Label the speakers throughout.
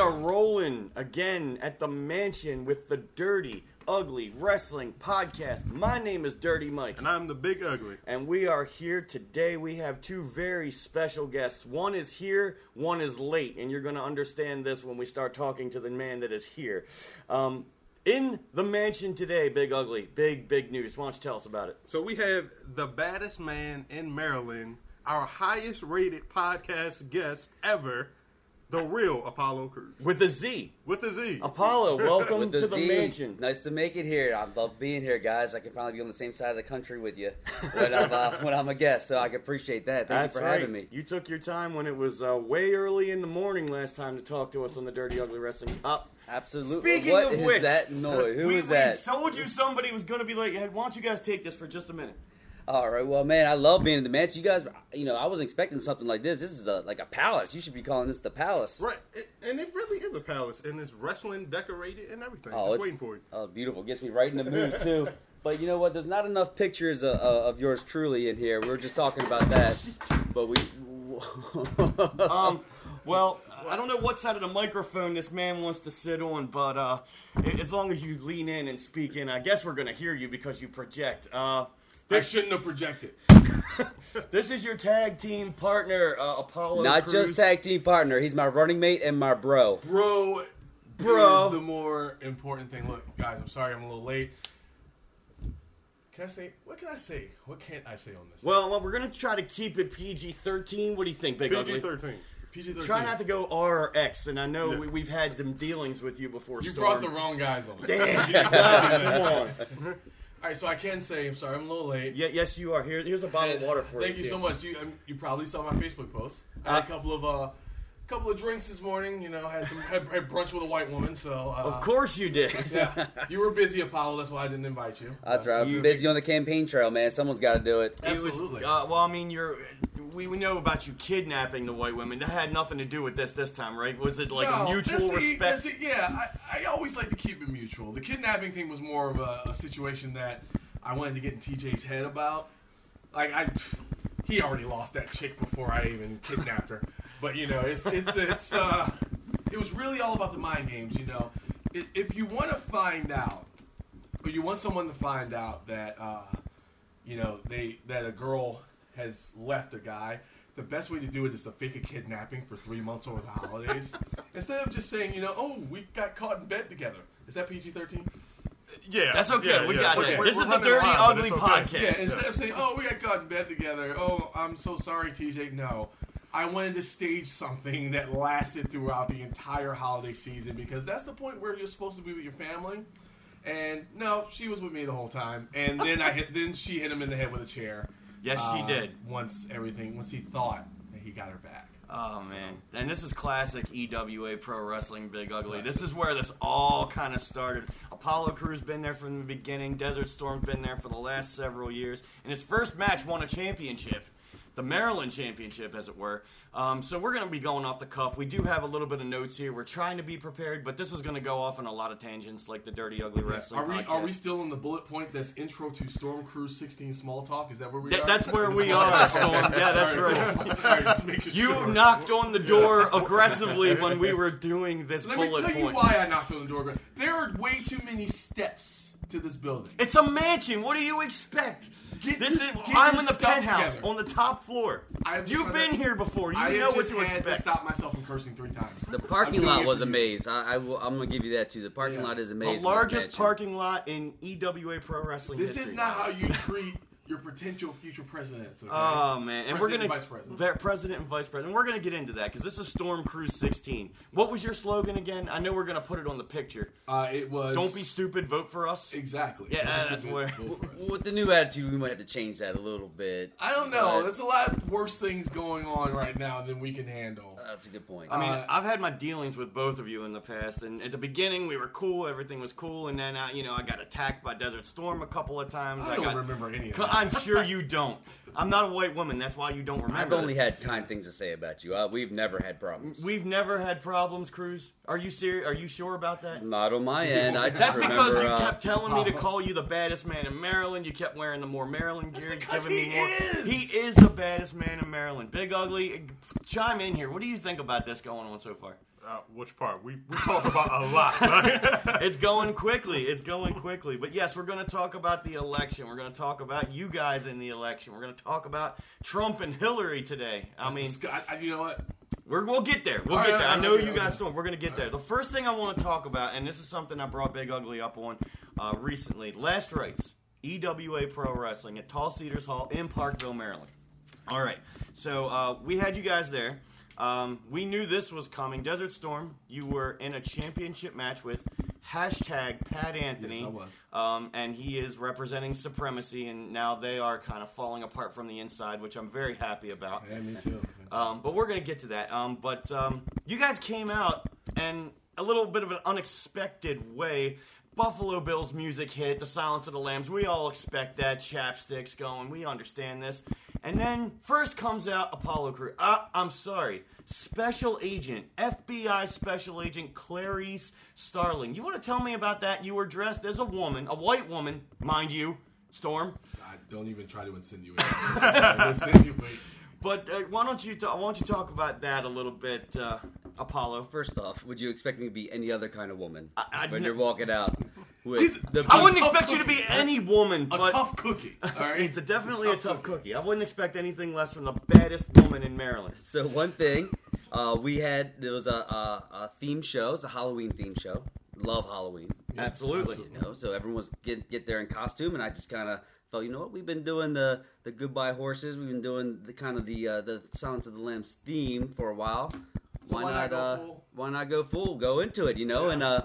Speaker 1: are rolling again at the mansion with the Dirty Ugly Wrestling Podcast. My name is Dirty Mike,
Speaker 2: And I'm the big ugly.
Speaker 1: and we are here today. We have two very special guests. One is here, one is late, and you're going to understand this when we start talking to the man that is here. Um, in the mansion today, Big Ugly, big, big news. Why don't you tell us about it?
Speaker 2: So we have the baddest man in Maryland, our highest rated podcast guest ever, the real Apollo Cruz.
Speaker 1: With the Z.
Speaker 2: With a Z.
Speaker 1: Apollo, welcome
Speaker 3: With the
Speaker 1: to the
Speaker 3: Z.
Speaker 1: mansion.
Speaker 3: Nice to make it here. I love being here, guys. I can finally be on the same side of the country with you when I'm, uh, when I'm a guest, so I can appreciate that. Thank you for having me.
Speaker 1: You took your time when it was uh, way early in the morning last time to talk to us on the Dirty Ugly Wrestling. Up.
Speaker 3: Absolutely.
Speaker 1: Speaking
Speaker 3: What
Speaker 1: of
Speaker 3: is
Speaker 1: which, uh,
Speaker 3: that noise? Who
Speaker 1: we,
Speaker 3: is that?
Speaker 1: We told you somebody was going to be late. Hey, why don't you guys take this for just a minute?
Speaker 3: All right, well, man, I love being in the match. You guys, you know, I wasn't expecting something like this. This is a, like a palace. You should be calling this the palace.
Speaker 2: Right. It, and it really is a palace, and it's wrestling decorated and everything. Just
Speaker 3: Oh, it's-
Speaker 2: waiting for you.
Speaker 3: Oh, beautiful. Gets me right in the mood too. But you know what? There's not enough pictures of, of yours truly in here. We were just talking about that, but we.
Speaker 1: Um, well, I don't know what side of the microphone this man wants to sit on, but uh, a- as long as you lean in and speak in, I guess we're going to hear you because you project. Uh,
Speaker 4: They shouldn't have projected.
Speaker 1: this is your tag team partner, uh, Apollo.
Speaker 3: not
Speaker 1: Crews.
Speaker 3: just tag team partner. He's my running mate and my bro.
Speaker 4: Bro,
Speaker 1: Bro.
Speaker 4: bro, is the more important thing. Look, guys, I'm sorry I'm a little late. Can I say what can I say? What can't I say on this?
Speaker 1: Well, well, we're going to try to keep it PG 13. What do you think, Big
Speaker 2: PG
Speaker 1: Ugly?
Speaker 2: 13.
Speaker 4: PG-13.
Speaker 1: Try not to go R or X, and I know
Speaker 2: Yeah.
Speaker 1: we, we've had them dealings with you before.
Speaker 4: You
Speaker 1: Storm.
Speaker 4: brought the wrong guys on.
Speaker 1: Damn.
Speaker 4: You didn't wanna
Speaker 1: Come
Speaker 4: do
Speaker 1: on.
Speaker 4: that. All right, so I can say I'm sorry I'm a little late.
Speaker 1: Ye- yes, you are. Here, here's a bottle of water for you.
Speaker 4: Thank you
Speaker 1: kid.
Speaker 4: so much. You um, you probably saw my Facebook post. I
Speaker 1: Uh,
Speaker 4: had a couple of uh, couple of drinks this morning. You know, had some had, had brunch with a white woman. So uh,
Speaker 1: Of course you did.
Speaker 4: yeah, you were busy, Apollo. That's why I didn't invite you.
Speaker 3: That's right.
Speaker 1: You-
Speaker 3: I'm busy on the campaign trail, man. Someone's got to do it.
Speaker 1: It was,
Speaker 4: Absolutely.
Speaker 1: uh, well, I mean, you're. We, we know about you kidnapping the white women. That had nothing to do with this this time, right? Was it like a
Speaker 4: No,
Speaker 1: mutual
Speaker 4: this- see,
Speaker 1: respect?
Speaker 4: this- yeah, I, I always like to keep it mutual. The kidnapping thing was more of a, a situation that I wanted to get in TJ's head about. Like I, he already lost that chick before I even kidnapped her. But you know, it's it's it's uh, it was really all about the mind games. You know, I- if you want to find out, or you want someone to find out that uh, you know they that a girl has left a guy the best way to do it is to fake a kidnapping for three months over the holidays instead of just saying you know oh we got caught in bed together is that pg-13
Speaker 2: Yeah.
Speaker 1: That's okay.
Speaker 2: Yeah,
Speaker 1: we
Speaker 2: yeah.
Speaker 1: got
Speaker 4: Okay.
Speaker 1: it.
Speaker 2: We're-
Speaker 1: This
Speaker 2: we're
Speaker 1: is the
Speaker 2: running
Speaker 1: Dirty
Speaker 2: line, but
Speaker 1: Ugly
Speaker 2: it's okay.
Speaker 1: podcast.
Speaker 4: yeah instead of saying oh we got caught in bed together oh i'm so sorry tj no i wanted to stage something that lasted throughout the entire holiday season because that's the point where you're supposed to be with your family and no she was with me the whole time and then i hit then she hit him in the head with a chair
Speaker 1: Yes, she
Speaker 4: uh,
Speaker 1: did.
Speaker 4: Once everything, once he thought that he got her back.
Speaker 1: Oh man, and this is classic EWA Pro Wrestling Big Ugly. This is where this all kind of started. Apollo Crews been there from the beginning. Desert Storm's been there for the last several years, and his first match won a championship, the Maryland Championship, as it were. Um, so we're going to be going off the cuff. We do have a little bit of notes here. We're trying to be prepared, but this is going to go off on a lot of tangents, like the Dirty Ugly Wrestling.
Speaker 4: Are we
Speaker 1: podcast.
Speaker 4: are we still in the bullet point that's intro to Storm Cruise 16 small talk? Is that where we
Speaker 1: Th-
Speaker 4: are?
Speaker 1: that's where we are, Storm. Yeah, that's right.
Speaker 4: All right, just making
Speaker 1: You
Speaker 4: sure.
Speaker 1: knocked on the door aggressively when we were doing this
Speaker 4: Let me
Speaker 1: bullet
Speaker 4: tell
Speaker 1: point.
Speaker 4: you why I knocked on the door. There are way too many steps to this building.
Speaker 1: It's a mansion. What do you expect?
Speaker 4: Get
Speaker 1: this is.
Speaker 4: your- get
Speaker 1: I'm
Speaker 4: your
Speaker 1: in the
Speaker 4: stuff
Speaker 1: penthouse
Speaker 4: together.
Speaker 1: on the top floor.
Speaker 4: I'm just
Speaker 1: You've been
Speaker 4: trying to-
Speaker 1: here before. You
Speaker 4: I have
Speaker 1: know what
Speaker 4: just
Speaker 1: to
Speaker 4: had
Speaker 1: expect.
Speaker 4: To stop myself from cursing three times.
Speaker 3: The parking
Speaker 4: doing it
Speaker 3: lot
Speaker 4: for
Speaker 3: was
Speaker 4: you.
Speaker 3: a maze. I, I will, I'm gonna give you that too. The parking
Speaker 4: Yeah.
Speaker 3: lot is a
Speaker 1: the
Speaker 3: maze. in this
Speaker 1: largest
Speaker 3: mansion.
Speaker 1: parking lot in EWA pro wrestling
Speaker 4: This
Speaker 1: history.
Speaker 4: is not how you treat your potential future presidents. Okay?
Speaker 1: Oh man, and we're
Speaker 4: President
Speaker 1: gonna
Speaker 4: and vice president.
Speaker 1: Ve- president and vice president. We're gonna get into that because this is Storm Cruise 16. What was your slogan again? I know we're gonna put it on the picture.
Speaker 4: uh, it was.
Speaker 1: Don't be stupid. Vote for us.
Speaker 4: exactly.
Speaker 1: Yeah,
Speaker 4: Don't be
Speaker 1: that's
Speaker 4: stupid.
Speaker 1: where-
Speaker 4: Vote for us.
Speaker 3: With the new attitude, we might have to change that a little bit.
Speaker 4: I don't know.
Speaker 3: But-
Speaker 4: There's a lot worse things going on right now than we can handle.
Speaker 3: that's a good point.
Speaker 1: I mean,
Speaker 4: Uh,
Speaker 1: I've had my dealings with both of you in the past, and at the beginning we were cool, everything was cool, and then I, you know I got attacked by Desert Storm a couple of times.
Speaker 4: I don't
Speaker 1: got-
Speaker 4: remember any of
Speaker 1: Co-
Speaker 4: that.
Speaker 1: I'm sure you don't. I'm not a white woman. That's why you don't remember.
Speaker 3: I've only
Speaker 1: this.
Speaker 3: had kind things to say about you. Uh, we've never had problems.
Speaker 1: We've never had problems, Cruz. Are you serious? Are you sure about that?
Speaker 3: Not on my end. I just
Speaker 1: That's
Speaker 3: Mm, remember,
Speaker 1: because you
Speaker 3: uh,
Speaker 1: kept telling me to
Speaker 4: uh,
Speaker 1: call you the baddest man in Maryland. You kept wearing the more Maryland gear.
Speaker 4: because
Speaker 1: giving me
Speaker 4: he
Speaker 1: more.
Speaker 4: is.
Speaker 1: He eh, is the baddest man in Maryland. Big ugly. Chime in here. What do you think about this going on so far?
Speaker 2: Uh, which part? We we talk about a lot. right?
Speaker 1: It's going quickly. It's going quickly. But yes, we're going to talk about the election. We're going to talk about you guys in the election. We're going to talk about Trump and Hillary today. I mean,
Speaker 4: Disgu- I- I- you know what?
Speaker 1: we're, we'll get there. We'll
Speaker 4: All
Speaker 1: get
Speaker 4: right,
Speaker 1: there.
Speaker 4: all
Speaker 1: I
Speaker 4: right,
Speaker 1: know
Speaker 4: okay,
Speaker 1: you
Speaker 4: okay.
Speaker 1: guys don't. We're gonna get there. The first thing I want to talk about, and this is something I brought Big Ugly up on uh, recently. Last rites, EWA Pro Wrestling at Tall Cedars Hall in Parkville, Maryland. All right, so uh, we had you guys there. Um, we knew this was coming. Desert Storm, you were in a championship match with hashtag Pat Anthony.
Speaker 4: Yes, I was.
Speaker 1: Um, and he is representing Supremacy, and now they are kind of falling apart from the inside, which I'm very happy about.
Speaker 4: Yeah, me too.
Speaker 1: Um, but we're gonna get to that. Um, but um, you guys came out and a little bit of an unexpected way. Buffalo Bills music hit, the Silence of the Lambs. We all expect that. Chapsticks going. We understand this. And then first comes out Apollo Crew. Uh, I'm sorry, Special Agent FBI Special Agent Clarice Starling. You want to tell me about that? You were dressed as a woman, a white woman, mind you, Storm.
Speaker 4: I don't even try to insinuate. Don't insinuate.
Speaker 1: But uh, why don't you ta- why don't you talk about that a little bit, uh, Apollo?
Speaker 3: First off, would you expect me to be any other kind of woman
Speaker 1: I-
Speaker 3: when
Speaker 1: kn-
Speaker 3: you're walking out
Speaker 4: He's-
Speaker 3: with the
Speaker 4: I
Speaker 1: I wouldn't
Speaker 4: tough
Speaker 1: expect you to be
Speaker 4: cookie.
Speaker 1: any woman,
Speaker 4: A
Speaker 1: but
Speaker 4: tough cookie. All right,
Speaker 1: it's a, definitely a tough, cookie. I wouldn't expect anything less from the baddest woman in Maryland.
Speaker 3: So one thing, uh, we had there was a, a, a theme show. It's a Halloween theme show. Love Halloween,
Speaker 1: absolutely.
Speaker 3: you know. So everyone was get get there in costume, and I just kind of felt, you know what, we've been doing the the goodbye horses. We've been doing the kind of the uh, the Silence of the Lambs theme for a while.
Speaker 4: So why not go
Speaker 3: uh,
Speaker 4: full?
Speaker 3: why not go full? Go into it, you know. And uh,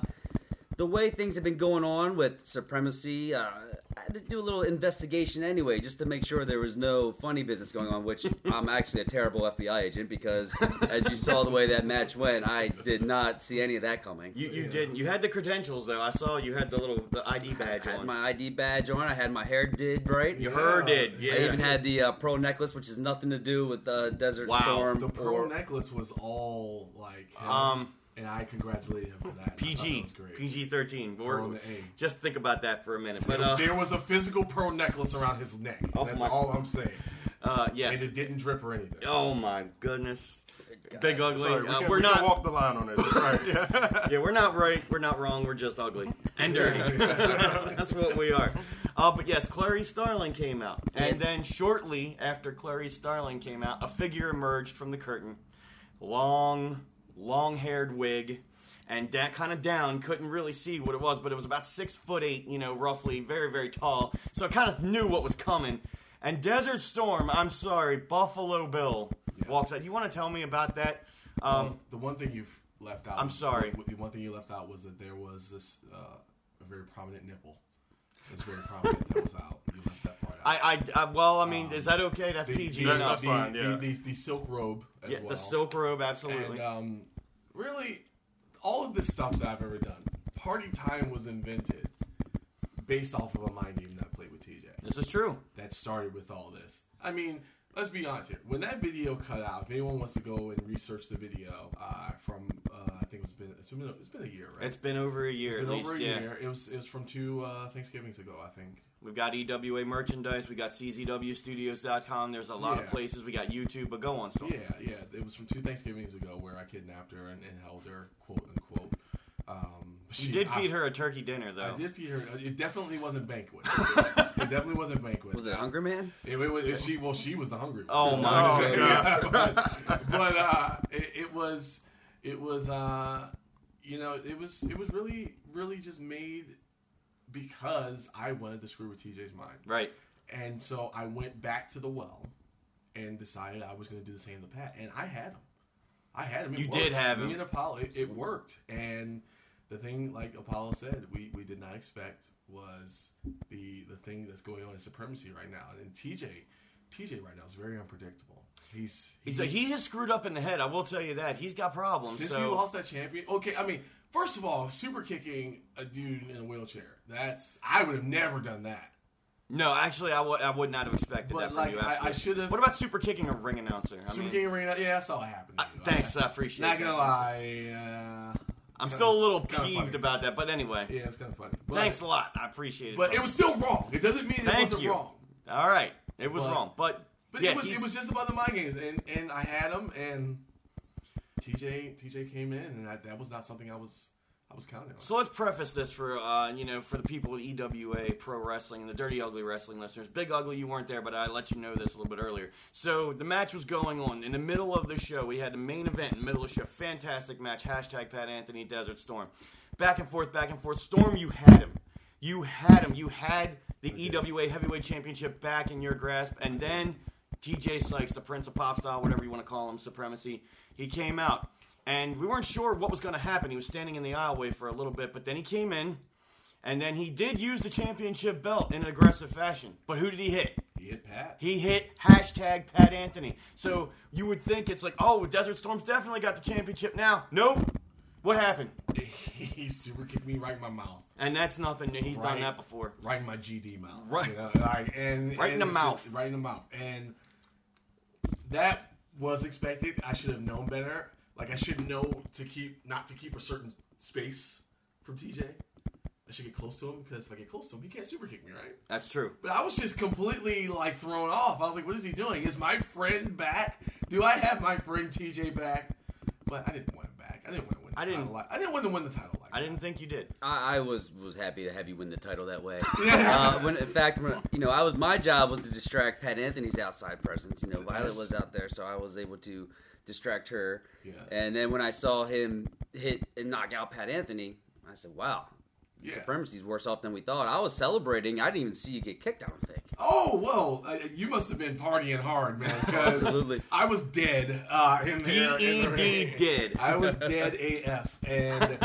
Speaker 3: the way things have been going on with supremacy, uh, I had to do a little investigation anyway, just to make sure there was no funny business going on. Which I'm actually a terrible FBI agent because, as you saw the way that match went, I did not see any of that coming.
Speaker 1: You, you
Speaker 4: Yeah.
Speaker 1: didn't. You had the credentials though. I saw you had the little the ID badge
Speaker 3: I had
Speaker 1: on.
Speaker 3: my ID badge on. I had my hair did right.
Speaker 1: you heard it. Yeah.
Speaker 3: I even had the uh, pro necklace, which has nothing to do with uh, Desert
Speaker 1: Wow,
Speaker 3: Storm.
Speaker 4: The pearl
Speaker 3: or-
Speaker 4: necklace was all like him,
Speaker 1: Um,
Speaker 4: and I congratulated him for that. I thought Oh, that
Speaker 1: PG
Speaker 4: was great.
Speaker 1: PG thirteen.
Speaker 4: Throw
Speaker 1: We're,
Speaker 4: the A.
Speaker 1: just think about that for a minute. But uh,
Speaker 4: there was a physical pearl necklace around his neck.
Speaker 1: Oh
Speaker 4: That's
Speaker 1: my-
Speaker 4: all I'm saying.
Speaker 1: uh,
Speaker 4: And
Speaker 1: yes.
Speaker 4: it didn't drip or anything.
Speaker 1: Oh my goodness. Big ugly.
Speaker 2: Sorry, we
Speaker 1: uh,
Speaker 2: can,
Speaker 1: we're
Speaker 2: we
Speaker 1: not.
Speaker 2: can walk the line on this. Right? Yeah.
Speaker 1: Yeah, we're not right. We're not wrong. We're just ugly and dirty. that's, that's what we are. Uh, but yes, Clary Starling came out, and
Speaker 3: Yeah.
Speaker 1: then shortly after Clary Starling came out, a figure emerged from the curtain, long, long-haired wig, and that kind of down. Couldn't really see what it was, but it was about six foot eight, you know, roughly, very, very tall. So I kind of knew what was coming. And Desert Storm, I'm sorry, Buffalo Bill
Speaker 4: Yeah.
Speaker 1: walks out. You want to tell me about that? Um,
Speaker 4: the one thing you've left out.
Speaker 1: I'm sorry.
Speaker 4: The one thing you left out was that there was this uh, a very prominent nipple. It's very prominent that was out. You left that part out.
Speaker 1: I, I, I, well, I
Speaker 4: Um,
Speaker 1: mean, is that okay? That's
Speaker 4: the,
Speaker 1: PG
Speaker 4: the,
Speaker 1: enough.
Speaker 2: that's
Speaker 4: the,
Speaker 2: fine,
Speaker 4: the-
Speaker 2: yeah.
Speaker 4: the- the silk robe as
Speaker 1: Yeah,
Speaker 4: well.
Speaker 1: the silk robe, absolutely.
Speaker 4: And um, really, all of this stuff that I've ever done, Party Time was invented based off of a mind game that I played with TJ
Speaker 1: this is true.
Speaker 4: that started with all this. I mean, let's be honest here. When that video cut out, if anyone wants to go and research the video uh, from, uh, I think it's been it's been it's been a year, right?
Speaker 1: It's been over a year
Speaker 4: been
Speaker 1: at least.
Speaker 4: over a
Speaker 1: yeah,
Speaker 4: year. It was it was from two uh, Thanksgivings ago, I think.
Speaker 1: we've got EWA merchandise. We got CZWStudios.com. There's a lot of
Speaker 4: Yeah.
Speaker 1: places. We got YouTube, but go on, Storm.
Speaker 4: Yeah, yeah. It was from two Thanksgivings ago where I kidnapped her and, and held her, quote unquote. Um,
Speaker 1: You
Speaker 4: she-
Speaker 1: did
Speaker 4: I-
Speaker 1: feed her a turkey dinner though.
Speaker 4: I did feed her. uh, It definitely wasn't banquet. it definitely wasn't banquet.
Speaker 3: was it Hunger Man?
Speaker 4: It, it was it- she. Well, she was the hungry. one.
Speaker 1: Oh, my
Speaker 4: Yeah,
Speaker 2: God.
Speaker 4: but but, uh, it, it was it was uh, you know it was it was really really just made because I wanted to screw with TJ's mind,
Speaker 1: Right.
Speaker 4: and so I went back to the well and decided I was going to do the same to Pat, and I had him. I had him. It
Speaker 1: You
Speaker 4: worked.
Speaker 1: did have him.
Speaker 4: Me and Apollo. It, it worked, and the thing, like Apollo said, we we did not expect was the the thing that's going on in supremacy right now, and TJ, TJ right now is very unpredictable. He's
Speaker 1: He's like, he is screwed up in the head. I will tell you that he's got problems.
Speaker 4: since
Speaker 1: so
Speaker 4: he lost that champion. Okay, I mean, first of all, super kicking a dude in a wheelchair. That's I would have never done that.
Speaker 1: no, actually, I would I would not have expected
Speaker 4: But,
Speaker 1: that from
Speaker 4: like,
Speaker 1: you.
Speaker 4: I- I
Speaker 1: Absolutely.
Speaker 4: should've-
Speaker 1: What about super kicking a ring announcer? I
Speaker 4: Super
Speaker 1: mean,
Speaker 4: kicking arena. Yeah, that's all happened. To you.
Speaker 1: thanks,
Speaker 4: Okay.
Speaker 1: I appreciate.
Speaker 4: Not
Speaker 1: that.
Speaker 4: gonna lie. Uh,
Speaker 1: I'm
Speaker 4: kinda-
Speaker 1: still a little
Speaker 4: kinda funny.
Speaker 1: peeved about that, but anyway,
Speaker 4: Yeah, it's kind of funny. But,
Speaker 1: thanks a lot. I appreciate it.
Speaker 4: But
Speaker 1: so
Speaker 4: it was still wrong. It doesn't mean it
Speaker 1: Thank
Speaker 4: wasn't
Speaker 1: you.
Speaker 4: wrong.
Speaker 1: All right, it was
Speaker 4: But-
Speaker 1: wrong, but
Speaker 4: But
Speaker 1: yeah,
Speaker 4: it was
Speaker 1: he's-
Speaker 4: it was just about the mind games, and and I had him, and TJ TJ came in, and I, that was not something I was I was counting on.
Speaker 1: So let's preface this for uh, you know for the people at EWA Pro Wrestling and the Dirty Ugly Wrestling listeners. Big Ugly, you weren't there, but I let you know this a little bit earlier. So the match was going on in the middle of the show. We had the main event in the middle of the show. Fantastic match. Hashtag Pat Anthony Desert Storm. Back and forth, back and forth. Storm, you had him. You had him. You had the EWA Heavyweight Championship back in your grasp, and then TJ Sykes, the Prince of Pop Style, whatever you want to call him, Supremacy. He came out and we weren't sure what was going to happen. He was standing in the aisleway for a little bit, but then he came in, and then he did use the championship belt in an aggressive fashion. But who did he hit?
Speaker 4: He hit Pat.
Speaker 1: He hit hashtag Pat Anthony. So you would think it's like, oh, Desert Storm's definitely got the championship now. Nope. What happened?
Speaker 4: he super kicked me right in my mouth,
Speaker 1: And that's nothing new. He's done
Speaker 4: Right.
Speaker 1: that before.
Speaker 4: right in my GD mouth,
Speaker 1: Right.
Speaker 4: you know, like, and
Speaker 1: Right in
Speaker 4: and
Speaker 1: the
Speaker 4: it's-
Speaker 1: mouth.
Speaker 4: right in the mouth, and that was expected. I should have known better. Like I should know to keep not to keep a certain space from TJ. I should get close to him because if I get close to him, he can't super kick me, right?
Speaker 1: That's true.
Speaker 4: But I was just completely like thrown off. I was like, "What is he doing? Is my friend back? Do I have my friend TJ back?" But I didn't want him back. I didn't want to win. The
Speaker 1: I didn't-
Speaker 4: Title like, I didn't want to win the title. Like
Speaker 1: I didn't think you did.
Speaker 3: I, I was was happy to have you win the title that way. uh, when in fact, when, you know, I was my job was to distract Pat Anthony's outside presence. You know, Violet was out there, so I was able to distract her.
Speaker 4: Yeah.
Speaker 3: And then when I saw him hit and knock out Pat Anthony, I said, "Wow,
Speaker 4: Yeah.
Speaker 3: supremacy's worse off than we thought." I was celebrating. I didn't even see you get kicked. I don't think.
Speaker 4: Oh well, uh, you must have been partying hard, man. 'cause
Speaker 3: Absolutely.
Speaker 4: I was dead. Uh, in there, in the
Speaker 1: D.E.D.
Speaker 4: ring.
Speaker 1: did.
Speaker 4: I was dead AF, and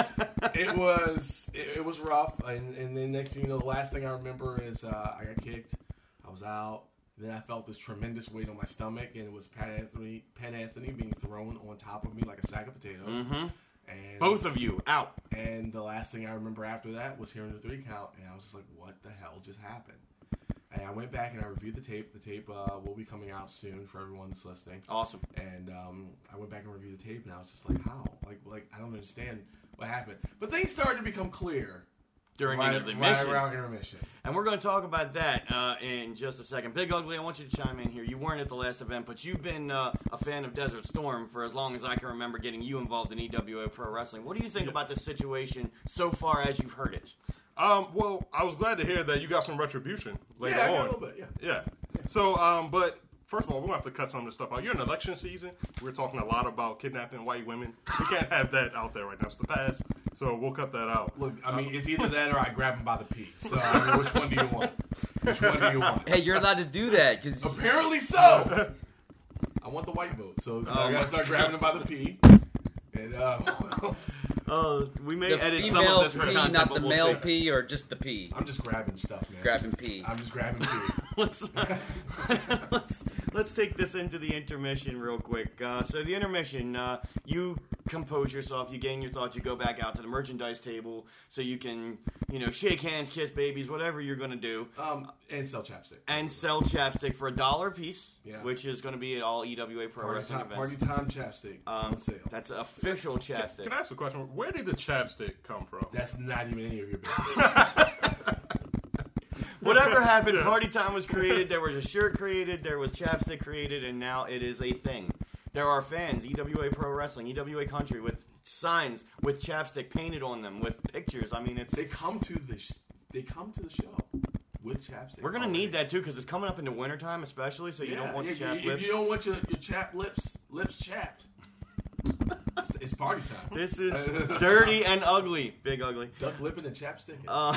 Speaker 4: it was it, it was rough. And, and then next thing you know, the last thing I remember is uh, I got kicked. I was out. Then I felt this tremendous weight on my stomach, and it was Pat Anthony, Pat Anthony being thrown on top of me like a sack of potatoes. And
Speaker 1: Both of you out.
Speaker 4: and the last thing I remember after that was hearing the three count, and I was just like, "What the hell just happened?" And I went back and I reviewed the tape. The tape uh, will be coming out soon for everyone that's listening.
Speaker 1: Awesome.
Speaker 4: And um, I went back and reviewed the tape, and I was just like, "How? Like, like I don't understand what happened." But things started to become clear
Speaker 1: During
Speaker 4: right,
Speaker 1: the
Speaker 4: right
Speaker 1: mission.
Speaker 4: around intermission.
Speaker 1: And we're going to talk about that uh, in just a second. Big Ugly, I want you to chime in here. You weren't at the last event, but you've been uh, a fan of Desert Storm for as long as I can remember getting you involved in EWA Pro Wrestling. What do you think about this situation so far as you've heard it?
Speaker 2: Um, well, I was glad to hear that you got some retribution later
Speaker 4: Yeah, I got
Speaker 2: on.
Speaker 4: a little bit, yeah.
Speaker 2: So, um, but first of all, we're gonna have to cut some of this stuff out. You're in election season. We're talking a lot about kidnapping white women. We can't have that out there right now. It's the past. So we'll cut that out.
Speaker 4: Look, I
Speaker 2: Uh,
Speaker 4: mean, it's either that or I grab him by the pee. So, I mean, which one do you want? Which one do you want?
Speaker 3: Hey, you're allowed to do that because
Speaker 4: Apparently so. I want the white vote, so, so I
Speaker 1: my
Speaker 4: gotta start grabbing him by the pee. And uh,
Speaker 1: Uh, we may
Speaker 3: the
Speaker 1: edit some of
Speaker 3: female
Speaker 1: this for
Speaker 3: P,
Speaker 1: content,
Speaker 3: not
Speaker 1: but
Speaker 3: the
Speaker 1: we'll
Speaker 3: male
Speaker 1: see.
Speaker 3: P, or just the P.
Speaker 4: I'm just grabbing stuff, man.
Speaker 3: Grabbing P.
Speaker 4: I'm just grabbing pee.
Speaker 1: let's, let's let's take this into the intermission real quick. Uh, so the intermission, uh, you compose yourself, you gain your thoughts, you go back out to the merchandise table so you can you know shake hands, kiss babies, whatever you're gonna do,
Speaker 4: Um, and sell chapstick.
Speaker 1: and sell chapstick for a dollar a piece,
Speaker 4: Yeah.
Speaker 1: which is gonna be at all EWA Pro
Speaker 4: party
Speaker 1: Wrestling
Speaker 4: time, party
Speaker 1: events.
Speaker 4: time chapstick
Speaker 1: Um,
Speaker 4: on sale.
Speaker 1: that's official chapstick.
Speaker 2: Can I ask a question? Where did the chapstick come from?
Speaker 4: That's not even any of your business.
Speaker 1: Ah. Whatever happened, party time was created. There was a shirt created. There was chapstick created, and now it is a thing. There are fans, EWA Pro Wrestling, EWA Country, with signs with chapstick painted on them, with pictures. I mean, it's
Speaker 4: they come to the sh- they come to the show with chapstick.
Speaker 1: we're gonna
Speaker 4: already.
Speaker 1: need that too because it's coming up in the wintertime, especially. So you don't want your
Speaker 4: yeah,
Speaker 1: chap
Speaker 4: you,
Speaker 1: lips.
Speaker 4: You don't want your, your chap lips lips chapped. it's, it's party time.
Speaker 1: This is dirty and ugly, big ugly.
Speaker 4: duck lipping and chapstick.
Speaker 1: Uh,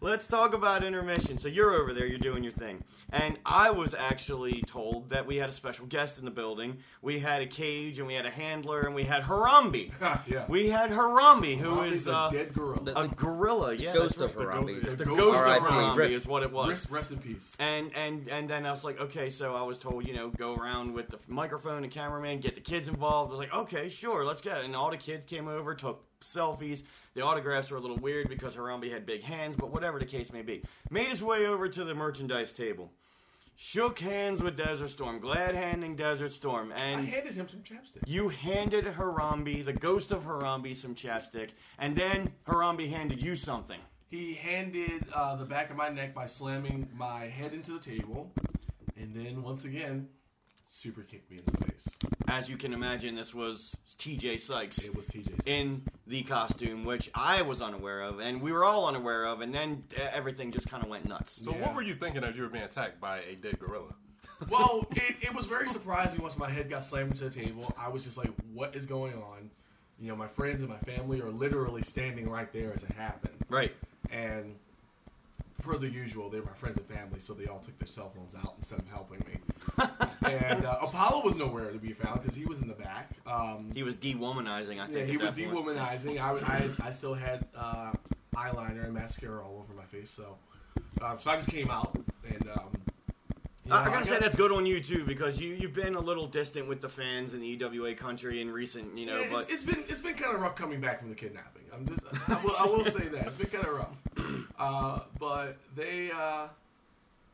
Speaker 1: let's talk about intermission. So you're over there, you're doing your thing. And I was actually told that we had a special guest in the building. We had a cage and we had a handler and we had Harambe.
Speaker 4: yeah.
Speaker 1: We had Harambe, who
Speaker 4: Bobby's
Speaker 1: is
Speaker 4: a
Speaker 1: uh,
Speaker 4: dead gorilla.
Speaker 1: a gorilla. Yeah,
Speaker 3: Ghost
Speaker 1: that's
Speaker 3: of
Speaker 1: right.
Speaker 3: Harambe.
Speaker 2: The
Speaker 1: The
Speaker 4: ghost
Speaker 1: ghost of
Speaker 3: R.I.P..
Speaker 1: Harambe
Speaker 3: Rip.
Speaker 1: is what it was.
Speaker 4: Rest, rest in peace.
Speaker 1: And and and then I was like, okay, so I was told, you know, go around with the microphone and cameraman, get the kids involved. I was like, okay, sure, let's get it. And all the kids came over, took selfies. The autographs were a little weird because Harambe had big hands, but whatever the case may be, made his way over to the merchandise table, shook hands with Desert Storm, glad handing Desert Storm,
Speaker 4: I
Speaker 1: and
Speaker 4: handed him some chapstick.
Speaker 1: you handed Harambe, the ghost of Harambe, some chapstick, and then Harambe handed you something.
Speaker 4: He handed uh, the back of my neck by slamming my head into the table, and then once again, super kicked me in the face.
Speaker 1: as you can imagine, this was T.J. Sykes
Speaker 4: It was TJ's.
Speaker 1: in the costume, which I was unaware of, and we were all unaware of, and then uh, everything just kind of went nuts.
Speaker 2: So
Speaker 4: Yeah.
Speaker 2: what were you thinking as you were being attacked by a dead gorilla?
Speaker 4: well, it, it was very surprising once my head got slammed into the table. I was just like, what is going on? You know, my friends and my family are literally standing right there as it happened.
Speaker 1: Right.
Speaker 4: And per the usual, they're my friends and family, so they all took their cell phones out instead of helping me. and uh, Apollo was nowhere to be found because he was in the back. Um,
Speaker 1: He was de-womanizing, I think.
Speaker 4: yeah, he
Speaker 1: at
Speaker 4: was
Speaker 1: that point.
Speaker 4: dewomanizing. I, I, I still had uh, eyeliner and mascara all over my face, so uh, so I just came out and. Um, you
Speaker 1: I-
Speaker 4: know,
Speaker 1: I gotta say
Speaker 4: got-
Speaker 1: that's good on you too because you you've been a little distant with the fans in the EWA country in recent you know
Speaker 4: Yeah,
Speaker 1: but
Speaker 4: it's, it's been it's been kind of rough coming back from the kidnapping. I'm just I will, I will say that it's been kind of rough, uh, but they uh,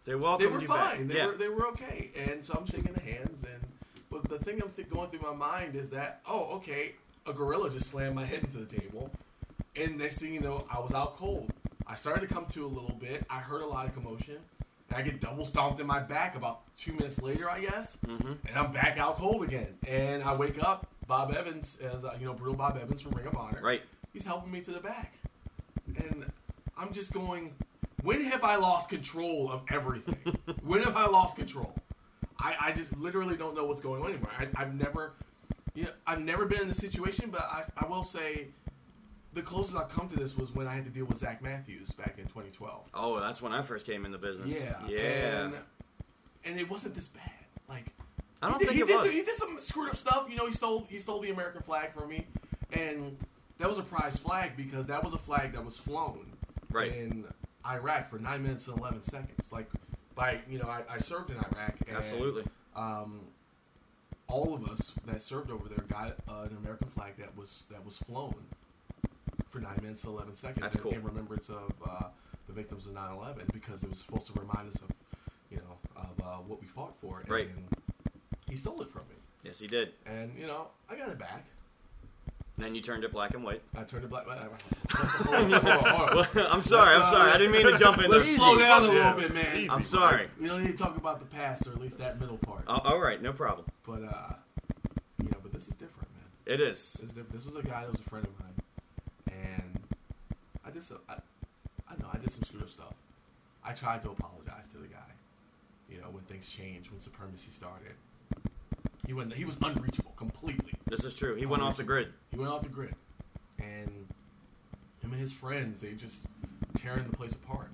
Speaker 1: they
Speaker 4: they
Speaker 1: welcomed
Speaker 4: were
Speaker 1: you back.
Speaker 4: fine. They
Speaker 1: yeah.
Speaker 4: were they were okay. And so I'm shaking the hands. And but the thing I'm th- going through my mind is that oh okay, a gorilla just slammed my head into the table, and next thing you know, I was out cold. I started to come to a little bit. I heard a lot of commotion. And I get double stomped in my back about two minutes later, I guess, and I'm back out cold again. And I wake up. Bob Evans, as uh, you know, brutal Bob Evans from Ring of Honor,
Speaker 1: Right.
Speaker 4: He's helping me to the back and I'm just going, when have I lost control of everything? when have I lost control? I, I just literally don't know what's going on anymore. I, I've never, you know, I've never been in a situation, but I, I will say, the closest I've come to this was when I had to deal with Zach Matthews back in 2012.
Speaker 1: oh that's when I first came in the business
Speaker 4: Yeah,
Speaker 1: yeah
Speaker 4: and, and it wasn't this bad. Like,
Speaker 1: I don't
Speaker 4: he did,
Speaker 1: think
Speaker 4: he
Speaker 1: it
Speaker 4: did
Speaker 1: was.
Speaker 4: Some, he did some screwed up stuff. You know, he stole he stole the American flag from me, and that was a prize flag because that was a flag that was flown
Speaker 1: Right.
Speaker 4: in Iraq for nine minutes and eleven seconds. Like, by you know, I, I served in Iraq. And,
Speaker 1: Absolutely.
Speaker 4: Um, all of us that served over there got uh, an American flag that was that was flown for nine minutes and eleven seconds.
Speaker 1: That's
Speaker 4: in-
Speaker 1: cool.
Speaker 4: In remembrance of uh, the victims of 9/11 because it was supposed to remind us of, you know, of uh, what we fought for. And
Speaker 1: Right.
Speaker 4: He stole it from me,
Speaker 1: yes he did
Speaker 4: and you know, I got it back.
Speaker 1: and then you turned it black and white
Speaker 4: I turned it black. hold on, hold on, hold on.
Speaker 1: I'm sorry I'm
Speaker 4: Let's, uh,
Speaker 1: sorry I didn't mean to jump in
Speaker 4: Let's
Speaker 1: there.
Speaker 4: slow down a
Speaker 2: Fuck
Speaker 4: little
Speaker 2: yeah.
Speaker 4: bit, man.
Speaker 2: Easy,
Speaker 1: I'm
Speaker 2: Mike.
Speaker 1: sorry
Speaker 4: We don't need to talk about the past, or at least that middle part.
Speaker 1: Oh, all right no problem
Speaker 4: But uh, you know, but this is different, man.
Speaker 1: it is
Speaker 4: This, is diff- this was a guy that was a friend of mine, and I did some. I, I know I did some screwed up stuff. I tried to apologize to the guy. You know, when things changed, when supremacy started, he went. He was unreachable completely.
Speaker 1: this is true he went off the grid
Speaker 4: He went off the grid, and him and his friends they just tearing the place apart,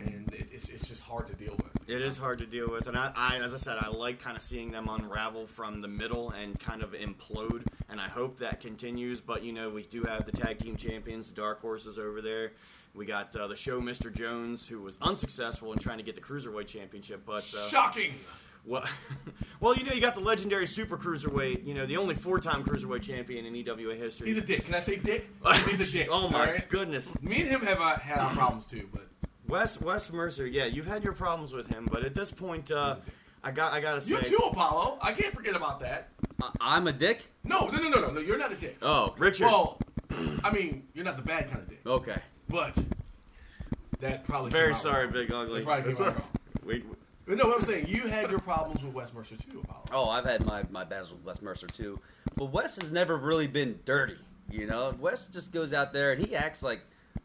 Speaker 4: and it, it's it's just hard to deal with.
Speaker 1: It is hard to deal with, and I, I as I said, I like kind of seeing them unravel from the middle and kind of implode, and I hope that continues. But you know, we do have the tag team champions, the Dark Horses over there. We got uh, the show Mr. Jones, who was unsuccessful in trying to get the cruiserweight championship, but uh,
Speaker 4: Shocking.
Speaker 1: well, well, you know, you got the legendary super cruiserweight, you know, the only four-time cruiserweight champion in EWA history.
Speaker 4: He's a dick. Can I say dick? He's a dick.
Speaker 1: oh my
Speaker 4: all right?
Speaker 1: goodness,
Speaker 4: Me and him have uh, had our problems too, but
Speaker 1: Wes Wes Mercer. Yeah, you've had your problems with him, but at this point, uh, I got I gotta say,
Speaker 4: You too, Apollo. I can't forget about that.
Speaker 3: I- I'm a dick.
Speaker 4: No, no, no, no, no, no. You're not a dick.
Speaker 3: Oh,
Speaker 1: Richard.
Speaker 4: Well, I mean, you're not the bad kind of dick,
Speaker 3: okay.
Speaker 4: but that probably
Speaker 1: Oh. Very
Speaker 4: came out
Speaker 1: sorry,
Speaker 4: Wrong.
Speaker 1: Big
Speaker 4: That
Speaker 1: Ugly.
Speaker 4: probably came out wrong.
Speaker 1: We,
Speaker 4: But no, what I'm saying, you had your problems with Wes Mercer too, Apollo.
Speaker 3: Oh, I've had my my battles with Wes Mercer too, but Wes has never really been dirty. You know, Wes just goes out there and he acts like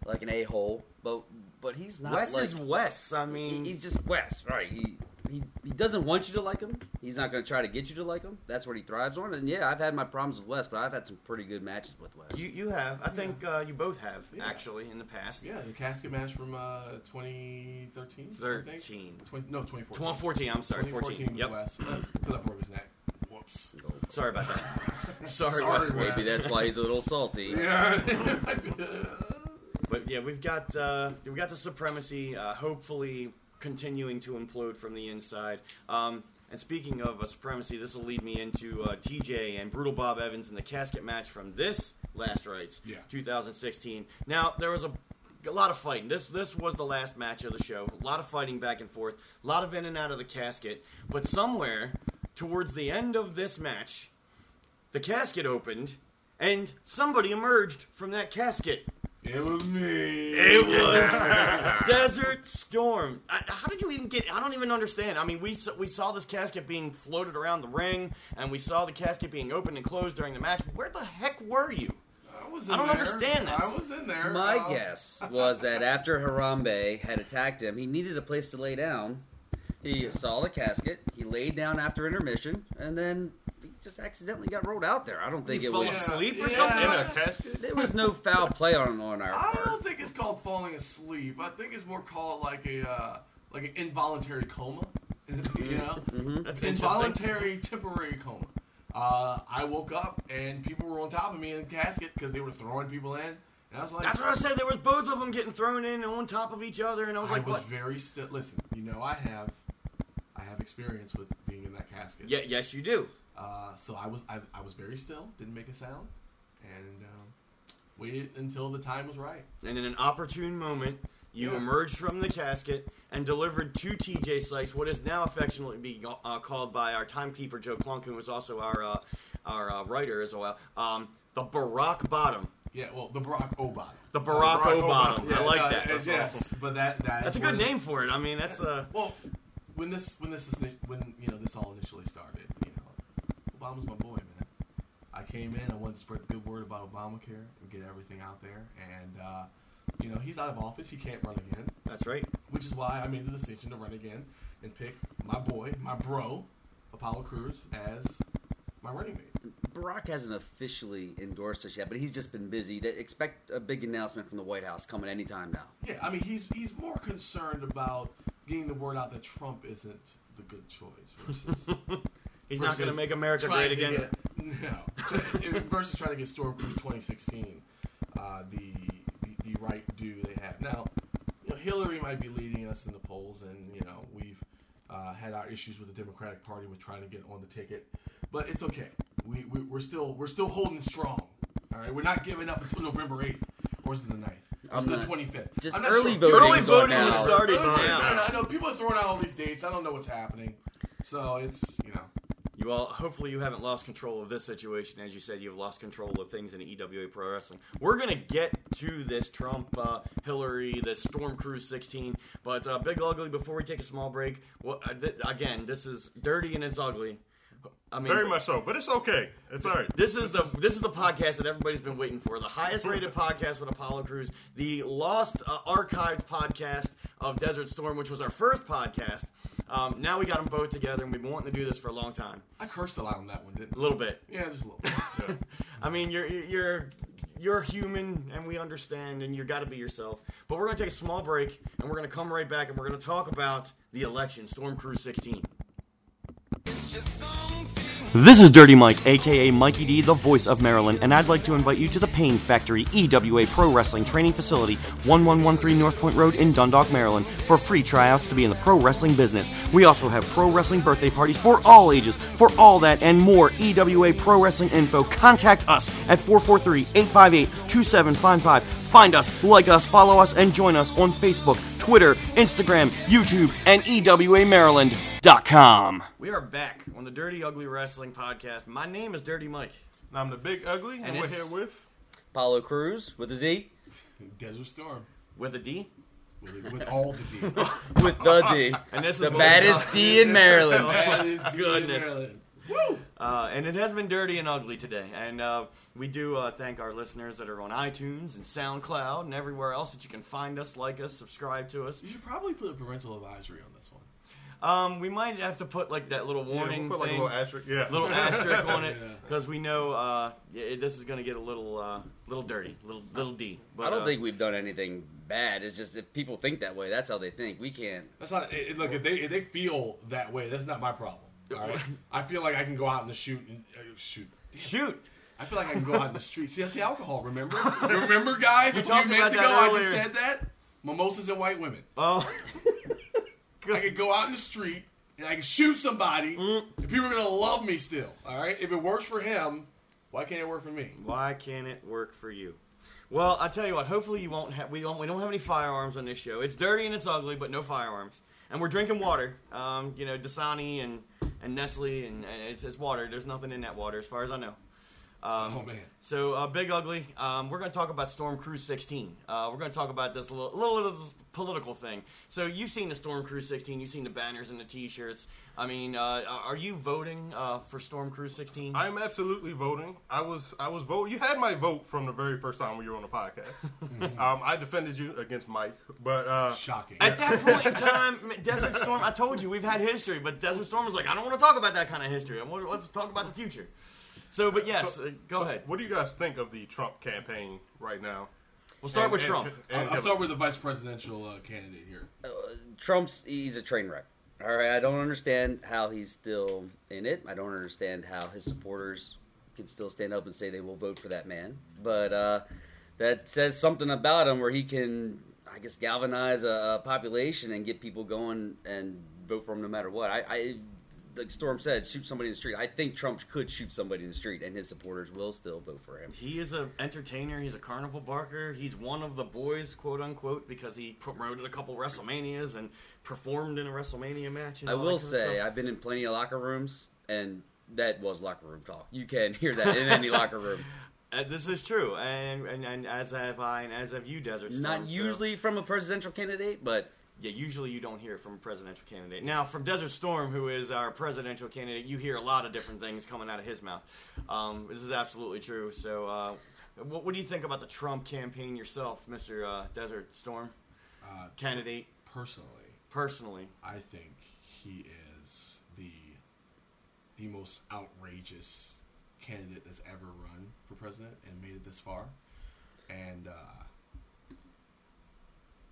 Speaker 3: like an a hole, but but he's not.
Speaker 1: Wes
Speaker 3: like,
Speaker 1: is Wes. I
Speaker 3: he-
Speaker 1: mean,
Speaker 3: he's just Wes, right? He, he he doesn't want you to like him. He's not going to try to get you to like him. That's what he thrives on. And yeah, I've had my problems with Wes, but I've had some pretty good matches with Wes.
Speaker 1: you you have. I think uh, you both have
Speaker 4: Yeah.
Speaker 1: actually in the past.
Speaker 4: Yeah, the casket match from uh, 2013. I think?
Speaker 1: 13.
Speaker 4: Twen- no, 2014.
Speaker 1: 2014, I'm sorry, 14.
Speaker 4: 2014
Speaker 1: Yep.
Speaker 4: Wes. Because I broke his neck. Whoops.
Speaker 1: Sorry about that. sorry,
Speaker 4: Sorry,
Speaker 1: Wes.
Speaker 4: Wes.
Speaker 1: Wes.
Speaker 3: Maybe that's why he's a little salty.
Speaker 4: Yeah.
Speaker 1: But yeah, we've got uh, we got the supremacy. Uh, hopefully, continuing to implode from the inside. Um, and speaking of uh, supremacy, this will lead me into uh, TJ and Brutal Bob Evans in the casket match from this Last Rites,
Speaker 4: Yeah.
Speaker 1: 2016. Now there was a. A lot of fighting. This this was the last match of the show. A lot of fighting back and forth. A lot of in and out of the casket. But somewhere towards the end of this match, the casket opened, and somebody emerged from that casket.
Speaker 4: It was me.
Speaker 1: It was Desert Storm. I, how did you even get? I don't even understand. I mean, we s- we saw this casket being floated around the ring, and we saw the casket being opened and closed during the match. Where the heck were you?
Speaker 4: I was.
Speaker 1: I
Speaker 4: in
Speaker 1: don't
Speaker 4: there.
Speaker 1: understand this.
Speaker 4: I was in there.
Speaker 3: My
Speaker 4: Um,
Speaker 3: guess was that after Harambe had attacked him, he needed a place to lay down. He saw the casket. He laid down after intermission, and then he just accidentally got rolled out there. I don't think
Speaker 1: You
Speaker 3: it
Speaker 1: fell
Speaker 3: was.
Speaker 1: asleep or
Speaker 4: Yeah.
Speaker 1: something?
Speaker 2: In a casket?
Speaker 3: There was no foul play on on our
Speaker 4: I
Speaker 3: part.
Speaker 4: don't think it's called falling asleep. I think it's more called like a uh, like an involuntary coma. you know,
Speaker 1: Mm-hmm. That's interesting.
Speaker 4: involuntary temporary coma. Uh, I woke up and people were on top of me in the casket because they were throwing people in, and I was like,
Speaker 1: That's what I said. There was both of them getting thrown in and on top of each other, and I was
Speaker 4: I
Speaker 1: like,
Speaker 4: was
Speaker 1: "What?"
Speaker 4: very still. Listen, you know, I have, I have experience with being in that casket.
Speaker 1: Yeah, yes, you do.
Speaker 4: Uh, so I was, I, I was very still, didn't make a sound, and um, waited until the time was right.
Speaker 1: And in an opportune moment, you
Speaker 4: Yeah.
Speaker 1: emerged from the casket and delivered to TJ Slice what is now affectionately be, uh, called by our timekeeper Joe Clunk, who was also our uh, our uh, writer as well, um, the Barack Bottom,
Speaker 4: Yeah, well, the oh, Barack Obama.
Speaker 1: the Barack,
Speaker 2: Barack
Speaker 1: O'Bottom.
Speaker 2: Obama.
Speaker 1: I like
Speaker 4: no,
Speaker 1: that.
Speaker 4: it's- yes, but that, that
Speaker 1: That's a
Speaker 4: is
Speaker 1: good
Speaker 4: what it-
Speaker 1: name for it. I mean, that's uh,
Speaker 4: Well, when this when this is when you know this all initially started, you know, Obama's my boy, man. I came in, I wanted to spread the good word about Obamacare and get everything out there, and uh, you know he's out of office, he can't run again,
Speaker 1: that's right.
Speaker 4: which is why I made the decision to run again and pick my boy, my bro, Apollo Cruz as my running mate.
Speaker 3: Barack hasn't officially endorsed us yet, but he's just been busy. They expect a big announcement from the White House coming anytime now.
Speaker 4: Yeah, I mean he's he's more concerned about getting the word out that Trump isn't the good choice versus.
Speaker 1: He's not going to
Speaker 4: versus
Speaker 1: make America
Speaker 4: trying
Speaker 1: great
Speaker 4: to
Speaker 1: again.
Speaker 4: get- no. versus trying to get Storm Cruise 2016, uh, the, the the right do they have now. You know, Hillary might be leading us in the polls, and you know we've uh, had our issues with the Democratic Party with trying to get on the ticket, but it's okay. We, we we're still we're still holding strong. All right, we're not giving up until November 8th, or is it the 9th? Or is
Speaker 3: I'm
Speaker 4: it the
Speaker 3: not-
Speaker 4: 25th?
Speaker 3: just
Speaker 4: I'm not
Speaker 3: early
Speaker 4: sure.
Speaker 3: voting.
Speaker 1: Early
Speaker 3: is
Speaker 1: voting
Speaker 3: on
Speaker 1: has
Speaker 3: now.
Speaker 1: started
Speaker 4: Early voting's
Speaker 1: now.
Speaker 4: on. I know people are throwing out all these dates. I don't know what's happening, so it's you know.
Speaker 1: You all, hopefully, you haven't lost control of this situation. As you said, you've lost control of things in EWA Pro Wrestling. We're gonna get to this Trump, uh, Hillary, this Storm Cruise 16, but uh, Big Ugly. Before we take a small break, well, uh, th- again, this is dirty and it's ugly. I mean,
Speaker 2: Very much so, but it's okay. It's all right.
Speaker 1: This is the this is the podcast that everybody's been waiting for. The highest rated podcast with Apollo Crews, the lost uh, archived podcast of Desert Storm, which was our first podcast. Um, now we got them both together, and we've been wanting to do this for a long time.
Speaker 4: I cursed a lot on that one, didn't
Speaker 1: A
Speaker 4: I?
Speaker 1: little bit.
Speaker 4: Yeah, just a little. bit.
Speaker 2: Yeah.
Speaker 1: I mean, you're you're you're human, and we understand, and you got to be yourself. But we're gonna take a small break, and we're gonna come right back, and we're gonna talk about the election, Storm Cruise 16. This is Dirty Mike, aka Mikey D, the voice of Maryland, and I'd like to invite you to the Pain Factory EWA Pro Wrestling Training Facility, 1113 North Point Road in Dundalk, Maryland, for free tryouts to be in the pro wrestling business. We also have pro wrestling birthday parties for all ages. For all that and more EWA Pro Wrestling info, contact us at 443 858 2755. Find us, like us, follow us, and join us on Facebook, Twitter, Instagram, YouTube, and E EWAMaryland.com. We are back on the Dirty Ugly Wrestling Podcast. My name is Dirty Mike.
Speaker 2: Now I'm the big ugly, and,
Speaker 1: And
Speaker 2: we're
Speaker 1: it's-
Speaker 2: here with.
Speaker 3: Apollo Cruz with a Z,
Speaker 4: Desert Storm.
Speaker 1: With a D?
Speaker 4: With, with all the D.
Speaker 3: with the D,
Speaker 1: And this
Speaker 3: the
Speaker 1: what we-
Speaker 3: baddest D in Maryland.
Speaker 4: that is
Speaker 1: Goodness.
Speaker 4: Maryland.
Speaker 1: Uh, and it has been dirty and ugly today. And uh, we do uh, thank our listeners that are on iTunes and SoundCloud and everywhere else that you can find us, like us, subscribe to us.
Speaker 4: You should probably put a parental advisory on this one.
Speaker 1: Um, we might have to put like that little
Speaker 2: Yeah,
Speaker 1: warning
Speaker 2: we'll put like
Speaker 1: thing,
Speaker 2: a little asterisk. Yeah.
Speaker 1: little asterisk on it,
Speaker 4: Yeah.
Speaker 1: because we know uh, yeah, this is going to get a little uh, little dirty, little little D. But,
Speaker 3: I don't
Speaker 1: uh,
Speaker 3: think we've done anything bad. It's just if people think that way, that's how they think. We can't.
Speaker 4: That's not. It, it- look, if they if they feel that way, that's not my problem. All right. I feel like I can go out in the shoot and uh, shoot.
Speaker 1: shoot.
Speaker 4: I feel like I can go out in the street. See, that's the alcohol. Remember? Remember, guys? a
Speaker 1: talked
Speaker 4: few minutes
Speaker 1: about
Speaker 4: ago,
Speaker 1: that
Speaker 4: I just
Speaker 1: earlier.
Speaker 4: said that mimosas and white women.
Speaker 1: Oh,
Speaker 4: I could go out in the street and I could shoot somebody, and people are gonna love me still. All right. If it works for him, why can't it work for me?
Speaker 1: why can't it work for you? Well, I tell you what. Hopefully, you won't have. We don't. We don't have any firearms on this show. It's dirty and it's ugly, but no firearms. And we're drinking water. Um, you know, Dasani and and Nestle and, and it's, it's water. There's nothing in that water, as far as I know. Um,
Speaker 4: Oh, man.
Speaker 1: So uh, Big Ugly, um, we're going to talk about Storm Cruise 16. Uh, we're going to talk about this a little, a little of this political thing. So you've seen the Storm Cruise 16. You've seen the banners and the T-shirts. I mean, uh, are you voting uh, for Storm Cruise 16?
Speaker 2: I'm absolutely voting. I was I was vote. You had my vote from the very first time we were on the podcast. um, I defended you against Mike, but uh,
Speaker 4: Shocking.
Speaker 1: At that point in time, m- Desert Storm. I told you we've had history, but Desert Storm was like, I don't want to talk about that kind of history. I want let's talk about the future. So, but yes,
Speaker 2: so-
Speaker 1: uh, go
Speaker 2: so
Speaker 1: ahead.
Speaker 2: What do you guys think of the Trump campaign right now?
Speaker 1: We'll start
Speaker 2: And-
Speaker 1: with
Speaker 2: and-
Speaker 1: Trump.
Speaker 2: and
Speaker 4: I'll, I'll
Speaker 2: Hillary.
Speaker 4: start with the vice presidential uh, candidate here.
Speaker 3: Trump's he's a train wreck. All right, I don't understand how he's still in it. I don't understand how his supporters can still stand up and say they will vote for that man. But uh, that says something about him, where he can, I guess, galvanize a, a population and get people going and vote for him no matter what. I, I, like Storm said, shoot somebody in the street. I think Trump could shoot somebody in the street, and his supporters will still vote for him.
Speaker 1: He is an entertainer. He's a carnival barker. He's one of the boys, quote unquote, because he promoted a couple WrestleManias and performed in a WrestleMania match. And
Speaker 3: I
Speaker 1: all that
Speaker 3: will
Speaker 1: kind of
Speaker 3: say
Speaker 1: stuff.
Speaker 3: I've been in plenty of locker rooms, and that was locker room talk. You can hear that in any locker room.
Speaker 1: Uh, this is true, and, and and as have I, and as have you, Desert Storm.
Speaker 3: Not
Speaker 1: so-
Speaker 3: usually from a presidential candidate, but
Speaker 1: Yeah, usually you don't hear from a presidential candidate. Now, from Desert Storm, who is our presidential candidate, you hear a lot of different things coming out of his mouth. Um, this is absolutely true. So, uh, what, what do you think about the Trump campaign yourself, Mr. Uh, Desert Storm
Speaker 4: Uh,
Speaker 1: candidate,
Speaker 4: personally,
Speaker 1: personally?
Speaker 4: I think he is the the most outrageous candidate that's ever run for president and made it this far. And uh,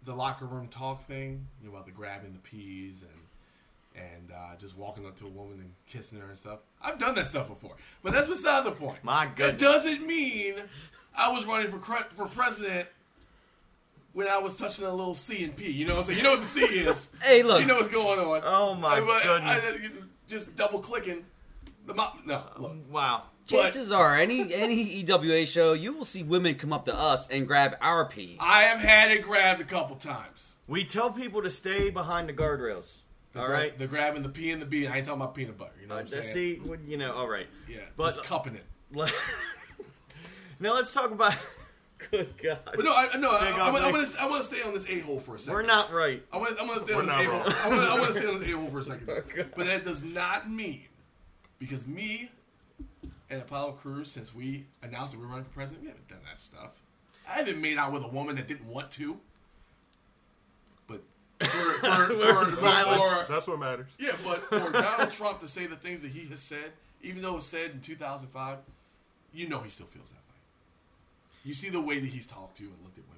Speaker 4: the locker room talk thing, you know, about the grabbing the peas and and uh, just walking up to a woman and kissing her and stuff. I've done that stuff before, but that's beside the point.
Speaker 1: My
Speaker 4: That
Speaker 1: goodness.
Speaker 4: doesn't mean I was running for cre- for president when I was touching a little C and P. You know what I'm saying? You know what the C is.
Speaker 3: hey, look,
Speaker 4: You know what's going on.
Speaker 1: Oh, my
Speaker 4: but
Speaker 1: goodness.
Speaker 4: I- just double clicking. The mo- no, look.
Speaker 1: Wow.
Speaker 3: chances are any any EWA show you will see women come up to us and grab our pee.
Speaker 4: I have had it grabbed a couple times.
Speaker 1: We tell people to stay behind the guardrails.
Speaker 4: The
Speaker 1: all
Speaker 4: gra-
Speaker 1: right. Uh,
Speaker 4: The grabbing the P and the B. I ain't talking about peanut butter. You know what I'm
Speaker 1: Let's
Speaker 4: saying?
Speaker 1: see, what- you know, all right.
Speaker 4: Yeah.
Speaker 1: But-
Speaker 4: just cupping it.
Speaker 1: Let- now let's talk about. Good God.
Speaker 4: But no, I, no. I,
Speaker 1: Big
Speaker 4: I,
Speaker 1: ugly.
Speaker 4: want to. I want to stay on this a hole for a second.
Speaker 1: We're not right.
Speaker 4: I want, I want to stay
Speaker 2: We're
Speaker 4: on this
Speaker 2: not
Speaker 4: a-hole.
Speaker 2: wrong.
Speaker 4: I want, I want to stay on this a-hole for a second.
Speaker 1: Okay.
Speaker 4: But that does not mean, because me and Apollo Crews, since we announced that we were running for president, we haven't done that stuff. I haven't made out with a woman that didn't want to. But for, for,
Speaker 1: We're
Speaker 4: for,
Speaker 1: in silence.
Speaker 4: for-
Speaker 2: That's, that's what matters.
Speaker 4: yeah, but for Donald Trump to say the things that he has said, even though it was said in 2005, you know he still feels that way. You see the way that he's talked to and looked at women.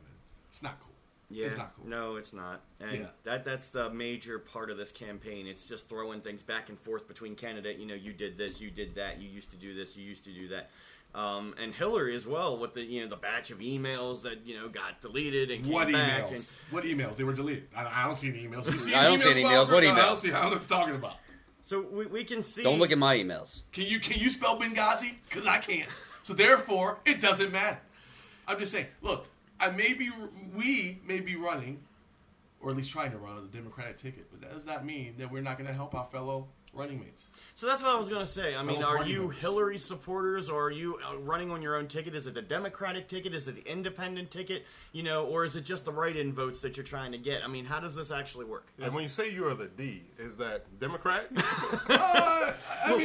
Speaker 4: It's not cool.
Speaker 1: Yeah.
Speaker 4: It's not cool.
Speaker 1: No, it's not. And
Speaker 4: Yeah.
Speaker 1: that that's the major part of this campaign. It's just throwing things back and forth between candidate. You know, you did this, you did that, you used to do this, you used to do that. Um, and Hillary as well with the you know the batch of emails that you know got deleted and came
Speaker 4: What
Speaker 1: back
Speaker 4: emails?
Speaker 1: and
Speaker 4: What emails? They were deleted. I, I don't see any emails. You see
Speaker 3: I don't see any emails. What
Speaker 4: Bobby? No, I don't
Speaker 3: emails?
Speaker 4: see. I don't know what you're talking about.
Speaker 1: so we, we can see
Speaker 3: Don't look at my emails.
Speaker 4: Can you can you spell Benghazi? Because I can't. So therefore, it doesn't matter. I'm just saying. Look, I may be we may be running, or at least trying to run the Democratic ticket, but that does not mean that we're not going to help our fellow running mates.
Speaker 1: So that's what I was going to say. I mean,
Speaker 4: Fellow
Speaker 1: are
Speaker 4: party
Speaker 1: you
Speaker 4: members.
Speaker 1: Hillary supporters or are you uh, running on your own ticket? Is it the Democratic ticket? Is it the independent ticket? You know, or is it just the write in votes that you're trying to get? I mean, how does this actually work?
Speaker 2: And when you say you are the D, is that Democrat?
Speaker 3: Well,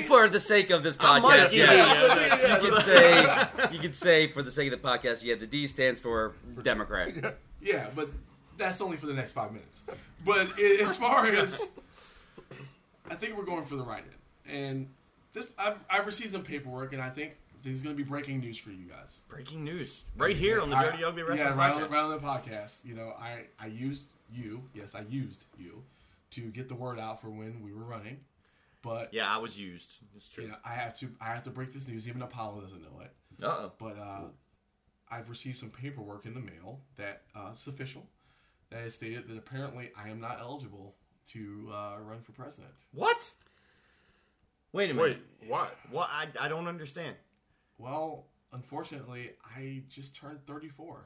Speaker 3: for the sake of this
Speaker 1: I'm
Speaker 3: podcast,
Speaker 1: Mike,
Speaker 3: yes.
Speaker 1: yeah.
Speaker 3: you could say you could say for the sake of the podcast, yeah, the D stands for Democrat.
Speaker 4: Yeah, but that's only for the next five minutes. But i as far as I think we're going for the right end, and this I've, I've received some paperwork, and I think this is going to be breaking news for you guys.
Speaker 1: Breaking news right here on the Dirty Ugly
Speaker 4: I, yeah,
Speaker 1: Wrestling
Speaker 4: right,
Speaker 1: Podcast.
Speaker 4: On, right on the podcast. You know, I I used you. Yes, I used you to get the word out for when we were running, but
Speaker 1: Yeah, I was used. It's
Speaker 4: you
Speaker 1: true.
Speaker 4: know, I have to I have to break this news. Even Apollo doesn't know it.
Speaker 1: Uh oh.
Speaker 4: But uh, I've received some paperwork in the mail that uh, it's official that has stated that apparently I am not eligible to uh, run for president.
Speaker 1: What? Wait a minute.
Speaker 2: Wait, why?
Speaker 1: What? I, I don't understand.
Speaker 4: Well, unfortunately, I just turned 34.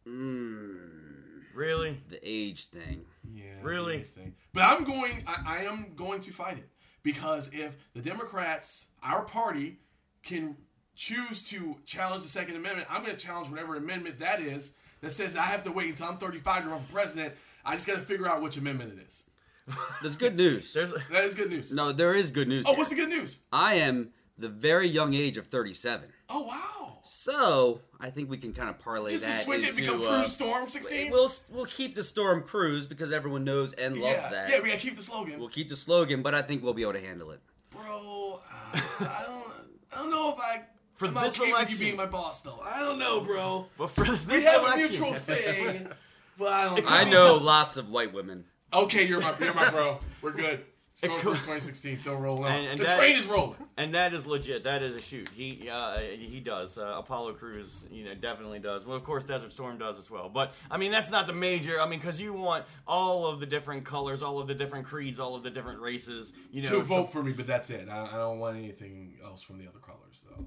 Speaker 1: Really?
Speaker 3: Mm, The age thing.
Speaker 4: Yeah,
Speaker 1: Really?
Speaker 4: nice thing. But I'm going. I, I am going to fight it because if the Democrats, our party, can choose to challenge the Second Amendment, I'm going to challenge whatever amendment that is that says I have to wait until I'm 35 to run for president. I just got to figure out which amendment it is.
Speaker 3: There's good news.
Speaker 1: There's
Speaker 4: That is good news.
Speaker 3: No, there is good news.
Speaker 4: Oh,
Speaker 3: here.
Speaker 4: what's the good news?
Speaker 3: I am the very young age of 37.
Speaker 4: Oh, wow.
Speaker 3: So I think we can kind of parlay
Speaker 4: Just to
Speaker 3: that
Speaker 4: switch
Speaker 3: into.
Speaker 4: it, become
Speaker 3: uh,
Speaker 4: Cruise Storm 16?
Speaker 3: we'll we'll keep the storm cruise because everyone knows and loves
Speaker 4: yeah.
Speaker 3: that.
Speaker 4: Yeah, we got to keep the slogan.
Speaker 3: we'll keep the slogan, but I think we'll be able to handle it.
Speaker 4: Bro, uh, I don't, I don't know if I.
Speaker 1: For
Speaker 4: I'm
Speaker 1: this
Speaker 4: okay with you
Speaker 1: election.
Speaker 4: being my boss though. I don't know, bro.
Speaker 1: but for this
Speaker 4: We have a
Speaker 1: election-
Speaker 4: mutual thing, but I don't.
Speaker 1: It could
Speaker 4: know.
Speaker 3: I
Speaker 1: be
Speaker 3: know
Speaker 1: just-
Speaker 3: lots of white women.
Speaker 4: Okay, you're my, you're my bro. We're good. Storm
Speaker 1: It
Speaker 4: Cruise
Speaker 1: could-
Speaker 4: 2016 still rolling on.
Speaker 1: And- and
Speaker 4: the
Speaker 1: that-
Speaker 4: train is rolling.
Speaker 1: And that is legit. That is a shoot. He uh, he does. Uh, Apollo Crews, you know, definitely does. Well, of course, Desert Storm does as well. But I mean, that's not the major. I mean, because you want all of the different colors, all of the different creeds, all of the different races. You know,
Speaker 4: To
Speaker 1: so-
Speaker 4: vote for me, but that's it. I, I don't want anything else from the other colors though.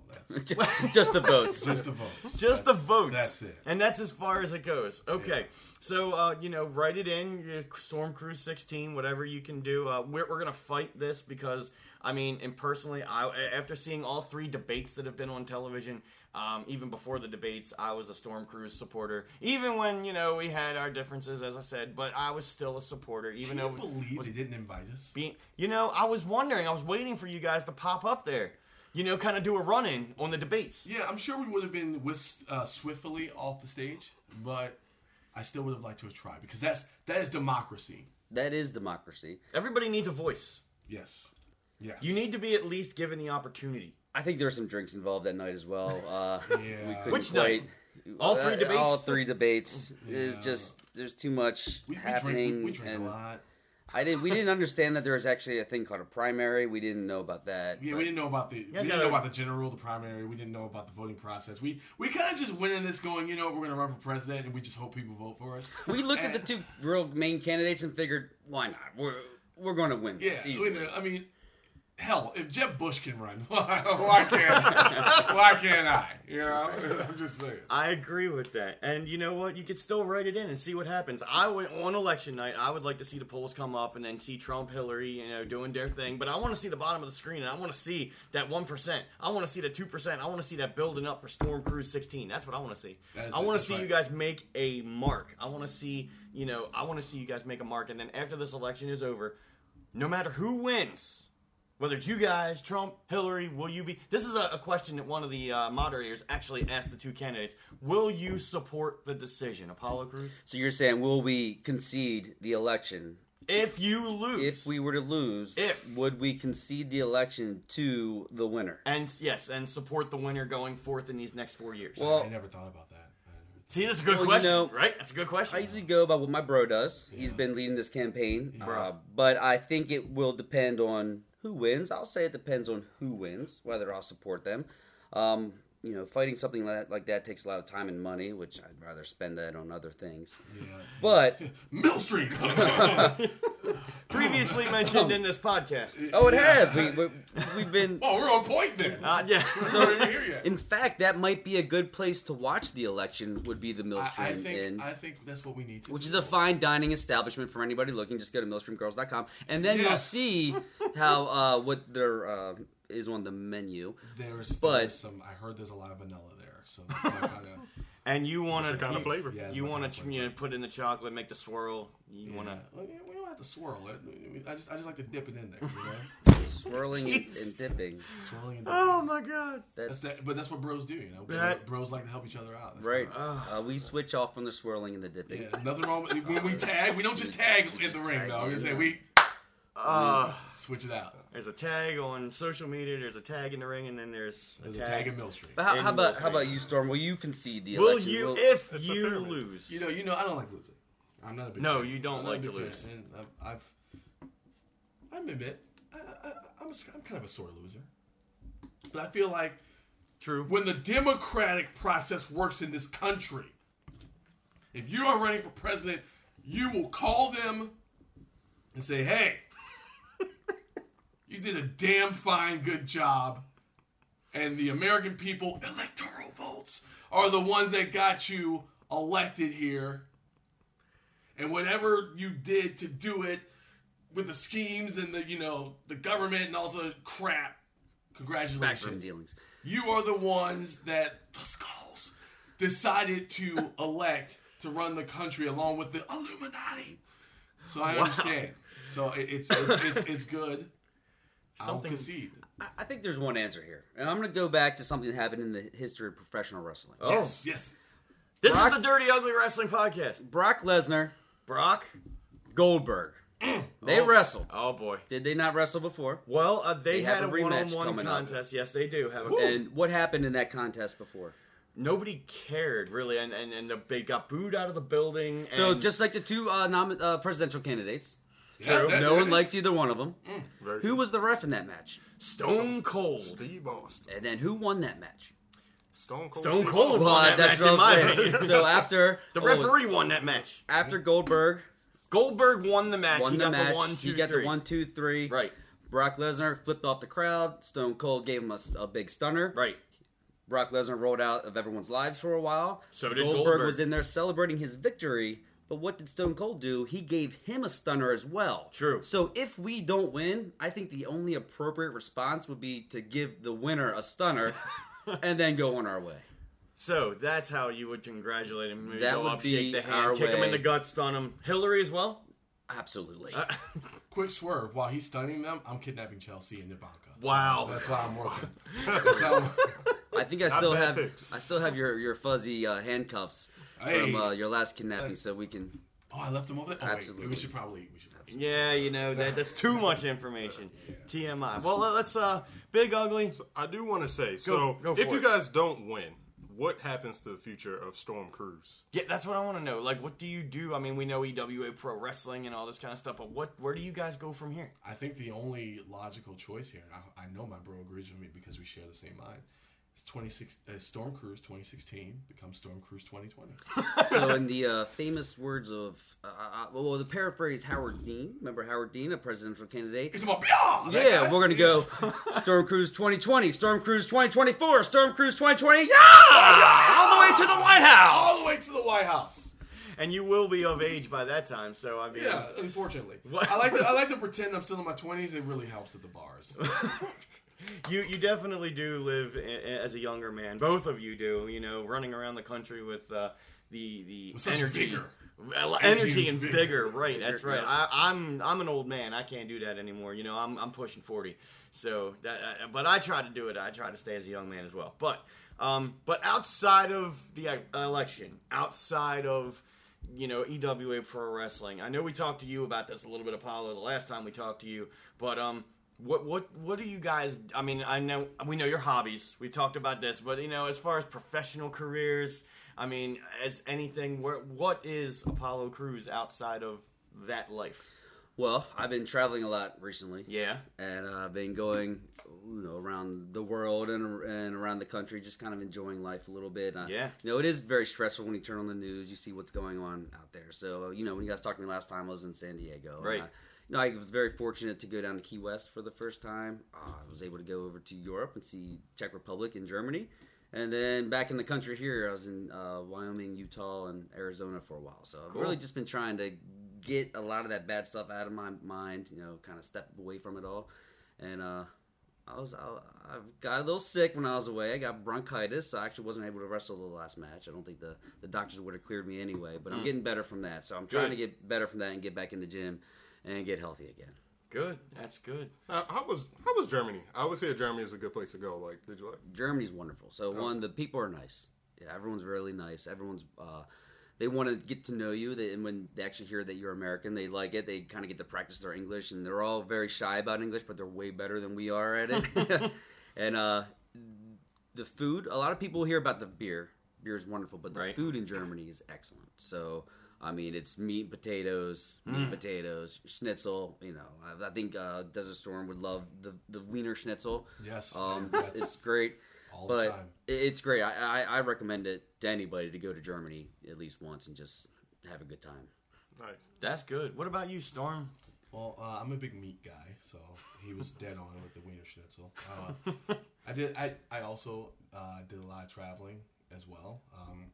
Speaker 4: That's
Speaker 3: Just the votes.
Speaker 4: just the votes.
Speaker 1: just the
Speaker 4: That's-
Speaker 1: votes.
Speaker 4: That's it.
Speaker 1: And that's as far as it goes. Okay. So, uh, you know, write it in, your Storm Cruise 16, whatever you can do. Uh, we're we're going to fight this because, I mean, and personally, I, after seeing all three debates that have been on television, um, even before the debates, I was a Storm Cruise supporter. Even when, you know, we had our differences, as I said, but I was still a supporter, even
Speaker 4: Can you
Speaker 1: though.
Speaker 4: believe
Speaker 1: was
Speaker 4: they didn't invite us?
Speaker 1: being, you know, I was wondering, I was waiting for you guys to pop up there, you know, kind of do a run in on the debates.
Speaker 4: Yeah, I'm sure we would have been whisked uh, swiftly off the stage, but I still would have liked to have tried because that's that is democracy.
Speaker 3: That is democracy.
Speaker 1: Everybody needs a voice.
Speaker 4: Yes. Yes.
Speaker 1: You need to be at least given the opportunity.
Speaker 3: I think there were some drinks involved that night as well. Uh,
Speaker 4: Yeah.
Speaker 3: we couldn't
Speaker 1: Which
Speaker 3: quite.
Speaker 1: night? All three
Speaker 3: Uh, All
Speaker 1: debates?
Speaker 3: three debates is
Speaker 4: Oh, Yeah.
Speaker 3: just there's too much
Speaker 4: we, we
Speaker 3: happening.
Speaker 4: drink. We, we drink
Speaker 3: and
Speaker 4: a lot.
Speaker 3: I didn't. We didn't understand that there was actually a thing called a primary. We didn't know about that.
Speaker 4: Yeah,
Speaker 3: but-
Speaker 4: we didn't know about the we
Speaker 1: guys
Speaker 4: didn't
Speaker 1: gotta-
Speaker 4: know about the general, the primary. We didn't know about the voting process. We we kind of just went in this going, you know, we're gonna run for president, and we just hope people vote for us.
Speaker 3: We looked at the two
Speaker 4: And-
Speaker 3: real main candidates and figured, why not? We're we're going to win
Speaker 4: Yeah,
Speaker 3: this
Speaker 4: we
Speaker 3: easily.
Speaker 4: know, I mean, hell, if Jeb Bush can run, why can't why can't I? You know, I'm just saying.
Speaker 1: I agree with that. And you know what? You could still write it in and see what happens. I would on election night, I would like to see the polls come up and then see Trump, Hillary, you know, doing their thing. But I want to see the bottom of the screen and I want to see that one percent. I want to see the two percent. I want to see that building up for Storm Cruise sixteen. That's what I want to see.
Speaker 4: That is
Speaker 1: I
Speaker 4: it.
Speaker 1: want to
Speaker 4: That's
Speaker 1: see
Speaker 4: right.
Speaker 1: you guys make a mark. I want to see you know. I want to see you guys make a mark. And then after this election is over, no matter who wins. Whether it's you guys, Trump, Hillary, will you be? This is a, a question that one of the uh, moderators actually asked the two candidates. Will you support the decision, Apollo Cruz?
Speaker 3: so you're saying, will we concede the election?
Speaker 1: If you lose,
Speaker 3: If we were to lose,
Speaker 1: If.
Speaker 3: would we concede the election to the winner?
Speaker 1: and yes, and support the winner going forth in these next four years.
Speaker 3: Well,
Speaker 4: I never thought about that. I
Speaker 1: see, that's a good
Speaker 3: well, you
Speaker 1: question,
Speaker 3: know,
Speaker 1: right? That's a good question.
Speaker 3: I usually go by what my bro does. He's been leading this campaign, uh,
Speaker 1: Bruh.
Speaker 3: but I think it will depend on who wins. I'll say it depends on who wins, whether I'll support them. Um, you know, fighting something like that, like that takes a lot of time and money, which I'd rather spend that on other things.
Speaker 4: never- yeah.
Speaker 3: But
Speaker 4: Mill Street. Oh,
Speaker 1: Previously mentioned in this podcast.
Speaker 3: oh, it has. We, we we've been.
Speaker 4: Oh, we're on point then.
Speaker 1: Uh, yeah.
Speaker 4: We're not even here yet.
Speaker 3: In fact, that might be a good place to watch the election. Would be the
Speaker 4: I, I
Speaker 3: Millstream
Speaker 4: think
Speaker 3: Inn,
Speaker 4: I think that's what we need to.
Speaker 3: which
Speaker 4: do.
Speaker 3: is a fine dining establishment for anybody looking. Just go to millstreamgirls.com, and then you'll
Speaker 4: Yes.
Speaker 3: see how uh, what there uh, is on the menu.
Speaker 4: There's,
Speaker 3: But-
Speaker 4: there's some. I heard there's a lot of vanilla there, so that's not kind of.
Speaker 1: and you
Speaker 2: That's
Speaker 1: want
Speaker 2: your kind of flavor.
Speaker 4: Yeah,
Speaker 1: You
Speaker 4: my
Speaker 1: want
Speaker 4: kind of
Speaker 1: to
Speaker 4: flavor.
Speaker 1: you know, put in the chocolate, make the swirl. You want to.
Speaker 4: Well, yeah, we don't have to swirl it. We- we- I just, I just like to dip it in there. You know?
Speaker 3: Swirling and, and dipping.
Speaker 4: Swirling and
Speaker 1: Oh my god.
Speaker 3: That's
Speaker 4: That's that, but that's what bros do, you know. Bros,
Speaker 1: Right.
Speaker 4: bros like to help each other out. That's
Speaker 3: right.
Speaker 4: what-
Speaker 3: Uh, we switch off on the swirling and the dipping.
Speaker 4: Yeah, nothing wrong with when we tag. We don't just tag in the ring, though. We say we
Speaker 1: Uh,
Speaker 4: switch it out.
Speaker 1: there's a tag on social media. There's a tag in the ring, and then there's a
Speaker 4: There's a
Speaker 1: tag.
Speaker 4: tag in Mill Street.
Speaker 3: But how,
Speaker 1: In
Speaker 3: how about
Speaker 1: Millstream.
Speaker 3: how about you, Storm? Will you concede the
Speaker 1: Will
Speaker 3: election?
Speaker 1: you
Speaker 3: Will-
Speaker 1: if
Speaker 2: That's a
Speaker 1: you
Speaker 2: pyramid.
Speaker 1: lose?
Speaker 4: You know, you know, I don't like losing. I'm not a big.
Speaker 1: No,
Speaker 4: fan.
Speaker 1: you don't
Speaker 4: I'm not a
Speaker 1: like to
Speaker 4: big
Speaker 1: lose.
Speaker 4: fan. And I've, I've, I'm admit, I, I, I'm, a s I'm kind of a sore loser. But I feel like
Speaker 1: True.
Speaker 4: when the democratic process works in this country, if you are running for president, you will call them and say, "Hey, you did a damn fine good job, and the American people electoral votes are the ones that got you elected here." And whatever you did to do it with the schemes and the, you know, the government and all the crap,
Speaker 3: backroom
Speaker 4: congratulations.
Speaker 3: dealings?
Speaker 4: you are the ones that the skulls decided to elect to run the country along with the Illuminati. So I understand. So it, it's, it's it's it's good. I'll
Speaker 1: Something-
Speaker 4: concede.
Speaker 3: I- I think there's one answer here, and I'm going to go back to something that happened in the history of professional wrestling.
Speaker 1: Oh,
Speaker 4: Yes, yes.
Speaker 1: this
Speaker 3: Brock-
Speaker 1: is the Dirty Ugly Wrestling Podcast.
Speaker 3: Brock Lesnar,
Speaker 1: Brock.
Speaker 3: Goldberg, they
Speaker 1: Oh.
Speaker 3: wrestled.
Speaker 1: Oh boy.
Speaker 3: Did they not wrestle before?
Speaker 1: Well, uh, they,
Speaker 3: They have
Speaker 1: had
Speaker 3: a
Speaker 1: a,
Speaker 3: rematch
Speaker 1: one-on-one
Speaker 3: coming up.
Speaker 1: contest. Yes, they do have a
Speaker 3: And what happened in that contest before?
Speaker 1: nobody cared really, and and, and the, they got booed out of the building.
Speaker 3: So
Speaker 1: and-
Speaker 3: just like the two uh, nom- uh, presidential candidates,
Speaker 4: Yeah, that-
Speaker 3: no
Speaker 4: that
Speaker 3: one
Speaker 4: is-
Speaker 3: likes either one of them.
Speaker 2: Very
Speaker 3: Who was the ref in that match?
Speaker 1: Stone Cold,
Speaker 2: Steve Austin?
Speaker 3: And then who won that match?
Speaker 2: Stone Cold.
Speaker 1: Stone
Speaker 2: Steve
Speaker 1: Cold
Speaker 2: Austin.
Speaker 1: won that match in my
Speaker 3: saying.
Speaker 1: opinion.
Speaker 3: So after
Speaker 1: the
Speaker 3: oh,
Speaker 1: referee won that match.
Speaker 3: after Goldberg
Speaker 1: Goldberg won the match.
Speaker 3: won
Speaker 1: he
Speaker 3: the
Speaker 1: got
Speaker 3: match,
Speaker 1: the one, two,
Speaker 3: he got
Speaker 1: three.
Speaker 3: the one, two, three.
Speaker 1: Right,
Speaker 3: Brock Lesnar flipped off the crowd. Stone Cold gave him a, s- a big stunner.
Speaker 1: right.
Speaker 3: Brock Lesnar rolled out of everyone's lives for a while.
Speaker 1: So did
Speaker 3: Goldberg
Speaker 1: Goldberg.
Speaker 3: was in there celebrating his victory. But what did Stone Cold do? He gave him a stunner as well.
Speaker 1: True.
Speaker 3: So if we don't win, I think the only appropriate response would be to give the winner a stunner and then go on our way.
Speaker 1: So that's how you would congratulate him. Maybe
Speaker 3: That
Speaker 1: go
Speaker 3: would
Speaker 1: up,
Speaker 3: be
Speaker 1: shake the
Speaker 3: our
Speaker 1: hand, kick him
Speaker 3: way.
Speaker 1: in the gut, stun him. Hillary as well.
Speaker 3: Absolutely.
Speaker 1: Uh,
Speaker 4: Quick swerve. While he's stunning them, I'm kidnapping Chelsea and Ivanka.
Speaker 1: wow.
Speaker 4: That's why I'm working. That's how I'm-
Speaker 3: I think I still
Speaker 2: bad
Speaker 3: have
Speaker 2: picks.
Speaker 3: I still have your your fuzzy uh, handcuffs
Speaker 4: Hey.
Speaker 3: from uh, your last kidnapping, so we can.
Speaker 4: oh, I left them over there. Oh, wait,
Speaker 3: Absolutely.
Speaker 4: we should probably. We should probably.
Speaker 1: Yeah, you know that that's too much information. TMI. Well, let- let's uh, big ugly.
Speaker 2: I do want to say so.
Speaker 1: go
Speaker 2: if
Speaker 1: for
Speaker 2: you
Speaker 1: it.
Speaker 2: guys don't win, what happens to the future of Storm Cruise?
Speaker 1: Yeah, that's what I want to know. Like, what do you do? I mean, we know EWA Pro Wrestling and all this kind of stuff, but what? Where do you guys go from here?
Speaker 4: I think the only logical choice here, and I, I know my bro agrees with me because we share the same mind. It's 26 uh, Storm Cruise 2016 becomes Storm Cruise 2020.
Speaker 3: So in the uh, famous words of uh, uh, well, the paraphrase Howard Dean. Remember Howard Dean, a presidential candidate.
Speaker 4: It's about beyond.
Speaker 3: Yeah, we're gonna go Storm Cruise 2020, Storm Cruise 2024, Storm Cruise 2020. Yeah, all the way to the White
Speaker 4: all the
Speaker 3: House.
Speaker 4: way to the White House.
Speaker 1: And you will be of age by that time, so I mean,
Speaker 4: Yeah, unfortunately,
Speaker 1: What?
Speaker 4: I like to I like to pretend I'm still in my 20s. It really helps at the bars.
Speaker 1: you you definitely do live i- i- as a younger man. Both of you do. You know, running around the country with uh, the the
Speaker 4: With such
Speaker 1: energy.
Speaker 4: vigor.
Speaker 1: Well, Energy and
Speaker 4: vigor.
Speaker 1: vigor, right? That's right.
Speaker 3: yeah.
Speaker 1: I, I'm I'm an old man. I can't do that anymore. You know, I'm I'm pushing forty. So that, uh, but I try to do it. I try to stay as a young man as well. But um, but outside of the uh, election, outside of you know EWA Pro Wrestling, I know we talked to you about this a little bit, Apollo, the last time we talked to you. But um, what what what do you guys? I mean, I know we know your hobbies. We talked about this, but you know, as far as professional careers, I mean, as anything, where what is Apollo Crews outside of that life?
Speaker 3: Well, I've been traveling a lot recently,
Speaker 1: Yeah,
Speaker 3: and uh, I've been going, you know, around the world and, and around the country, just kind of enjoying life a little bit. Uh,
Speaker 1: Yeah.
Speaker 3: you know, it is very stressful when you turn on the news, you see what's going on out there. So, you know, when you guys talked to me last time, I was in San Diego. and
Speaker 1: Right.
Speaker 3: I- you know, I was very fortunate to go down to Key West for the first time. Uh, I was able to go over to Europe and see Czech Republic and Germany. And then back in the country here, I was in uh, Wyoming, Utah, and Arizona for a while. So I've
Speaker 1: Cool.
Speaker 3: really just been trying to get a lot of that bad stuff out of my mind, you know, kind of step away from it all. And uh, I was I, I got a little sick when I was away. I got bronchitis, so I actually wasn't able to wrestle the last match. I don't think the, the doctors would have cleared me anyway, but I'm getting better from that. So I'm
Speaker 1: Hmm.
Speaker 3: trying
Speaker 1: Good.
Speaker 3: to get better from that and get back in the gym and get healthy again.
Speaker 1: good. That's good.
Speaker 2: Now, Uh, how was how was Germany? I always hear Germany is a good place to go. Like, did you like?
Speaker 3: Germany's wonderful. So one, the people are nice. Yeah, everyone's really nice. Everyone's uh, they want to get to know you. They, and when they actually hear that you're American, they like it. They kind of get to practice their English, and they're all very shy about English, but they're way better than we are at it. and uh, the food. A lot of people hear about the beer. Beer is wonderful, but the
Speaker 1: Right.
Speaker 3: food in Germany is excellent. So. I mean, it's meat and potatoes, meat and potatoes, schnitzel. You know, I, I think uh, Desert Storm would love the the Wiener Schnitzel.
Speaker 4: Yes.
Speaker 3: um, it's, it's great
Speaker 4: All
Speaker 3: but
Speaker 4: the time.
Speaker 3: i- it's great. I, I, I recommend it to anybody to go to Germany at least once and just have a good time.
Speaker 2: Nice.
Speaker 1: That's good. What about you, Storm?
Speaker 4: Well, uh, I'm a big meat guy, so he was dead on with the wiener schnitzel. Uh, I did. I I also uh, did a lot of traveling as well. Um,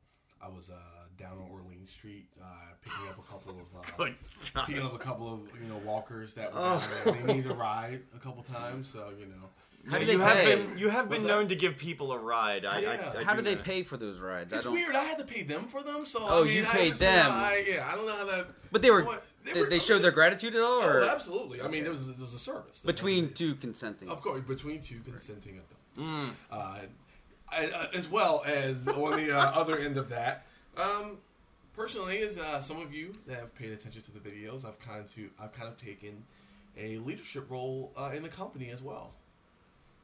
Speaker 4: I was uh, down on Orleans Street uh, picking up a couple of uh,
Speaker 1: Good God.
Speaker 4: picking up a couple of you know walkers that were down there. they needed a ride a couple times, so you know
Speaker 3: How do
Speaker 1: you
Speaker 3: they
Speaker 1: have
Speaker 3: pay?
Speaker 1: been you have been
Speaker 4: What's
Speaker 1: known to
Speaker 4: that?
Speaker 1: give people a ride. I,
Speaker 4: Yeah.
Speaker 1: I, I
Speaker 3: How do
Speaker 1: do
Speaker 3: they
Speaker 1: know.
Speaker 3: pay for those rides?
Speaker 4: It's
Speaker 3: I don't.
Speaker 4: weird. I had to pay them for them, so
Speaker 3: Oh,
Speaker 4: I mean,
Speaker 3: you
Speaker 4: I
Speaker 3: paid
Speaker 4: just- yeah,
Speaker 3: them.
Speaker 4: I, yeah, I don't know how that.
Speaker 3: But they were.
Speaker 4: What-
Speaker 3: They,
Speaker 4: were-
Speaker 3: they showed their gratitude at all, or
Speaker 4: Oh, absolutely. I mean, there was, there was a service
Speaker 3: between two consenting.
Speaker 4: Of course, between two consenting adults. Uh, and, uh, as well as on the uh, other end of that, um, personally, as uh, some of you that have paid attention to the videos, I've kind to I've kind of taken a leadership role uh, in the company as well.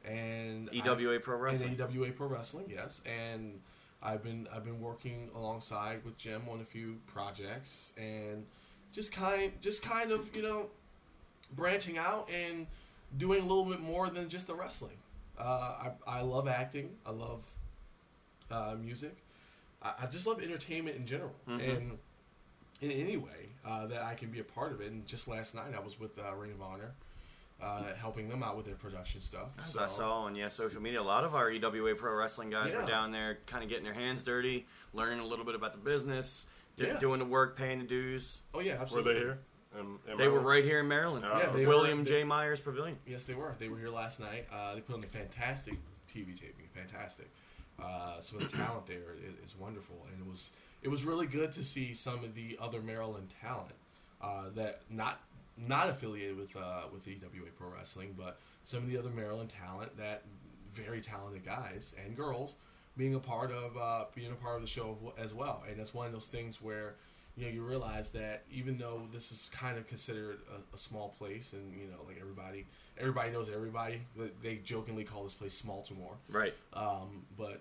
Speaker 4: And I-
Speaker 1: EWA E Pro Wrestling.
Speaker 4: in AWA Pro Wrestling, yes. And I've been I've been working alongside with Jim on a few projects and just kind just kind of, you know, branching out and doing a little bit more than just the wrestling. Uh, I, I love acting. I love uh, music. I, I just love entertainment in general.
Speaker 1: Mm-hmm.
Speaker 4: And in any way uh, that I can be a part of it. And just last night I was with uh, Ring of Honor. Uh, helping them out with their production stuff.
Speaker 1: As
Speaker 4: So-
Speaker 1: I saw on yeah social media, a lot of our EWA pro wrestling guys
Speaker 4: Yeah.
Speaker 1: were down there, kind of getting their hands dirty, learning a little bit about the business, do-
Speaker 4: Yeah.
Speaker 1: doing the work, paying the dues.
Speaker 4: Oh yeah,
Speaker 2: Were
Speaker 4: absolutely.
Speaker 2: they here? Am- am
Speaker 1: They
Speaker 2: I
Speaker 1: were right here in Maryland,
Speaker 2: Yeah,
Speaker 1: uh,
Speaker 4: they were-
Speaker 1: William
Speaker 4: they-
Speaker 1: J. Myers Pavilion.
Speaker 4: Yes, they were. They were here last night. Uh, they put on a fantastic TV taping. Fantastic. Uh, so the talent there i- is wonderful, and it was it was really good to see some of the other Maryland talent uh, that not not affiliated with uh, with EWA Pro Wrestling, but some of the other Maryland talent that very talented guys and girls being a part of uh, being a part of the show as well. And it's one of those things where you know you realize that even though this is kind of considered a, a small place, and you know like everybody everybody knows everybody. They- They jokingly call this place Smaltimore.
Speaker 1: Right.
Speaker 4: Um, but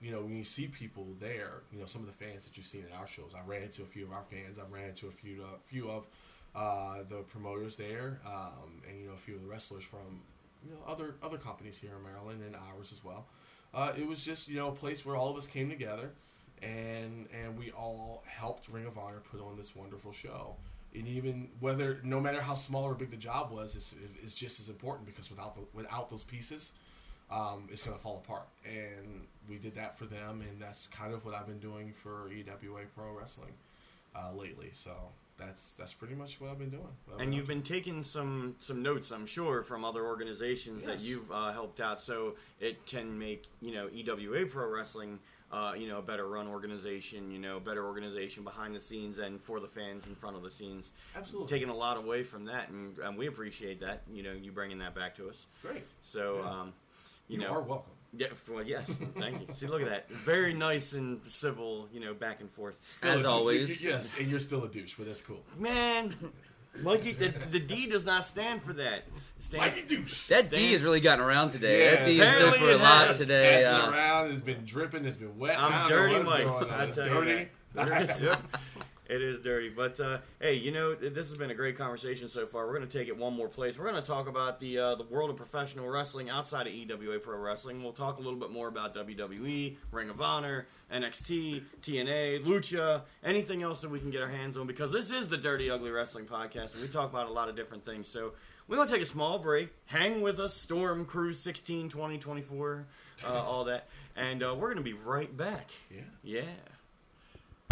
Speaker 4: you know, when you see people there, you know some of the fans that you've seen at our shows. I ran into a few of our fans. I ran into a few a few of uh, the promoters there, um, and you know a few of the wrestlers from you know other other companies here in Maryland and ours as well. Uh, it was just you know a place where all of us came together, and and we all helped Ring of Honor put on this wonderful show. And even whether, no matter how small or big the job was, it's, it's just as important because without the, without those pieces, um, it's going to fall apart. And we did that for them, and that's kind of what I've been doing for EWA Pro Wrestling uh, lately. So that's that's pretty much what I've been doing. What I've
Speaker 1: And you've
Speaker 4: up
Speaker 1: been taking some some notes, I'm sure, from other organizations that
Speaker 4: Yes.
Speaker 1: you've uh, helped out, so it can make you know EWA Pro Wrestling, uh, you know, a better run organization, you know, better organization behind the scenes and for the fans in front of the scenes.
Speaker 4: to. absolutely
Speaker 1: Taking a lot away from that, and, and we appreciate that. You know, you bringing that back to us.
Speaker 4: great.
Speaker 1: So,
Speaker 4: Yeah.
Speaker 1: um, you,
Speaker 4: You,
Speaker 1: know,
Speaker 4: are welcome.
Speaker 1: yeah, well, yes, thank you. See, look at that, very nice and civil, you know, back and forth.
Speaker 3: As
Speaker 4: Still a-
Speaker 3: always.
Speaker 4: yes, and you're still a douche, but that's cool.
Speaker 1: Man, Mikey, the, the D does not stand for that. It stands-
Speaker 4: Mikey douche.
Speaker 3: That
Speaker 1: Stan-
Speaker 3: D has really gotten around today.
Speaker 4: Yeah,
Speaker 3: that D has stood
Speaker 1: apparently
Speaker 3: for a
Speaker 1: it
Speaker 3: lot
Speaker 1: has.
Speaker 3: today.
Speaker 4: Passing
Speaker 3: uh,
Speaker 4: around, it's been dripping, it's been wet.
Speaker 1: I'm
Speaker 4: I don't know
Speaker 1: dirty,
Speaker 4: what's
Speaker 1: Mike.
Speaker 4: going on.
Speaker 1: I tell you
Speaker 4: dirty.
Speaker 1: that.
Speaker 2: Yep.
Speaker 1: It is dirty, but uh, hey, you know th- this has been a great conversation so far. We're going to take it one more place. We're going to talk about the uh, the world of professional wrestling outside of EWA Pro Wrestling. We'll talk a little bit more about WWE, Ring of Honor, NXT, TNA, Lucha, anything else that we can get our hands on because this is the Dirty Ugly Wrestling Podcast, and we talk about a lot of different things. So we're going to take a small break. Hang with us, Storm Cruise 16, 20, 24, uh, all that, and uh, we're going to be right back.
Speaker 4: Yeah.
Speaker 1: Yeah.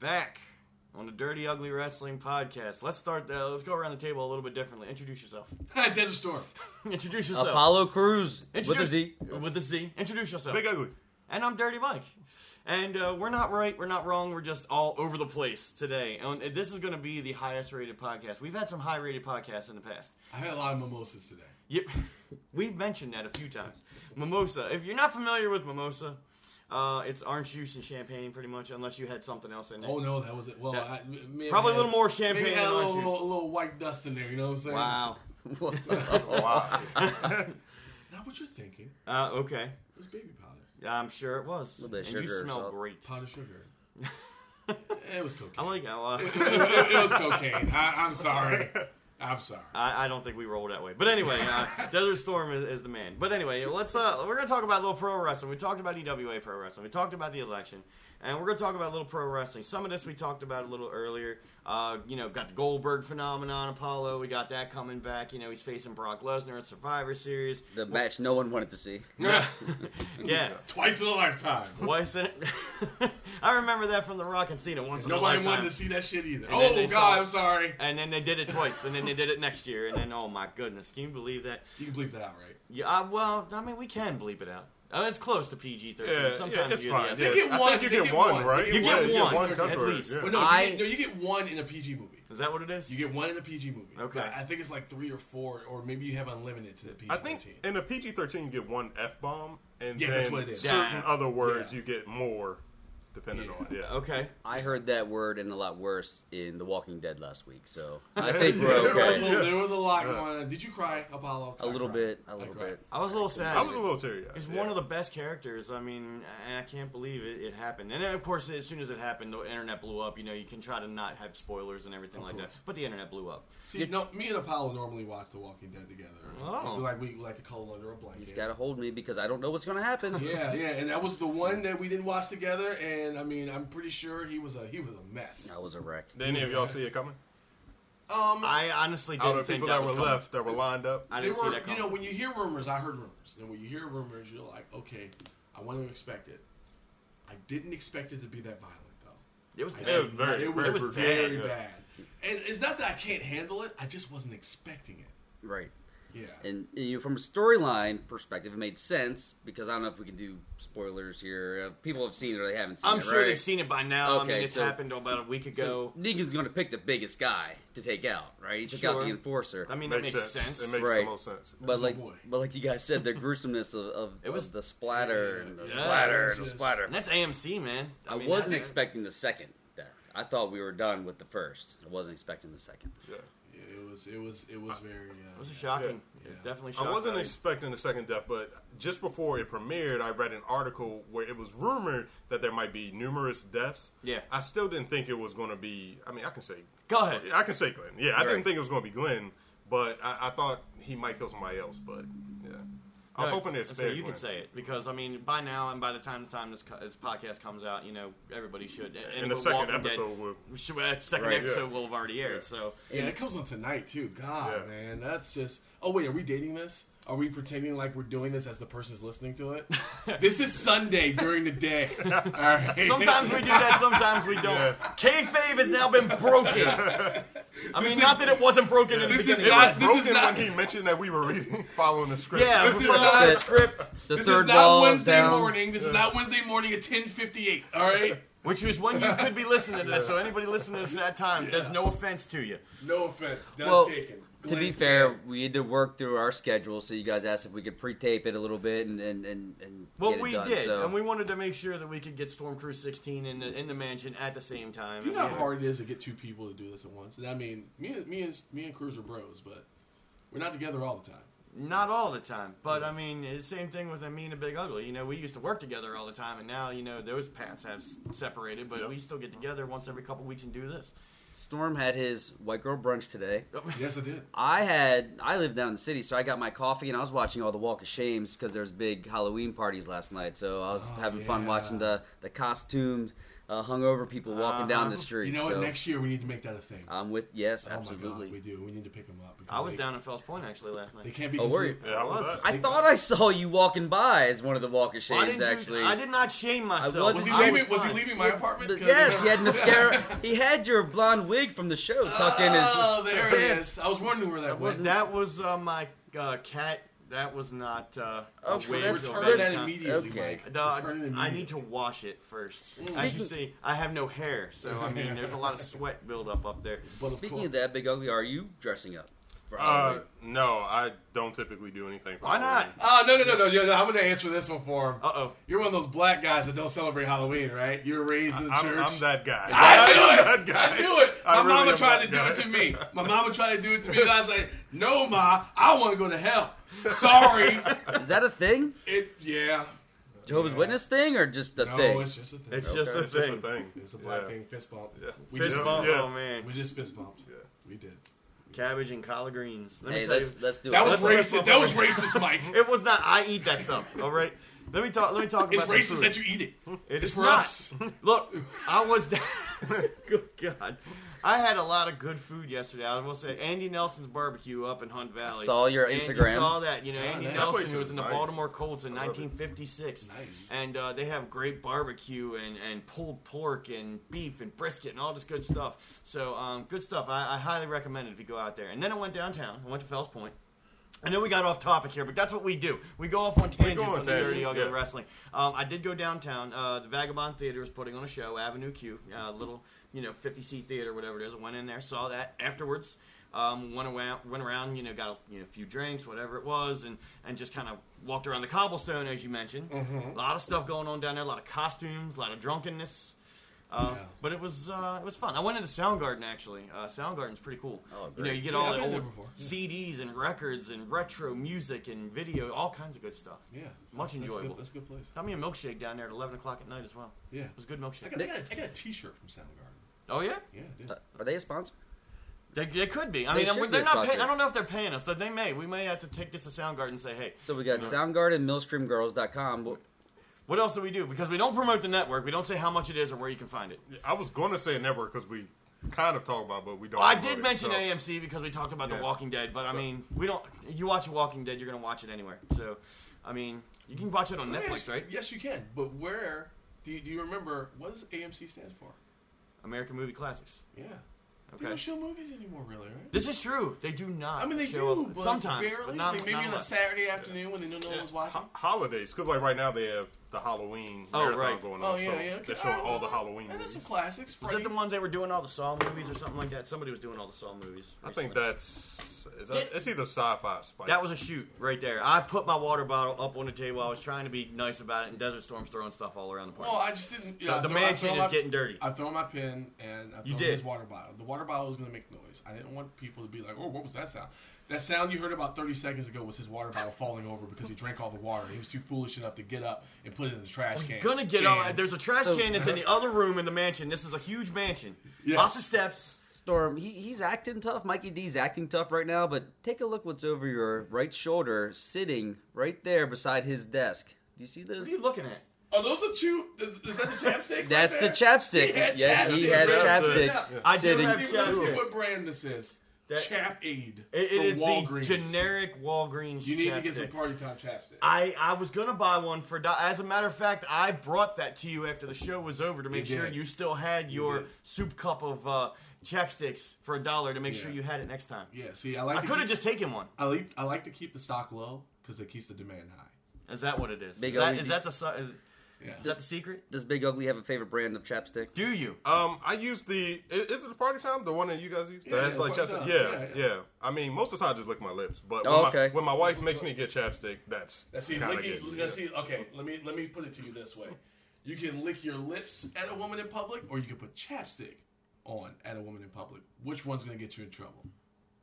Speaker 1: back on the Dirty Ugly Wrestling podcast. Let's start. Uh, let's go around the table a little bit differently. Introduce yourself.
Speaker 4: Desert Storm.
Speaker 1: Introduce yourself.
Speaker 3: Apollo Cruz with a
Speaker 1: Introduce-
Speaker 3: Z.
Speaker 1: With the Z. Introduce yourself.
Speaker 2: Big ugly.
Speaker 1: and I'm Dirty Mike. And uh, we're not right. We're not wrong. We're just all over the place today. And this is going to be the highest rated podcast. We've had some high rated podcasts in the past.
Speaker 4: I had a lot of mimosas today.
Speaker 1: Yep. We've mentioned that a few times. Mimosa. If you're not familiar with mimosa, uh, it's orange juice and champagne, pretty much, unless you had something else in it.
Speaker 4: Oh no, that was it. Well,
Speaker 1: That-
Speaker 4: I, maybe
Speaker 1: Probably a
Speaker 4: had-
Speaker 1: little more champagne
Speaker 4: Maybe had a
Speaker 1: than
Speaker 4: little,
Speaker 1: orange juice.
Speaker 4: little, little white dust in there. You know what I'm saying?
Speaker 1: Wow.
Speaker 2: Wow.
Speaker 4: Not what you're thinking.
Speaker 1: Uh, okay.
Speaker 4: It was baby powder,
Speaker 1: I'm sure it was.
Speaker 3: little bit of
Speaker 1: and you
Speaker 3: sugar or
Speaker 1: smell
Speaker 3: salt.
Speaker 1: great.
Speaker 4: powdered sugar. it was cocaine.
Speaker 1: I like uh, that. Well,
Speaker 4: it, it- it was cocaine. I, I'm sorry. I'm sorry.
Speaker 1: I, I don't think we roll that way. But anyway, uh, Desert Storm is, is the E man. But anyway, let's uh, we're gonna talk about a little pro wrestling. We talked about EWA pro wrestling. We talked about the election. And we're going to talk about a little pro wrestling. Some of this we talked about a little earlier. Uh, you know, got the Goldberg phenomenon, Apollo. We got that coming back. You know, he's facing Brock Lesnar at Survivor Series.
Speaker 3: The match no one wanted to see.
Speaker 1: yeah.
Speaker 4: Twice in a lifetime.
Speaker 1: Why is it? I remember that from The Rock and Cena once in a
Speaker 4: Nobody
Speaker 1: lifetime.
Speaker 4: wanted to see that shit either.
Speaker 1: And then
Speaker 4: oh
Speaker 1: they
Speaker 4: God,
Speaker 1: saw it.
Speaker 4: I'm sorry.
Speaker 1: And then they did it twice, and then they did it next year, and then oh my goodness, can you believe that?
Speaker 4: You can bleep that out, right?
Speaker 1: Yeah, uh, well, I mean, we can bleep it out. Oh, it's close to PG thirteen.
Speaker 2: Yeah, yeah,
Speaker 1: Sometimes
Speaker 2: it's
Speaker 1: you
Speaker 2: fine.
Speaker 1: get the
Speaker 2: Yeah.
Speaker 4: They get
Speaker 2: I
Speaker 4: one-
Speaker 2: think you
Speaker 4: they
Speaker 2: get,
Speaker 4: get
Speaker 2: one,
Speaker 4: one.
Speaker 2: right?
Speaker 1: You get
Speaker 2: Yeah,
Speaker 1: one,
Speaker 2: You get one
Speaker 1: at
Speaker 2: cuss word,
Speaker 1: least.
Speaker 2: yeah.
Speaker 4: Well, no,
Speaker 3: I-
Speaker 4: you get, no, you get one in a PG movie.
Speaker 1: Is that what it is?
Speaker 4: You get one in a PG movie.
Speaker 1: Okay.
Speaker 4: I I think it's like three or four, or maybe you have unlimited to the PG.
Speaker 2: I think in a PG thirteen you get one f bomb, and
Speaker 4: Yeah,
Speaker 2: then
Speaker 4: that's what it is.
Speaker 2: certain
Speaker 1: Yeah.
Speaker 2: other words
Speaker 4: Yeah.
Speaker 2: you get more, depending
Speaker 4: Yeah.
Speaker 2: on yeah.
Speaker 1: okay.
Speaker 3: I heard that word and a lot worse in The Walking Dead last week, so I think we're
Speaker 4: there, was a,
Speaker 3: okay.
Speaker 4: there was a lot
Speaker 2: Yeah.
Speaker 4: going on. Did you cry, Apollo? 'Cause
Speaker 3: A
Speaker 4: I
Speaker 3: little
Speaker 4: cried.
Speaker 3: bit, a little
Speaker 4: cried.
Speaker 3: bit.
Speaker 1: I was a little sad.
Speaker 2: I was a little teary.
Speaker 1: It's one of the best characters. I mean, and I can't believe it, it happened. And then, of course, as soon as it happened, the internet blew up. You know, you can try to not have spoilers and everything
Speaker 4: Of
Speaker 1: like that,
Speaker 4: course.
Speaker 1: but the internet blew up.
Speaker 4: See, no, me and Apollo normally watch The Walking Dead together.
Speaker 1: Oh.
Speaker 4: We like we like to cuddle under a blanket.
Speaker 3: You just gotta hold me because I don't know what's gonna happen.
Speaker 4: yeah, yeah, and that was the one that we didn't watch together. And I mean, I'm pretty sure he was a he was a mess.
Speaker 3: I was a wreck.
Speaker 2: Did any of y'all see it coming?
Speaker 4: Um,
Speaker 1: I honestly
Speaker 2: Out
Speaker 1: didn't
Speaker 2: of
Speaker 1: think
Speaker 2: people
Speaker 1: that,
Speaker 2: that
Speaker 1: was
Speaker 2: were
Speaker 1: coming.
Speaker 2: left, that were lined up.
Speaker 1: I
Speaker 4: They
Speaker 1: didn't see
Speaker 4: were-
Speaker 1: that coming.
Speaker 4: You know, when you hear rumors, I heard rumors. And when you hear rumors, you're like, okay, I want to expect it. I didn't expect it to be that violent, though.
Speaker 1: it was
Speaker 4: I
Speaker 1: bad.
Speaker 2: It was
Speaker 4: didn't.
Speaker 2: very-
Speaker 4: it was
Speaker 2: very brutal.
Speaker 4: very
Speaker 2: Yeah.
Speaker 4: bad. And it's not that I can't handle it. I just wasn't expecting it.
Speaker 3: Right.
Speaker 4: Yeah.
Speaker 3: And you know, from a storyline perspective, it made sense because I don't know if we can do spoilers here. Uh, people have seen it or they haven't seen
Speaker 1: I'm
Speaker 3: it.
Speaker 1: sure
Speaker 3: right?
Speaker 1: they've seen it by now. I
Speaker 3: Okay,
Speaker 1: mean, this
Speaker 3: so-
Speaker 1: happened about a week ago.
Speaker 3: So Negan's going to pick the biggest guy to take out, right? He took out the
Speaker 1: Sure.
Speaker 3: enforcer.
Speaker 1: I mean, that makes sense.
Speaker 2: It makes
Speaker 3: Right.
Speaker 2: the most sense.
Speaker 3: but
Speaker 4: my
Speaker 3: like,
Speaker 4: boy.
Speaker 3: but like you guys said, the gruesomeness of, of
Speaker 1: It was-
Speaker 3: of the splatter and the
Speaker 4: Yeah,
Speaker 3: splatter
Speaker 4: it
Speaker 3: and the
Speaker 4: was
Speaker 3: splatter.
Speaker 1: and that's AMC, man.
Speaker 3: I,
Speaker 1: mean,
Speaker 3: wasn't
Speaker 1: that-
Speaker 3: expecting the second death. I thought we were done with the first. I wasn't expecting the second.
Speaker 2: Yeah.
Speaker 4: Yeah, It was. It was. It was very. Uh,
Speaker 1: It was a
Speaker 4: yeah.
Speaker 1: shocking.
Speaker 4: Yeah.
Speaker 1: It definitely shocking.
Speaker 2: I wasn't expecting the second death, but just before it premiered, I read an article where it was rumored that there might be numerous deaths.
Speaker 1: Yeah.
Speaker 2: I still didn't think it was going to be. I mean, I can say.
Speaker 1: Go ahead.
Speaker 2: I can say Glenn. Yeah, I
Speaker 3: Right.
Speaker 2: didn't think it was going to be Glenn, but I, I thought he might kill somebody else. But yeah, I was
Speaker 1: No,
Speaker 2: hoping to
Speaker 1: so
Speaker 2: spare
Speaker 1: you
Speaker 2: Glenn.
Speaker 1: can say it because I mean, by now and by the time the time this, co- this podcast comes out, you know everybody should. And
Speaker 2: in the
Speaker 1: with
Speaker 2: second
Speaker 1: Walking
Speaker 2: episode.
Speaker 1: Dead,
Speaker 2: With,
Speaker 1: we should- uh, second
Speaker 3: Right,
Speaker 2: yeah.
Speaker 1: episode will have already aired.
Speaker 2: Yeah.
Speaker 1: So
Speaker 4: Yeah, it comes on tonight too. God,
Speaker 2: Yeah.
Speaker 4: man, that's just. Oh wait, are we dating this? Are we pretending like we're doing this as the person's listening to it? this is Sunday during the day. All right.
Speaker 1: sometimes we do that, sometimes we don't.
Speaker 2: Yeah.
Speaker 1: Kayfabe has now been broken. I mean, not that it wasn't broken in the
Speaker 4: This is
Speaker 1: beginning.
Speaker 2: it
Speaker 4: not-
Speaker 2: was
Speaker 4: this is
Speaker 2: broken
Speaker 4: not-
Speaker 2: when he mentioned that we were reading, following the script.
Speaker 1: yeah,
Speaker 4: this
Speaker 1: we
Speaker 4: is
Speaker 1: followed
Speaker 4: not-
Speaker 1: the script,
Speaker 3: The
Speaker 4: This
Speaker 3: third
Speaker 4: is not
Speaker 3: wall is
Speaker 4: Wednesday
Speaker 3: down.
Speaker 4: morning. This is not Wednesday morning at ten fifty eight. All right.
Speaker 1: which was when you could be listening to this. So anybody listening to this at that time, there's no offense to you.
Speaker 4: No offense. None
Speaker 3: Well,
Speaker 4: taken.
Speaker 3: to be
Speaker 4: Glenn's
Speaker 3: fair,
Speaker 4: dead.
Speaker 3: we had to work through our schedule, so you guys asked if we could pre-tape it a little bit and and and, and
Speaker 1: Well,
Speaker 3: get it
Speaker 1: we
Speaker 3: done.
Speaker 1: did,
Speaker 3: so.
Speaker 1: and we wanted to make sure that we could get Storm Crew 16 in the in the mansion at the same time.
Speaker 4: do you know how
Speaker 1: Yeah.
Speaker 4: hard it is to get two people to do this at once? And I mean, me and me and me and Cruz are bros, but we're not together all the time.
Speaker 1: Not all the time, but I mean, it's the same thing with I mean a big ugly. You know, we used to work together all the time, and now you know those paths have s- separated, but
Speaker 2: Yep.
Speaker 1: we still get together once every couple weeks and do this.
Speaker 3: Storm had his white girl brunch today.
Speaker 4: Yes, I did.
Speaker 3: I had I lived down in the city, so I got my coffee and I was watching all the Walk of Shames because there's big Halloween parties last night. So I was
Speaker 4: Oh,
Speaker 3: having fun
Speaker 4: yeah.
Speaker 3: watching the the costumed, uh, hungover people walking down the
Speaker 1: Uh-huh.
Speaker 3: street.
Speaker 4: You know what?
Speaker 3: so
Speaker 4: Next year we need to make that a thing.
Speaker 3: I'm with yes,
Speaker 4: Oh my God, we
Speaker 3: absolutely.
Speaker 4: do. We need to pick them up. because
Speaker 1: I was
Speaker 4: they-
Speaker 1: down in Fells Point actually last
Speaker 4: They
Speaker 1: night.
Speaker 4: can't be.
Speaker 3: Oh, were you?
Speaker 4: complete-
Speaker 2: yeah, I was.
Speaker 1: Was.
Speaker 2: up.
Speaker 3: I thought I saw you walking by as one of the Walk of
Speaker 1: Why
Speaker 3: Shames.
Speaker 1: didn't you-
Speaker 3: Actually,
Speaker 1: I did not shame myself.
Speaker 3: wasn't-
Speaker 4: Was he
Speaker 3: I was
Speaker 4: leaving? Was he
Speaker 1: fine.
Speaker 4: leaving my apartment?
Speaker 3: But
Speaker 4: 'Cause
Speaker 3: yes,
Speaker 4: I-
Speaker 3: he had mascara. he had your blonde wig from the show tucked in his
Speaker 4: Oh, there it
Speaker 3: pants.
Speaker 4: is. I was wondering where that was.
Speaker 1: That was uh, my uh, cat. That was not. Uh, a
Speaker 3: Okay,
Speaker 1: wig
Speaker 3: that's-
Speaker 1: till
Speaker 4: Return
Speaker 1: next
Speaker 3: that's-
Speaker 4: that
Speaker 1: time.
Speaker 4: immediately,
Speaker 3: Okay.
Speaker 4: Mike.
Speaker 1: No, I,
Speaker 4: Return it immediately.
Speaker 1: I need to wash it first. As you see, I have no hair, so I mean, there's a lot of sweat buildup up there.
Speaker 4: But of
Speaker 3: Speaking
Speaker 4: course-
Speaker 3: of that, Big Ugly, are you dressing up? for
Speaker 2: Uh,
Speaker 3: Halloween?
Speaker 2: no, I don't typically do anything. for
Speaker 1: Why not?
Speaker 2: Halloween.
Speaker 4: Oh, no, no, no, no, no, no. I'm going to answer this one for him.
Speaker 1: Uh oh.
Speaker 4: You're one of those black guys that don't celebrate Halloween, right? You were raised in the
Speaker 2: I'm,
Speaker 4: church.
Speaker 2: I'm that guy.
Speaker 4: I
Speaker 2: am
Speaker 4: knew it. I knew it. My
Speaker 2: I really
Speaker 4: mama
Speaker 2: am
Speaker 4: tried to
Speaker 2: that
Speaker 4: do
Speaker 2: guy.
Speaker 4: it to me. My mama tried to do it to me. And I was like, "No, ma, I want to go to hell." Sorry.
Speaker 3: Is that a thing?
Speaker 4: It. Yeah.
Speaker 3: Jehovah's
Speaker 4: Yeah.
Speaker 3: Witness thing or just a
Speaker 4: No,
Speaker 3: thing?
Speaker 4: it's just a thing.
Speaker 1: It's
Speaker 4: It's,
Speaker 1: just a
Speaker 2: It's just
Speaker 1: thing.
Speaker 2: a thing.
Speaker 4: a black
Speaker 2: Yeah.
Speaker 4: thing. Fist bump.
Speaker 2: Yeah.
Speaker 4: We
Speaker 1: Fist
Speaker 4: just,
Speaker 1: bump.
Speaker 2: Yeah.
Speaker 1: Oh man.
Speaker 4: We just fist bumped.
Speaker 2: Yeah.
Speaker 4: We did.
Speaker 1: Cabbage and collard greens. Let
Speaker 3: Hey,
Speaker 1: me tell
Speaker 3: let's
Speaker 1: you.
Speaker 3: let's do
Speaker 4: That
Speaker 3: it.
Speaker 4: was
Speaker 1: Let's-
Speaker 4: racist. That was racist, Mike.
Speaker 1: It was not. I eat that stuff. All right. Let me talk. Let me talk
Speaker 4: It's
Speaker 1: about
Speaker 4: racist
Speaker 1: some food.
Speaker 4: that you eat it.
Speaker 1: It
Speaker 4: It's
Speaker 1: is
Speaker 4: for
Speaker 1: not.
Speaker 4: us.
Speaker 1: Look, I was. good God, I had a lot of good food yesterday. I will say, Andy Nelson's barbecue up in Hunt Valley.
Speaker 3: saw your
Speaker 1: And
Speaker 3: Instagram.
Speaker 1: You saw that, you know,
Speaker 4: Yeah,
Speaker 1: Andy
Speaker 4: man. That
Speaker 1: Nelson
Speaker 2: place
Speaker 1: who was
Speaker 2: is
Speaker 1: in the
Speaker 2: nice.
Speaker 1: Baltimore Colts in
Speaker 2: I love it.
Speaker 1: 1956,
Speaker 4: Nice.
Speaker 1: and uh, they have great barbecue and, and pulled pork and beef and brisket and all this good stuff. So, um, good stuff. I, I highly recommend it if you go out there. And then I went downtown. I went to Fells Point. I know we got off topic here, but that's what we do. We go off on tangents
Speaker 2: on
Speaker 1: on the Dirty
Speaker 2: tangents,
Speaker 1: Yoga
Speaker 2: yeah.
Speaker 1: Wrestling. Um, I did go downtown. Uh, the Vagabond Theater was putting on a show, Avenue Q, uh, little you know fifty seat theater, whatever it is. I went in there, saw that. Afterwards, um, went around, went around, you know, got a, you know, a few drinks, whatever it was, and and just kind of walked around the cobblestone as you mentioned. A lot of stuff going on down there. A lot of costumes, a lot of drunkenness. Um,
Speaker 4: Yeah.
Speaker 1: But it was uh, it was fun. I went into Soundgarden actually. Uh, Soundgarden's pretty cool.
Speaker 3: Oh,
Speaker 1: you know,
Speaker 3: great.
Speaker 1: you get
Speaker 4: Yeah,
Speaker 1: all
Speaker 4: I've
Speaker 1: the
Speaker 4: been there
Speaker 1: old
Speaker 4: before.
Speaker 1: CDs and records and retro music and video, all kinds of good stuff.
Speaker 4: Yeah.
Speaker 1: Much
Speaker 4: That's good-
Speaker 1: enjoyable.
Speaker 4: That's a good place.
Speaker 1: Got me a milkshake down there at 11 o'clock at night as well.
Speaker 4: Yeah.
Speaker 1: It was a good
Speaker 4: I
Speaker 1: milkshake.
Speaker 4: got, I, got, a- I got a T-shirt from Soundgarden.
Speaker 1: Oh, yeah?
Speaker 4: Yeah, I did.
Speaker 3: Uh, are they a sponsor?
Speaker 1: They, they could be. I
Speaker 3: They
Speaker 1: mean,
Speaker 3: should
Speaker 1: I'm-
Speaker 3: be
Speaker 1: they're
Speaker 3: a
Speaker 1: not
Speaker 3: sponsor.
Speaker 1: paying. I don't know if they're paying us, but they may. We may have to take this to Soundgarden and say, hey,
Speaker 3: So we got
Speaker 1: No.
Speaker 3: Soundgarden, MillstreamGirls.com. Well,
Speaker 1: what else do we do? Because we don't promote the network. We don't say how much it is or where you can find it.
Speaker 2: I was going to say network because we kind of talk about, it, but we don't.
Speaker 1: I
Speaker 2: promote
Speaker 1: did
Speaker 2: it,
Speaker 1: mention
Speaker 2: so-
Speaker 1: AMC because we talked about The
Speaker 2: Yeah.
Speaker 1: Walking Dead, but I
Speaker 2: So-
Speaker 1: mean, we don't. You watch The Walking Dead, you're going to watch it anywhere. So, I mean, you can watch it on
Speaker 4: Let me ask
Speaker 1: Netflix,
Speaker 4: you-
Speaker 1: right?
Speaker 4: Yes, you can. But where do you, do you remember what does AMC stands for?
Speaker 1: American Movie Classics.
Speaker 4: Yeah. They
Speaker 1: Okay.
Speaker 4: don't show movies anymore, really, right?
Speaker 1: This is true. They do not.
Speaker 4: I mean, they
Speaker 1: show
Speaker 4: do,
Speaker 1: up
Speaker 4: but
Speaker 1: sometimes,
Speaker 4: barely.
Speaker 1: but not,
Speaker 4: like maybe
Speaker 1: not
Speaker 4: on
Speaker 1: a
Speaker 4: a
Speaker 1: lot.
Speaker 4: Saturday afternoon when they know no one's watching.
Speaker 2: Ho- holidays because like right now they have the Halloween
Speaker 1: Oh,
Speaker 2: marathon
Speaker 1: right.
Speaker 2: going on.
Speaker 4: Oh yeah,
Speaker 2: so
Speaker 4: yeah. Okay.
Speaker 2: They're showing
Speaker 4: right,
Speaker 2: all the
Speaker 4: well,
Speaker 2: Halloween
Speaker 4: And there's
Speaker 2: movies.
Speaker 4: some classics.
Speaker 1: Was
Speaker 4: Freddy-
Speaker 1: that the ones they were doing all the Saw movies or something like that? Somebody was doing all the Saw movies.
Speaker 2: I think
Speaker 1: recently.
Speaker 2: that's it's, it's either sci-fi. Spike.
Speaker 1: that was a shoot right there. I put my water bottle up on the table. I was trying to be nice about it, and Desert Storm's throwing stuff all around the party.
Speaker 4: Well, I just didn't.
Speaker 1: the
Speaker 4: Yeah, I
Speaker 1: the
Speaker 4: throw- I
Speaker 1: mansion
Speaker 4: throw
Speaker 1: is
Speaker 4: my-
Speaker 1: getting dirty.
Speaker 4: I throw my pin and I
Speaker 1: You
Speaker 4: throw
Speaker 1: did.
Speaker 4: his water bottle. The water bottle was going to make noise. I didn't want people to be like, "Oh, what was that sound?" That sound you heard about 30 seconds ago was his water bottle falling over because he drank all the water. He was too foolish enough to get up and put it in the trash can.
Speaker 1: Gonna get on.
Speaker 4: And-
Speaker 1: There's a trash
Speaker 3: So-
Speaker 1: can that's in the other room in the mansion. This is a huge mansion.
Speaker 4: Yes.
Speaker 1: Lots of steps.
Speaker 3: Storm, he, he's acting tough. Mikey D's acting tough right now, but take a look what's over your right shoulder, sitting right there beside his desk. Do you see those?
Speaker 1: What are you looking at?
Speaker 4: Are those the two? Is, is that the chapstick? right
Speaker 3: That's the
Speaker 4: there?
Speaker 3: chapstick.
Speaker 4: He had
Speaker 3: yeah, he
Speaker 4: chapstick.
Speaker 3: has
Speaker 2: That's
Speaker 3: chapstick.
Speaker 2: it.
Speaker 4: Yeah.
Speaker 1: I do
Speaker 3: sitting.
Speaker 1: have
Speaker 4: See, let's see
Speaker 1: chapstick.
Speaker 4: what brand this is.
Speaker 1: That-
Speaker 4: Chap Aid.
Speaker 1: It- it
Speaker 4: from
Speaker 1: is
Speaker 4: Walgreens.
Speaker 1: the generic Walgreens.
Speaker 4: You need to get
Speaker 1: chapstick.
Speaker 4: some party time chapstick.
Speaker 1: I, I was gonna buy one for. Di- As a matter of fact, I brought that to you after the show was over to make
Speaker 4: You
Speaker 1: sure
Speaker 4: did.
Speaker 1: you still had your
Speaker 4: did.
Speaker 1: soup cup of uh, chapsticks for a dollar to make sure
Speaker 4: Yeah.
Speaker 1: you had it next time.
Speaker 4: yeah, see, I like.
Speaker 1: I
Speaker 4: to
Speaker 1: could have
Speaker 4: keep-
Speaker 1: just taken one.
Speaker 4: I like. I like to keep the stock low because it keeps the demand high.
Speaker 1: Is that what it is?
Speaker 3: Big
Speaker 1: is, that,
Speaker 3: LED.
Speaker 1: is that the si- is,
Speaker 4: Yeah.
Speaker 1: is that the secret?
Speaker 3: Does Big Ugly have a favorite brand of chapstick?
Speaker 1: Do you?
Speaker 2: Um, I use the i- is it the party time the one that you guys use?
Speaker 4: Yeah,
Speaker 2: That's
Speaker 4: yeah,
Speaker 2: like
Speaker 4: party
Speaker 2: chapstick.
Speaker 4: time.
Speaker 2: Yeah,
Speaker 4: Yeah,
Speaker 2: yeah, I mean, most of the time I just lick my lips, but
Speaker 3: Oh,
Speaker 2: when,
Speaker 3: okay.
Speaker 2: my, when my wife makes me get chapstick, that's
Speaker 4: Now see,
Speaker 2: kinda
Speaker 4: licking,
Speaker 2: good,
Speaker 4: now
Speaker 2: yeah.
Speaker 4: see, okay, let me let me put it to you this way: you can lick your lips at a woman in public, or you can put chapstick on at a woman in public. Which one's gonna get you in trouble?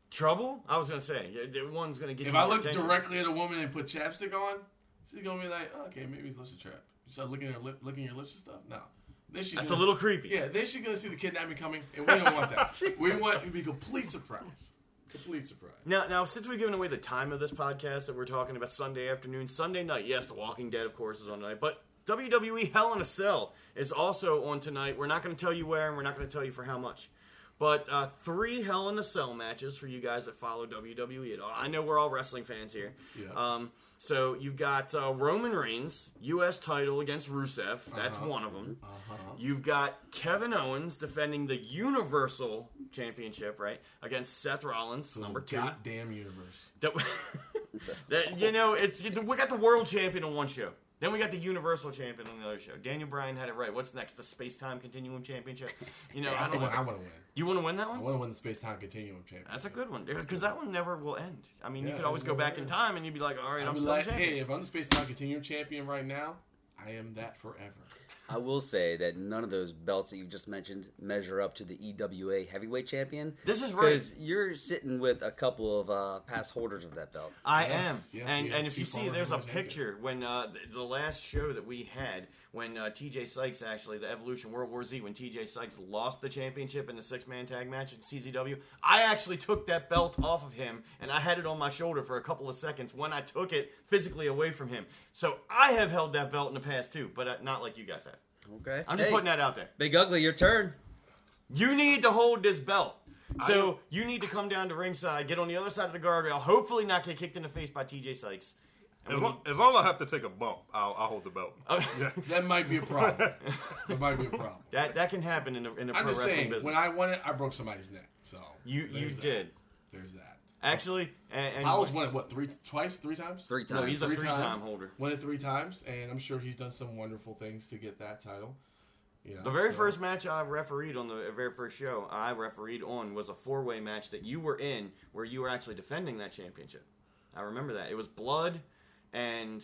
Speaker 1: Trouble? I was gonna say yeah, the one's gonna get
Speaker 4: If
Speaker 1: you.
Speaker 4: I
Speaker 1: more
Speaker 4: look
Speaker 1: attention.
Speaker 4: directly at a woman and put chapstick on, she's gonna be like, oh, okay, maybe his lips are trapped. You start looking at her lip, looking at your lips and stuff. No, then she's
Speaker 1: that's a
Speaker 4: gonna-
Speaker 1: little creepy.
Speaker 4: Yeah, then she's gonna see the kidnapping coming, and we don't want that. we want it to be complete surprise. Complete surprise.
Speaker 1: Now, now, since we've given away the time of this podcast that we're talking about Sunday afternoon, Sunday night, yes, The Walking Dead, of course, is on tonight, but WWE Hell in a Cell is also on tonight. We're not going to tell you where, and we're not going to tell you for how much. But uh, three Hell in a Cell matches for you guys that follow WWE at all. I know we're all wrestling fans here.
Speaker 4: Yeah.
Speaker 1: Um, so you've got uh, Roman Reigns, U.S. title against Rusev. That's
Speaker 4: Uh-huh.
Speaker 1: one of them.
Speaker 4: Uh huh.
Speaker 1: You've got Kevin Owens defending the Universal Championship, right, against Seth Rollins, number two.
Speaker 4: Goddamn universe.
Speaker 1: That, that you know, it's we got the world champion on one show. Then we got the universal champion on the other show. Daniel Bryan had it right. What's next? The space time continuum championship. You know,
Speaker 4: That's
Speaker 1: I
Speaker 4: the
Speaker 1: don't
Speaker 4: one I
Speaker 1: know.
Speaker 4: want to win.
Speaker 1: You want to win that
Speaker 4: I
Speaker 1: one?
Speaker 4: want to win the Space Time Continuum Championship.
Speaker 1: That's a good one because that one never will end. I mean, you
Speaker 4: Yeah,
Speaker 1: could always
Speaker 4: it
Speaker 1: go
Speaker 4: never
Speaker 1: back in
Speaker 4: ends.
Speaker 1: time and you'd be like, all right,
Speaker 4: I'm
Speaker 1: I'm
Speaker 4: be
Speaker 1: still the
Speaker 4: like,
Speaker 1: champion.
Speaker 4: hey, if I'm the Space Time Continuum Champion right now, I am that forever.
Speaker 3: I will say that none of those belts that you just mentioned measure up to the EWA heavyweight champion.
Speaker 1: This is right.
Speaker 3: Because you're sitting with a couple of uh, past holders of that belt.
Speaker 1: I
Speaker 4: Yes,
Speaker 1: am.
Speaker 4: yes,
Speaker 1: and
Speaker 4: you
Speaker 1: and if you
Speaker 4: keep
Speaker 1: see,
Speaker 4: following
Speaker 1: there's a
Speaker 4: Roy's naked.
Speaker 1: picture when uh, th- the last show that we had when uh, TJ Sykes actually the Evolution World War Z when TJ Sykes lost the championship in the six man tag match at CZW. I actually took that belt off of him and I had it on my shoulder for a couple of seconds when I took it physically away from him. So I have held that belt in the past too, but uh, not like you guys have.
Speaker 3: Okay.
Speaker 1: I'm just
Speaker 3: Hey,
Speaker 1: putting that out there.
Speaker 3: Big Ugly, your turn.
Speaker 1: You need to hold this belt. So you need to come down to ringside, get on the other side of the guardrail, hopefully not get kicked in the face by TJ Sykes.
Speaker 2: As long, as long as I have to take a bump, I'll, I'll hold the belt.
Speaker 1: Oh,
Speaker 4: That might be a problem. that might be a problem.
Speaker 1: that that can happen in the in the
Speaker 4: I'm
Speaker 1: pro
Speaker 4: just
Speaker 1: wrestling
Speaker 4: saying,
Speaker 1: business.
Speaker 4: when I won it, I broke somebody's neck. So
Speaker 1: you you
Speaker 4: there's that.
Speaker 1: did
Speaker 4: There's that.
Speaker 1: actually, and, and
Speaker 4: I was won it what three twice, three times,
Speaker 3: Three
Speaker 1: No,
Speaker 3: times.
Speaker 1: he's a
Speaker 4: Three
Speaker 1: three-time
Speaker 4: times.
Speaker 1: holder.
Speaker 4: Won it three times, and I'm sure he's done some wonderful things to get that title. You know,
Speaker 1: The very
Speaker 4: so-
Speaker 1: first match I refereed on the very first show I refereed on was a four-way match that you were in, where you were actually defending that championship. I remember that it was Blood and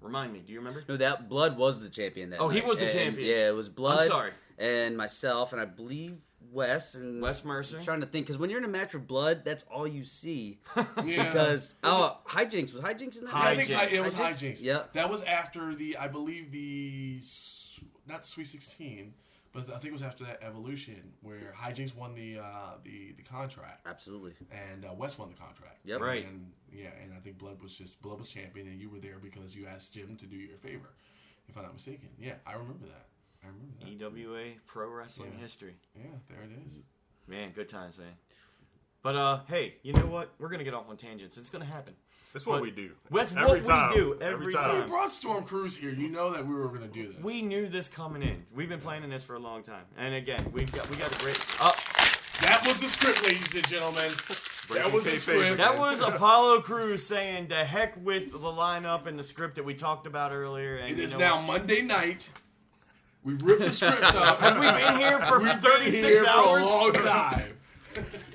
Speaker 1: remind me. Do you remember?
Speaker 3: No, that Blood was the champion. That
Speaker 1: Oh, he
Speaker 3: night.
Speaker 1: was the
Speaker 3: And-
Speaker 1: champion.
Speaker 3: Yeah, it was Blood.
Speaker 1: sorry.
Speaker 3: And myself, and I believe Wes and
Speaker 1: Wes Mercer.
Speaker 3: I'm trying to think because when you're in a match with Blood, that's all you see.
Speaker 4: Yeah.
Speaker 3: Because oh, hijinks was hijinks in that.
Speaker 4: Yeah, I think
Speaker 1: Hijinks.
Speaker 4: hi- it was
Speaker 3: Hijinks?
Speaker 4: hijinks.
Speaker 3: Yeah.
Speaker 4: that was after the I believe the s- not Sweet Sixteen, but I think it was after that Evolution where hijinks won the uh, the the contract.
Speaker 3: Absolutely.
Speaker 4: and uh, West won the contract.
Speaker 3: Yep.
Speaker 1: Right.
Speaker 4: And yeah, and I think Blood was just Blood was champion, and you were there because you asked Jim to do you a favor, if I'm not mistaken. Yeah, I remember that. I remember that.
Speaker 1: EWA E Pro Wrestling
Speaker 4: Yeah.
Speaker 1: History.
Speaker 4: Yeah, there it is.
Speaker 1: Man, good times, man. But uh, hey, you know what? We're gonna get off on tangents. It's gonna happen.
Speaker 2: That's what
Speaker 1: But-
Speaker 2: we do.
Speaker 1: That's
Speaker 2: every
Speaker 1: what we
Speaker 2: time.
Speaker 1: do every
Speaker 4: We
Speaker 1: time.
Speaker 4: brought Storm Cruise here. You know that we were going to do this.
Speaker 1: We knew this coming in. We've been planning this for a long time. And again, we've got we got a great. Oh,
Speaker 4: that was the script, ladies and gentlemen. that
Speaker 2: Breaking
Speaker 4: was the
Speaker 2: kayfabe.
Speaker 4: script.
Speaker 1: that was Apollo Crews saying the heck with the lineup and the script that we talked about earlier. And
Speaker 4: it
Speaker 1: you
Speaker 4: is
Speaker 1: know
Speaker 4: now
Speaker 1: what?
Speaker 4: Monday night. We ripped the script up.
Speaker 1: Have we been here for
Speaker 4: We've been
Speaker 1: 36
Speaker 4: here
Speaker 1: hours?
Speaker 4: for a long time.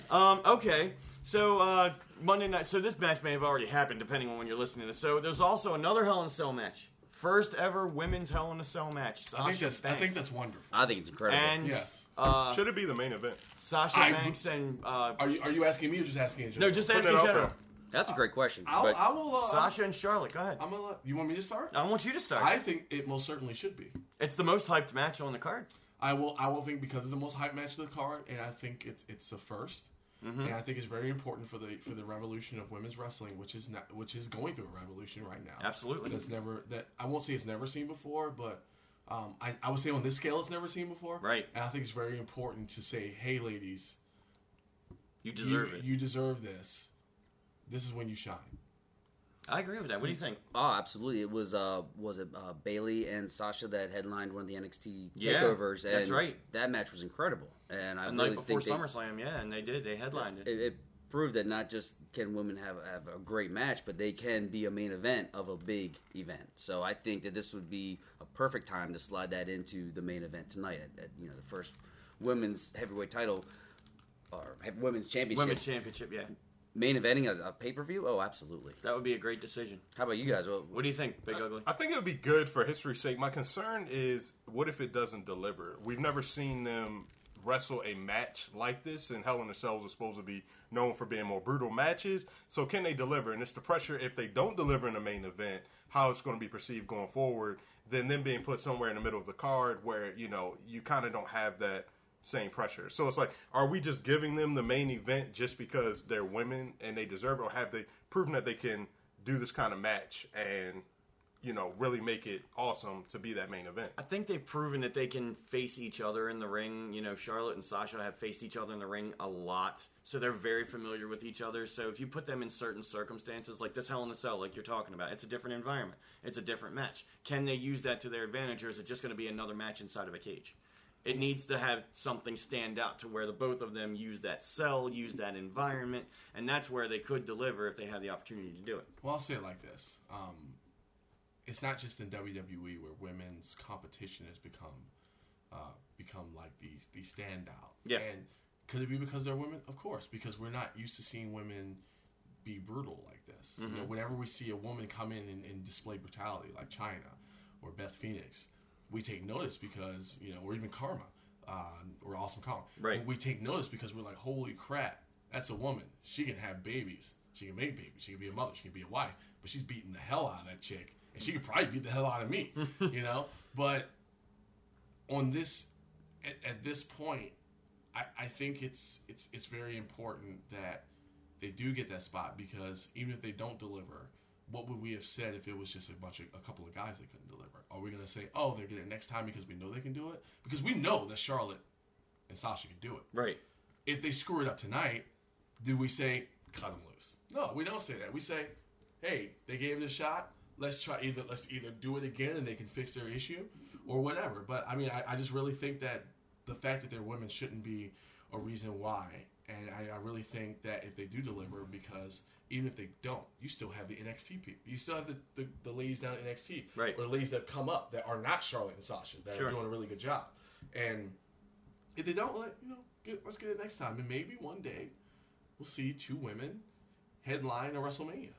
Speaker 1: Um, okay. So uh, Monday night. So this match may have already happened, depending on when you're listening to this. So there's also another Hell in a Cell match. First ever women's Hell in a Cell match. Sasha
Speaker 4: I think that's I
Speaker 1: Banks.
Speaker 4: think that's wonderful.
Speaker 3: I think it's incredible.
Speaker 1: and
Speaker 4: Yes.
Speaker 1: uh,
Speaker 2: Should it be the main event?
Speaker 1: Sasha
Speaker 4: I-
Speaker 1: Banks and uh,
Speaker 4: Are you are you asking me or just asking? Angela?
Speaker 1: no, just
Speaker 2: Put
Speaker 1: ask
Speaker 2: it
Speaker 1: in
Speaker 2: out
Speaker 1: general.
Speaker 2: there.
Speaker 3: that's a great question.
Speaker 4: I'll,
Speaker 3: but
Speaker 4: I will. Uh,
Speaker 1: Sasha and Charlotte. Go ahead.
Speaker 4: I'm gonna. Let, you want me to start?
Speaker 1: I want you to start.
Speaker 4: I think it most certainly should be.
Speaker 1: It's the most hyped match on the card.
Speaker 4: I will. I will think because it's the most hype match of the card, and I think it's it's the 1st
Speaker 1: Mm-hmm.
Speaker 4: and I think it's very important for the for the revolution of women's wrestling, which is not which is going through a revolution right now.
Speaker 1: Absolutely.
Speaker 4: that's never that I won't say it's never seen before, but. Um, I, I would say on this scale it's never seen before.
Speaker 1: Right.
Speaker 4: And I think it's very important to say, hey, ladies,
Speaker 1: You
Speaker 4: you-
Speaker 1: deserve it.
Speaker 4: you deserve this. This is when you shine.
Speaker 1: I agree with that. What do you think?
Speaker 3: Oh, absolutely! It was uh, was it uh, Bailey and Sasha that headlined one of the NXT
Speaker 1: Yeah,
Speaker 3: takeovers? And
Speaker 1: that's right.
Speaker 3: That match was incredible, and I
Speaker 1: The
Speaker 3: really
Speaker 1: night before
Speaker 3: think they-
Speaker 1: SummerSlam, yeah, and they did. They headlined it.
Speaker 3: it, it proved that not just can women have have a great match, but they can be a main event of a big event. So I think that this would be a perfect time to slide that into the main event tonight at, at you know the first women's heavyweight title or he- women's championship
Speaker 1: Women's Championship, yeah.
Speaker 3: main eventing a, a pay per view. Oh, absolutely!
Speaker 1: That would be a great decision.
Speaker 3: How about you guys? What,
Speaker 1: What do you think, Big Ugly?
Speaker 2: I think it would be good for history's sake. My concern is what if it doesn't deliver? We've never seen them wrestle a match like this, and Hell in a Cell is supposed to be known for being more brutal matches. So can they deliver? And it's the pressure if they don't deliver in the main event, how it's going to be perceived going forward. Then them being put somewhere in the middle of the card where you know you kind of don't have that same pressure. So it's like, are we just giving them the main event just because they're women and they deserve it, or have they proven that they can do this kind of match and you know really make it awesome to be that main event?
Speaker 1: I think they've proven that they can face each other in the ring. You know, Charlotte and Sasha have faced each other in the ring a lot, so they're very familiar with each other. So if you put them in certain circumstances, like this Hell in a Cell, like you're talking about, it's a different environment, it's a different match. Can they use that to their advantage, or is it just going to be another match inside of a cage? It needs to have something stand out to where the both of them use that cell, use that environment, and that's where they could deliver if they have the opportunity to do it.
Speaker 4: Well, I'll say it like this: um, it's not just in WWE where women's competition has become uh, become like the the standout.
Speaker 1: Yeah.
Speaker 4: And could it be because they're women? Of course, because we're not used to seeing women be brutal like this. You know, whenever we see a woman come in and, and display brutality, like China or Beth Phoenix, we take notice because you know, or even Karma, um, or Awesome Karma.
Speaker 1: Right.
Speaker 4: We take notice because we're like, holy crap, that's a woman. She can have babies. She can make babies. She can be a mother. She can be a wife. But she's beating the hell out of that chick, and she could probably beat the hell out of me. you know. But on this, at, at this point, I, I think it's it's it's very important that they do get that spot because even if they don't deliver, what would we have said if it was just a bunch of a couple of guys that couldn't deliver? Are we gonna say, oh, they're getting it next time because we know they can do it? Because we know that Charlotte and Sasha can do it.
Speaker 1: Right.
Speaker 4: If they screw it up tonight, do we say cut them loose? No, we don't say that. We say, hey, they gave it a shot. Let's try either let's either do it again and they can fix their issue or whatever. But I mean, I, I just really think that the fact that they're women shouldn't be a reason why. And I, I really think that if they do deliver, because even if they don't, you still have the NXT people. You still have the, the, the ladies down at NXT,
Speaker 1: Right.
Speaker 4: Or the ladies that have come up that are not Charlotte and Sasha that
Speaker 1: Sure.
Speaker 4: are doing a really good job. And if they don't, let you know, get, let's get it next time, and maybe one day we'll see two women headline a WrestleMania.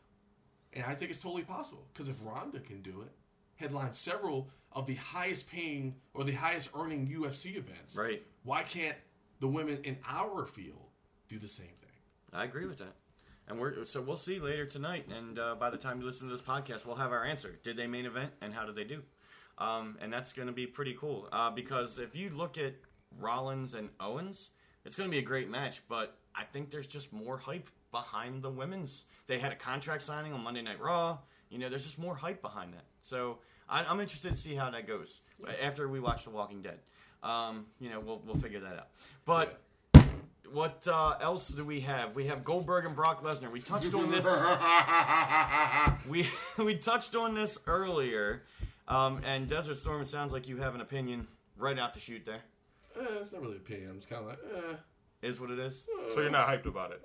Speaker 4: And I think it's totally possible because if Ronda can do it, headline several of the highest paying or the highest earning UFC events,
Speaker 1: Right.
Speaker 4: Why can't the women in our field do the same thing?
Speaker 1: I agree with that. And we're so we'll see later tonight. And uh, by the time you listen to this podcast, we'll have our answer. Did they main event, and how did they do? Um, and that's going to be pretty cool uh, because if you look at Rollins and Owens, it's going to be a great match. But I think there's just more hype behind the women's. They had a contract signing on Monday Night Raw. You know, there's just more hype behind that. So I, I'm interested to see how that goes after we watch The Walking Dead. Um, you know, we'll we'll figure that out. But
Speaker 4: Yeah.
Speaker 1: what uh, else do we have? We have Goldberg and Brock Lesnar. We touched on this. we we touched on this earlier, um, and Desert Storm. It sounds like you have an opinion right out the shoot. There
Speaker 4: Eh, it's not really a opinion. I'm just kind of like, eh.
Speaker 1: is what it is.
Speaker 2: So you're not hyped about it.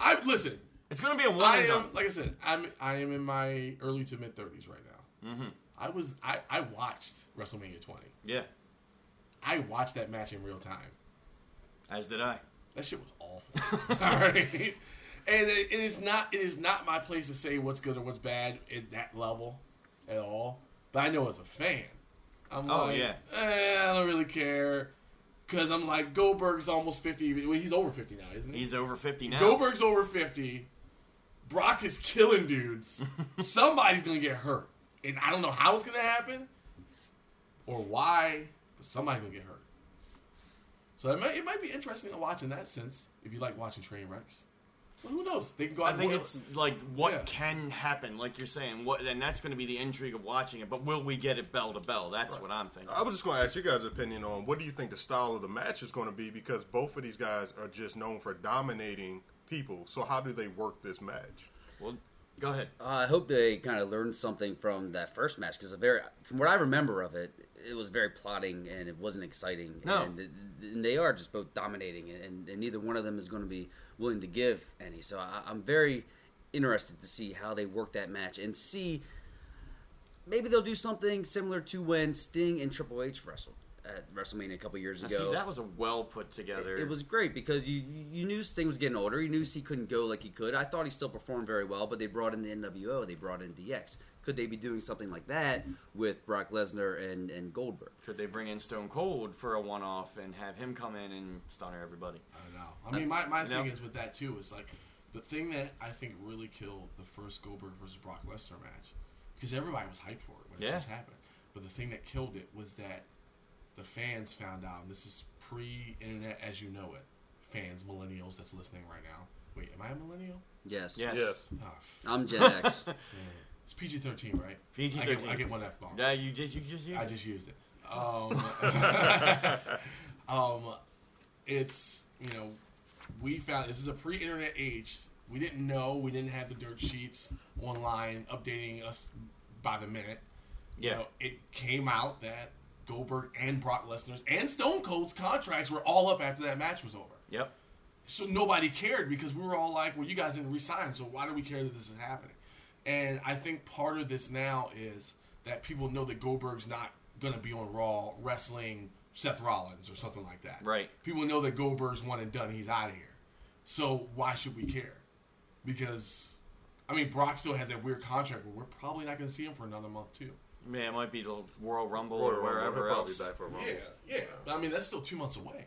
Speaker 4: I listen.
Speaker 1: It's going to be a one
Speaker 4: I
Speaker 1: and done.
Speaker 4: am like I said. I'm I am in my early to mid 30s right now. Mm-hmm. I was I I watched WrestleMania 20.
Speaker 1: Yeah,
Speaker 4: I watched that match in real time.
Speaker 1: as did I.
Speaker 4: That shit was awful. All right. And it, it is not it is not my place to say what's good or what's bad at that level at all. But I know as a fan, I'm
Speaker 1: Oh,
Speaker 4: like,
Speaker 1: yeah.
Speaker 4: eh, I don't really care because I'm like Goldberg's almost fifty. Well, he's over fifty now, isn't he?
Speaker 1: He's over fifty now.
Speaker 4: Goldberg's over fifty. Brock is killing dudes. Somebody's gonna get hurt, and I don't know how it's gonna happen or why, but somebody's gonna get hurt. So it might, it might be interesting to watch in that sense if you like watching train wrecks. Well, who knows? They can go out.
Speaker 1: I think
Speaker 4: and
Speaker 1: it's like what
Speaker 4: Yeah.
Speaker 1: can happen, like you're saying. What and that's going to be the intrigue of watching it. But will we get it bell to bell? That's what I'm thinking.
Speaker 2: I was just going to ask you guys' opinion on what do you think the style of the match is going to be because both of these guys are just known for dominating people. So how do they work this match?
Speaker 1: Well, go ahead.
Speaker 3: Uh, I hope they kind of learned something from that first match because very, from what I remember of it, it was very plotting and it wasn't exciting.
Speaker 1: No.
Speaker 3: and, and they are just both dominating, and, and neither one of them is going to be willing to give any. So I, I'm very interested to see how they work that match and see maybe they'll do something similar to when Sting and Triple H wrestled at WrestleMania a couple years
Speaker 1: Now,
Speaker 3: ago.
Speaker 1: see, that was a well put together.
Speaker 3: It was great because you you knew Sting was getting older. You knew he couldn't go like he could. I thought he still performed very well, but they brought in the NWO. They brought in DX. Could they be doing something like that with Brock Lesnar and, and Goldberg?
Speaker 1: Could they bring in Stone Cold for a one off and have him come in and stunner everybody?
Speaker 4: I don't know. I mean, my, my
Speaker 1: You know?
Speaker 4: thing is with that too is like the thing that I think really killed the first Goldberg versus Brock Lesnar match because everybody was hyped for it when
Speaker 1: Yeah.
Speaker 4: it first happened. But the thing that killed it was that the fans found out. And this is pre-internet as you know it. Fans, millennials that's listening right now. Wait, am I a millennial?
Speaker 3: Yes.
Speaker 1: Yes.
Speaker 2: Yes.
Speaker 4: Oh,
Speaker 3: I'm Gen X.
Speaker 4: it's PG thirteen, right? I get,
Speaker 1: PG-13.
Speaker 4: I get one F bomb.
Speaker 1: Yeah, you just you just use
Speaker 4: I
Speaker 1: it.
Speaker 4: just used it. Um, um, it's you know, we found this is a pre-internet age. We didn't know. We didn't have the dirt sheets online updating us by the minute. You
Speaker 1: Yeah.
Speaker 4: know, it came out that Goldberg and Brock Lesnar's and Stone Cold's contracts were all up after that match was over.
Speaker 1: Yep.
Speaker 4: So nobody cared because we were all like, well, you guys didn't resign, so why do we care that this is happening? And I think part of this now is that people know that Goldberg's not going to be on Raw wrestling Seth Rollins or something like that.
Speaker 1: Right.
Speaker 4: People know that Goldberg's one and done. He's out of here. So why should we care? Because, I mean, Brock still has that weird contract where we're probably not going to see him for another month, too.
Speaker 1: Yeah, it might be the Royal Rumble
Speaker 2: Royal
Speaker 1: or
Speaker 2: Rumble,
Speaker 1: wherever
Speaker 2: they're
Speaker 1: else.
Speaker 2: Probably back for a Rumble.
Speaker 4: Yeah, yeah. But I mean, that's still two months away.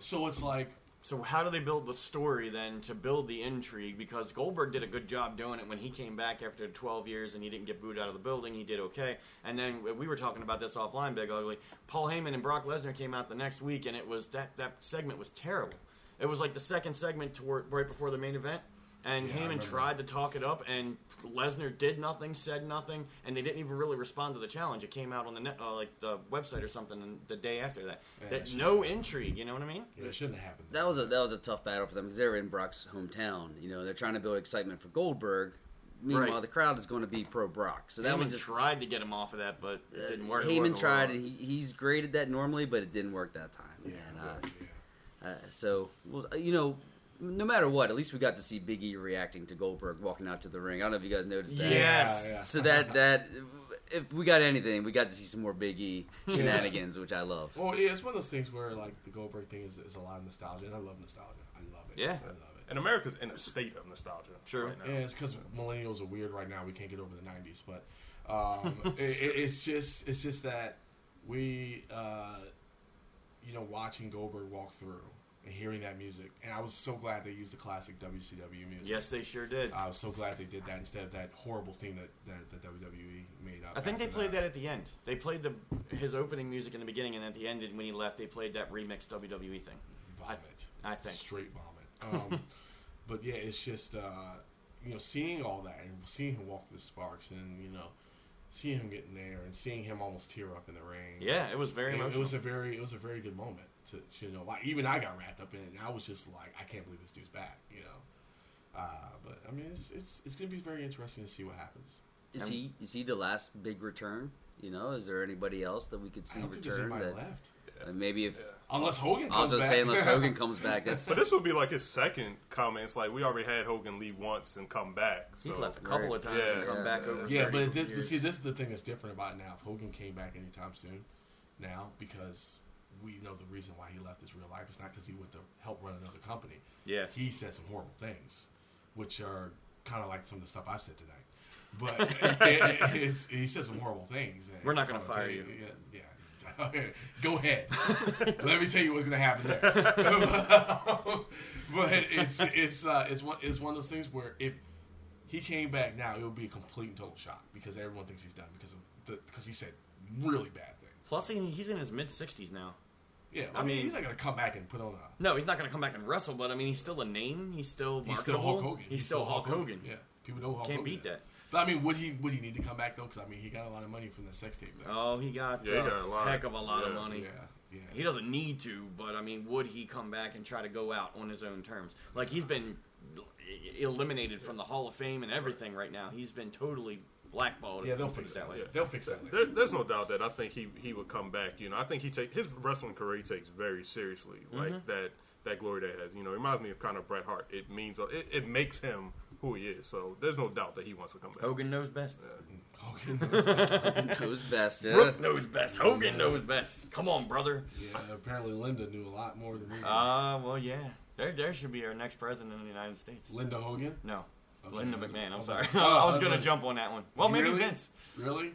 Speaker 4: So it's like,
Speaker 1: So how do they build the story then to build the intrigue? Because Goldberg did a good job doing it when he came back after 12 years and he didn't get booed out of the building. He did okay. And then we were talking about this offline, Big Ugly. Paul Heyman and Brock Lesnar came out the next week, and it was that that segment was terrible. It was like the second segment toward right before the main event. And
Speaker 4: Yeah, I
Speaker 1: Heyman
Speaker 4: remember.
Speaker 1: tried to talk it up, and Lesnar did nothing, said nothing, and they didn't even really respond to the challenge. It came out on the net, uh, like the website or something the day after that.
Speaker 4: Yeah,
Speaker 1: that
Speaker 4: sure.
Speaker 1: no intrigue, you know what I mean?
Speaker 4: yeah, it shouldn't have happened.
Speaker 3: That was a that was a tough battle for them because they were in Brock's hometown. You know, they're trying to build excitement for Goldberg. Meanwhile,
Speaker 1: Right.
Speaker 3: the crowd is going to be pro Brock. So that
Speaker 1: Heyman
Speaker 3: was just
Speaker 1: tried to get him off of that, but it didn't work. Uh, It
Speaker 3: Heyman
Speaker 1: wasn't
Speaker 3: tried,
Speaker 1: working.
Speaker 3: and he, he's great at that normally, but it didn't work that time.
Speaker 4: yeah,
Speaker 3: And,
Speaker 4: yeah,
Speaker 3: uh,
Speaker 4: yeah.
Speaker 3: Uh, so, well, you know, no matter what, at least we got to see Big E reacting to Goldberg walking out to the ring. I don't know if you guys noticed that.
Speaker 1: Yes.
Speaker 4: Yeah, yeah.
Speaker 3: So that that if we got anything, we got to see some more Big E shenanigans, which I love.
Speaker 4: Well, yeah, it's one of those things where like the Goldberg thing is, is a lot of nostalgia, and I love nostalgia. I love it.
Speaker 1: Yeah.
Speaker 4: I love it.
Speaker 2: And America's in a state of nostalgia.
Speaker 1: True.
Speaker 2: Right now.
Speaker 4: Yeah, it's because millennials are weird right now. We can't get over the '90s, but um, it, it, it's just it's just that we, uh, you know, watching Goldberg walk through and hearing that music, and I was so glad they used the classic WCW music.
Speaker 1: Yes, they sure did.
Speaker 4: I was so glad they did that instead of that horrible thing that that, that WWE made up.
Speaker 1: I think they
Speaker 4: after
Speaker 1: played that at the end. They played the his opening music in the beginning, and at the end, and when he left, they played that remixed WWE thing.
Speaker 4: vomit.
Speaker 1: I think.
Speaker 4: straight vomit. Um, but yeah, it's just uh, you know seeing all that and seeing him walk through the sparks and you know seeing him getting there and seeing him almost tear up in the ring.
Speaker 1: Yeah, it was
Speaker 4: It-
Speaker 1: very
Speaker 4: it,
Speaker 1: emotional.
Speaker 4: was a very it was a very good moment to you know like even I got wrapped up in it and I was just like I can't believe this dude's back you know. Uh, but I mean it's it's it's gonna be very interesting to see what happens.
Speaker 3: Is he is he the last big return? You know, is there anybody else that we could see
Speaker 4: I don't think there's
Speaker 3: return?
Speaker 4: anybody
Speaker 3: That,
Speaker 4: left
Speaker 3: that maybe if
Speaker 4: unless Hogan.
Speaker 3: I was
Speaker 4: comes
Speaker 3: gonna
Speaker 4: back.
Speaker 3: say unless Hogan comes back, that's
Speaker 2: But this will be like his second comment. It's like we already had Hogan leave once and come back. So
Speaker 1: He's left a couple of times and
Speaker 2: Yeah.
Speaker 1: come
Speaker 3: Yeah.
Speaker 1: back over.
Speaker 4: Yeah,
Speaker 1: 30
Speaker 4: but, this,
Speaker 1: years.
Speaker 4: but see, this is the thing that's different about now. If Hogan came back anytime soon, now because we know the reason why he left his real life. It's not because he went to help run another company.
Speaker 1: Yeah.
Speaker 4: he said some horrible things, which are kind of like some of the stuff I've said tonight. But it, it- it's, he said some horrible things. and
Speaker 1: We're not gonna
Speaker 4: I'm gonna
Speaker 1: fire
Speaker 4: tell
Speaker 1: you.
Speaker 4: Yeah. yeah. Go ahead. Let me tell you what's gonna happen there. but it's it's uh, it's one it's one of those things where if he came back now, it would be a complete and total shock because everyone thinks he's done because of the, because he said really bad things.
Speaker 1: Plus, he, he's in his mid sixties now.
Speaker 4: yeah,
Speaker 1: I
Speaker 4: I mean,
Speaker 1: mean-
Speaker 4: he's not gonna come back and put on a
Speaker 1: No, he's not going to come back and wrestle, but I mean, he's still a name. He's still marketable.
Speaker 4: he's still Hulk Hogan.
Speaker 1: He's, still Hulk Hogan.
Speaker 4: Yeah, people know Hulk
Speaker 1: Can't
Speaker 4: Hogan
Speaker 1: beat
Speaker 4: now.
Speaker 1: that.
Speaker 4: But I mean, would he would he need to come back though? Because I mean, he got a lot of money from the sex tape. though.
Speaker 1: Oh, he got,
Speaker 2: Yeah, he
Speaker 1: uh,
Speaker 2: got a lot.
Speaker 1: heck of a lot of
Speaker 2: Yeah.
Speaker 1: money.
Speaker 4: yeah, yeah.
Speaker 1: He doesn't need to, but I mean, would he come back and try to go out on his own terms? Like he's been eliminated from the Hall of Fame and everything right now. He's been totally blackballed.
Speaker 4: yeah,
Speaker 1: if
Speaker 4: they'll
Speaker 1: you put
Speaker 4: fix
Speaker 1: it
Speaker 4: that
Speaker 1: way.
Speaker 4: later. They'll fix that later.
Speaker 2: There, there's no doubt that I think he he would come back. You know, I think he take his wrestling career he takes very seriously. Like that that glory that it has. You know, it reminds me of kind of Bret Hart. It means it, it makes him who he is. So there's no doubt that he wants to come back.
Speaker 1: Hogan knows best.
Speaker 4: Hogan knows.
Speaker 3: who's best. Uh, Yeah.
Speaker 1: Brooke knows best. Hogan knows best. Come on, brother.
Speaker 4: yeah, apparently Linda knew a lot more than me.
Speaker 1: Uh, well, yeah. There, there should be our next president of the United States.
Speaker 4: Linda Hogan.
Speaker 1: No,
Speaker 4: Okay.
Speaker 1: Linda McMahon. I'm
Speaker 4: Okay.
Speaker 1: sorry.
Speaker 4: Oh,
Speaker 1: I was
Speaker 4: okay.
Speaker 1: gonna jump on that one. Well, maybe
Speaker 4: Really?
Speaker 1: Vince.
Speaker 4: Really?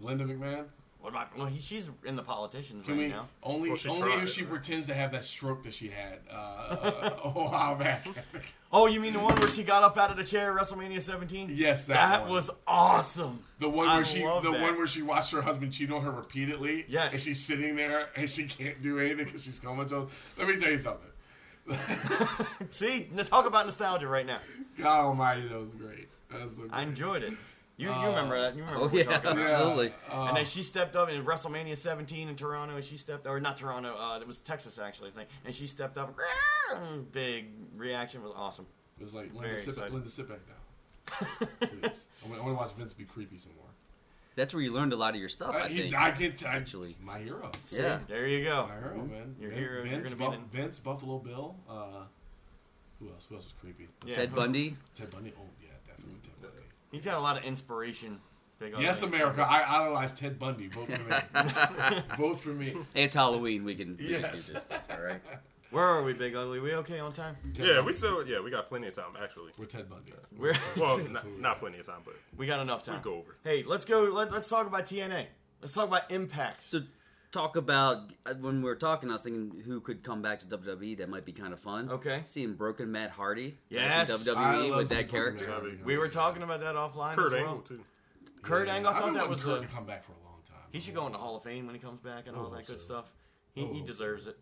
Speaker 4: Linda McMahon?
Speaker 1: What about? Well, he, she's in the politicians
Speaker 4: Can
Speaker 1: right
Speaker 4: we
Speaker 1: now.
Speaker 4: only
Speaker 2: Well, she
Speaker 4: only
Speaker 2: tried
Speaker 4: if
Speaker 2: it,
Speaker 4: she
Speaker 2: right?
Speaker 4: pretends to have that stroke that she had uh, a while back?
Speaker 1: Oh, you mean the one where she got up out of the chair at WrestleMania 17?
Speaker 4: yes, that,
Speaker 1: That
Speaker 4: one.
Speaker 1: was awesome.
Speaker 4: the one
Speaker 1: I
Speaker 4: where she
Speaker 1: love
Speaker 4: the
Speaker 1: that.
Speaker 4: one where she watched her husband cheat on her repeatedly.
Speaker 1: Yes.
Speaker 4: and she's sitting there and she can't do anything because she's comatose. Let me tell you something.
Speaker 1: See, n- talk about nostalgia right now.
Speaker 4: God Almighty, that was great. That was so
Speaker 1: I
Speaker 4: great.
Speaker 1: enjoyed it. You, you remember that? You remember
Speaker 3: Oh
Speaker 1: what we're
Speaker 3: yeah,
Speaker 1: talking about?
Speaker 3: absolutely.
Speaker 4: Uh,
Speaker 1: And then she stepped up in WrestleMania 17 in Toronto. and She stepped, or not Toronto, uh, it was Texas actually, I think. And she stepped up. and Big reaction was awesome.
Speaker 4: it was like
Speaker 1: Very
Speaker 4: Linda, sit back,
Speaker 1: excited.
Speaker 4: Linda, sit back down. Please. I want to watch Vince be creepy some more.
Speaker 3: That's where you learned a lot of your stuff.
Speaker 4: I,
Speaker 3: I
Speaker 4: Uh, he's,
Speaker 3: think.
Speaker 4: I get I-
Speaker 3: actually.
Speaker 4: my hero.
Speaker 3: Yeah.
Speaker 1: There you go.
Speaker 4: My hero, man.
Speaker 1: Mm-hmm. Your
Speaker 4: Vin-
Speaker 1: hero, you're
Speaker 4: Vince,
Speaker 1: gonna be
Speaker 4: Buff- Vince, Buffalo Bill. Uh, who else? Who else was creepy?
Speaker 1: Yeah.
Speaker 3: Ted Bundy.
Speaker 4: Ted Bundy. Oh yeah, definitely Ted Bundy.
Speaker 1: He's got a lot of inspiration. Big
Speaker 4: Yes,
Speaker 1: Ugly.
Speaker 4: America. I idolize Ted Bundy. Vote for me. Vote for me.
Speaker 3: Hey, It's Halloween. We can, we can
Speaker 4: Yes.
Speaker 3: do this stuff, all right?
Speaker 1: Where are we, Big Ugly? We okay on time?
Speaker 4: Ted
Speaker 2: Yeah,
Speaker 4: Bundy.
Speaker 2: we still yeah we got plenty of time actually.
Speaker 4: We're Ted Bundy.
Speaker 1: We're,
Speaker 2: Well, not, not plenty of time, but
Speaker 1: we got enough time.
Speaker 2: go over.
Speaker 1: Hey, let's go. Let, let's talk about TNA. Let's talk about Impact.
Speaker 3: So talk about uh, when we were talking, I was thinking who could come back to WWE that might be kind of fun.
Speaker 1: Okay.
Speaker 3: seeing broken Matt Hardy. back
Speaker 1: Yes.
Speaker 3: in
Speaker 4: I
Speaker 3: WWE
Speaker 4: love
Speaker 3: with
Speaker 4: seeing
Speaker 3: that character.
Speaker 4: Matt Hardy.
Speaker 1: we were talking about that offline.
Speaker 2: Kurt
Speaker 1: as well.
Speaker 2: Angle too.
Speaker 1: Kurt
Speaker 4: Yeah.
Speaker 1: Angle. I
Speaker 4: I've
Speaker 1: thought
Speaker 4: been
Speaker 1: that
Speaker 4: wanting
Speaker 1: was
Speaker 4: Kurt
Speaker 1: a,
Speaker 4: to come back for a long time.
Speaker 1: he should go in the Hall of Fame when he comes back and all
Speaker 4: Oh,
Speaker 1: that good
Speaker 4: so.
Speaker 1: stuff. He, he
Speaker 4: Oh.
Speaker 1: deserves it.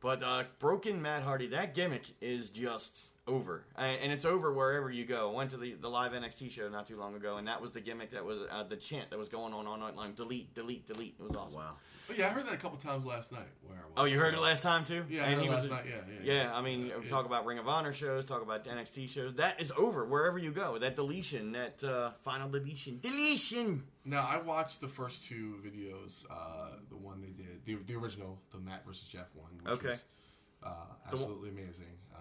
Speaker 1: But uh, broken Matt Hardy, that gimmick is just over, and, and it's over wherever you go. I went to the, the live NXT show not too long ago, and that was the gimmick that was uh, the chant that was going on all night long. Delete, delete, delete. It was awesome.
Speaker 3: Wow.
Speaker 4: But yeah, I heard that a couple times last night. Where I was.
Speaker 1: Oh, you heard it last time too.
Speaker 4: Yeah, I
Speaker 1: and
Speaker 4: heard
Speaker 1: he
Speaker 4: last
Speaker 1: was
Speaker 4: night. Yeah, yeah.
Speaker 1: Yeah, I mean,
Speaker 4: Uh,
Speaker 1: we
Speaker 4: yeah.
Speaker 1: talk about Ring of Honor shows, talk about NXT shows. That is over wherever you go. That deletion, that uh, final deletion, deletion.
Speaker 4: Now I watched the first two videos. Uh, the one they did, the, the original, the Matt versus Jeff one. Which
Speaker 1: Okay.
Speaker 4: Was, uh, absolutely amazing. Uh,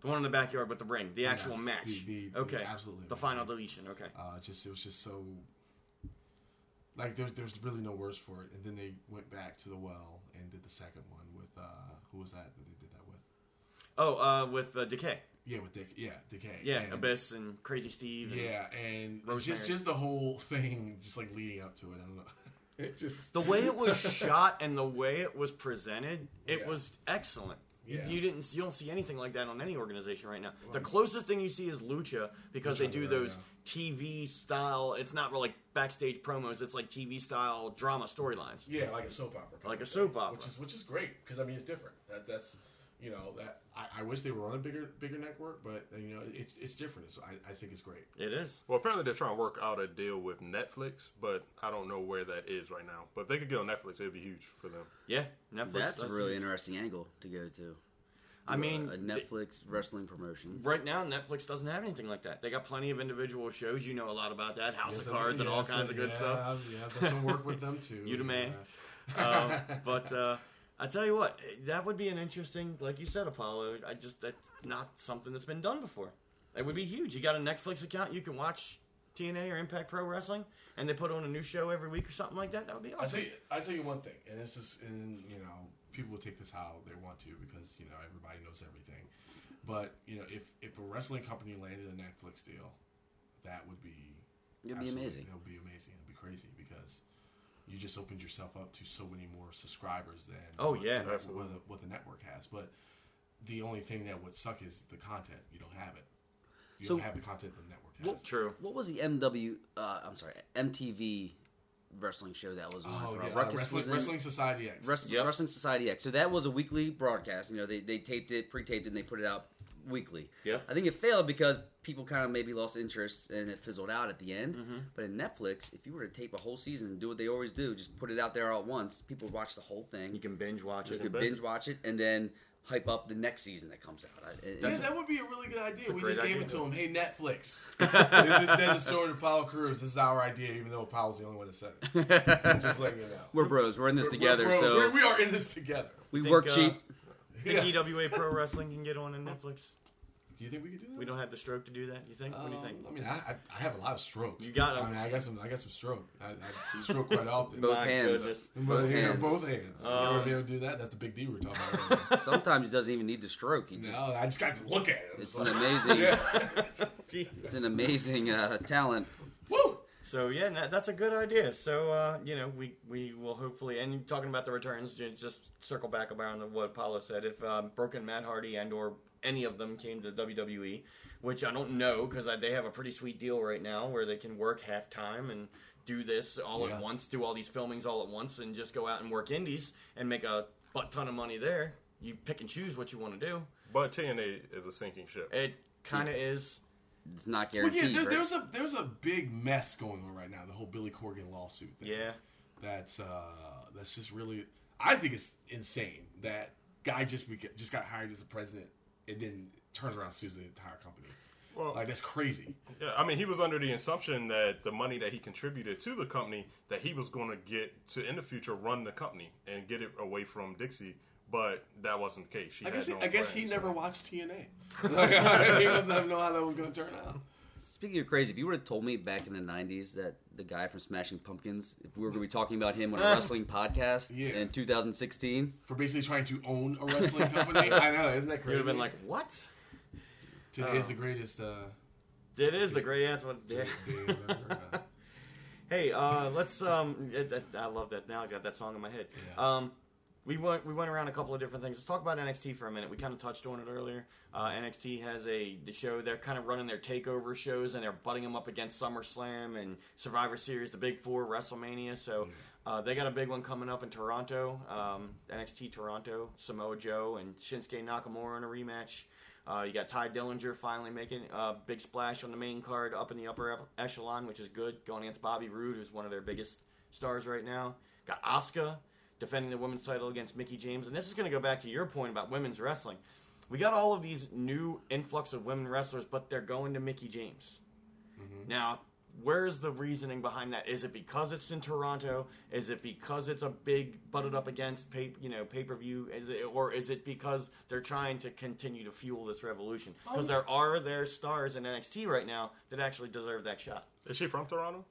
Speaker 1: The one in the backyard with the ring, the actual
Speaker 4: Yes,
Speaker 1: match.
Speaker 4: the- the-
Speaker 1: okay,
Speaker 4: the absolutely
Speaker 1: The
Speaker 4: right.
Speaker 1: final deletion. Okay.
Speaker 4: uh, just it was just so. Like there's there's really no words for it. And then they went back to the well and did the second one with uh, who was that that they did that with?
Speaker 1: Oh, uh, with uh, Decay.
Speaker 4: Yeah, with Dick. Yeah, Decay.
Speaker 1: Yeah,
Speaker 4: and,
Speaker 1: Abyss and Crazy Steve. And
Speaker 4: Yeah, and
Speaker 1: Rosemary.
Speaker 4: just just the whole thing, just like leading up to it. I don't know. It just
Speaker 1: The way it was shot and the way it was presented, it
Speaker 4: Yeah.
Speaker 1: was excellent. You,
Speaker 4: Yeah.
Speaker 1: you didn't you don't see anything like that on any organization right now. The closest thing you see is Lucha because they
Speaker 4: Lucha
Speaker 1: do
Speaker 4: Underground,
Speaker 1: those
Speaker 4: yeah.
Speaker 1: TV style. It's not really like backstage promos. It's like TV style drama storylines.
Speaker 4: Yeah, like a soap opera. kind
Speaker 1: Like
Speaker 4: of
Speaker 1: a
Speaker 4: thing,
Speaker 1: soap opera.
Speaker 4: which is which is great because I mean it's different. That that's you know that I, I wish they were on a bigger bigger network, but uh, you know it's it's different. So I, I think it's great.
Speaker 1: It is.
Speaker 2: Well, apparently they're trying to work out a deal with Netflix, but I don't know where that is right now. But if they could get on Netflix, it'd be huge for them.
Speaker 1: Yeah, Netflix.
Speaker 3: That's a
Speaker 1: does
Speaker 3: really
Speaker 1: it.
Speaker 3: interesting angle to go to.
Speaker 1: I mean,
Speaker 3: a
Speaker 1: th-
Speaker 3: Netflix wrestling promotion.
Speaker 1: Right now, Netflix doesn't have anything like that. They got plenty of individual shows. You know a lot about that, House of Cards, and all
Speaker 4: Yes,
Speaker 1: kinds of good
Speaker 4: yeah,
Speaker 1: stuff.
Speaker 4: Yeah, I've done some work with them too. uh,
Speaker 1: You the man.
Speaker 4: Yeah.
Speaker 1: um, but uh, I tell you what, that would be an interesting, like you said, Apollo. I just that's not something that's been done before. That would be huge. You got a Netflix account, you can watch TNA or Impact Pro Wrestling, and they put on a new show every week or something like that. That would be
Speaker 4: I tell
Speaker 1: awesome.
Speaker 4: you, I tell you one thing, and this is, and you know, people will take this how they want to because you know everybody knows everything. But you know, if if a wrestling company landed a Netflix deal, that would be
Speaker 3: It'd be
Speaker 4: absolutely-
Speaker 3: amazing.
Speaker 4: It would be amazing. It'd be crazy because you just opened yourself up to so many more subscribers than
Speaker 1: Oh,
Speaker 4: what-
Speaker 1: yeah.
Speaker 4: than what,
Speaker 2: Absolutely.
Speaker 4: the, what the network has. But the only thing that would suck is the content. You don't have it. You
Speaker 3: So-
Speaker 4: don't have the content the network has.
Speaker 1: True.
Speaker 3: What was the MW? Uh, I'm sorry, MTV wrestling show that was on
Speaker 4: Oh
Speaker 3: for a
Speaker 4: yeah,
Speaker 3: Ruckus was
Speaker 4: wrestling,
Speaker 3: in-
Speaker 4: wrestling Society X.
Speaker 3: Wrestling,
Speaker 1: Yep.
Speaker 3: Wrestling Society X. So that was a weekly broadcast. You know, they, they taped it, pre-taped it, and they put it out weekly.
Speaker 1: Yeah.
Speaker 3: I think it failed because people kind of maybe lost interest and it fizzled out at the end.
Speaker 1: Mm-hmm.
Speaker 3: But in Netflix, if you were to tape a whole season and do what they always do, just put it out there all at once, people would watch the whole thing.
Speaker 1: You can binge watch
Speaker 3: You
Speaker 1: it.
Speaker 3: could binge watch it and then hype up the next season that comes out. I- and-
Speaker 4: Yeah, that would be a really good idea.
Speaker 1: a
Speaker 4: We
Speaker 1: great
Speaker 4: just gave
Speaker 1: idea.
Speaker 4: it to him. Hey, Netflix. this is Desert Sword and Apollo Cruz. This is our idea, even though Apollo's the only one that said it. just letting you know.
Speaker 3: we're bros. We're in this together,
Speaker 4: We're-
Speaker 3: so
Speaker 4: we're- we are in this together.
Speaker 3: we
Speaker 1: Think,
Speaker 3: work
Speaker 1: uh,
Speaker 3: cheap.
Speaker 1: Think
Speaker 4: Yeah.
Speaker 1: EWA Pro Wrestling can get on in Netflix.
Speaker 4: Do you think we could do that?
Speaker 1: We don't have the stroke to do that. You think? what do you
Speaker 4: Um,
Speaker 1: think?
Speaker 4: I mean, I, I, I have a lot of stroke.
Speaker 1: You got 'em.
Speaker 4: I mean, I got some. I got some stroke. I, I stroke quite often.
Speaker 3: Both
Speaker 1: my
Speaker 3: hands.
Speaker 1: goodness.
Speaker 3: Both
Speaker 4: you know,
Speaker 3: hands.
Speaker 4: both hands. You
Speaker 1: Um,
Speaker 4: ever be able to do that? That's the big D we're talking about. right
Speaker 3: Sometimes he doesn't even need the stroke. He
Speaker 4: now.
Speaker 3: just
Speaker 4: no, I just got to look at it.
Speaker 3: it's an
Speaker 4: like,
Speaker 3: amazing
Speaker 4: yeah.
Speaker 1: Jesus.
Speaker 3: it's an amazing uh, talent.
Speaker 4: Woo!
Speaker 1: So yeah, that, that's a good idea. So uh, you know, we we will hopefully and talking about the returns, ju- just circle back around to what Paulo said. If um, Broken Matt Hardy and or any of them came to WWE, which I don't know because they have a pretty sweet deal right now where they can work half time and do this all
Speaker 4: Yeah.
Speaker 1: at once, do all these filmings all at once, and just go out and work indies and make a butt ton of money there. You pick and choose what you want to do.
Speaker 2: But TNA is a sinking ship.
Speaker 1: It kind of
Speaker 3: Yes.
Speaker 1: is.
Speaker 3: It's not
Speaker 4: Well,
Speaker 3: guaranteed.
Speaker 4: yeah, there,
Speaker 3: right?
Speaker 4: there's a there's a big mess going on right now. The whole Billy Corgan lawsuit. Thing.
Speaker 1: Yeah.
Speaker 4: that's uh, that's just really. I think it's insane that guy just beca- just got hired as a president and then turns around and sues the entire company.
Speaker 2: Well-
Speaker 4: like that's crazy.
Speaker 2: Yeah, I mean, he was under the assumption that the money that he contributed to the company that he was going to get to in the future run the company and get it away from Dixie, but that wasn't the case. She
Speaker 4: I
Speaker 2: had
Speaker 4: guess he,
Speaker 2: no
Speaker 4: I guess he
Speaker 2: plans.
Speaker 4: never watched TNA. Like, he doesn't know how that was going to turn out.
Speaker 3: Speaking of crazy, if you would have told me back in the '90s that the guy from Smashing Pumpkins, if we were going to be talking about him on a wrestling podcast
Speaker 4: Yeah.
Speaker 3: in 2016,
Speaker 4: for basically trying to own a wrestling company. I know, isn't that
Speaker 1: You
Speaker 4: crazy?
Speaker 1: would have been like, what?
Speaker 4: today is the greatest uh,
Speaker 1: It is the great. That's what.
Speaker 4: day
Speaker 1: Yeah.
Speaker 4: of ever. Uh,
Speaker 1: Hey, uh, let's. Um, it, it, I love that. Now I've got that song in my head.
Speaker 4: Yeah.
Speaker 1: Um, we went we went around a couple of different things. Let's talk about NXT for a minute. We kind of touched on it earlier. Uh, NXT has a the show. They're kind of running their takeover shows and they're butting them up against SummerSlam and Survivor Series, the Big Four, WrestleMania. So uh, they got a big one coming up in Toronto. Um, NXT Toronto, Samoa Joe and Shinsuke Nakamura in a rematch. Uh, you got Ty Dillinger finally making a big splash on the main card up in the upper ep- echelon, which is good. Going against Bobby Roode, who's one of their biggest stars right now. Got Asuka defending the women's title against Mickey James. And this is going to go back to your point about women's wrestling. We got all of these new influx of women wrestlers, but they're going to Mickey James.
Speaker 4: Mm-hmm.
Speaker 1: Now, where is the reasoning behind that? Is it because it's in Toronto? Is it because it's a big butted up against pay, you know pay per view? Is it or is it because they're trying to continue to fuel this revolution?
Speaker 4: Oh,
Speaker 1: Because there are their stars in NXT right now that actually deserve that shot.
Speaker 2: Is she from Toronto?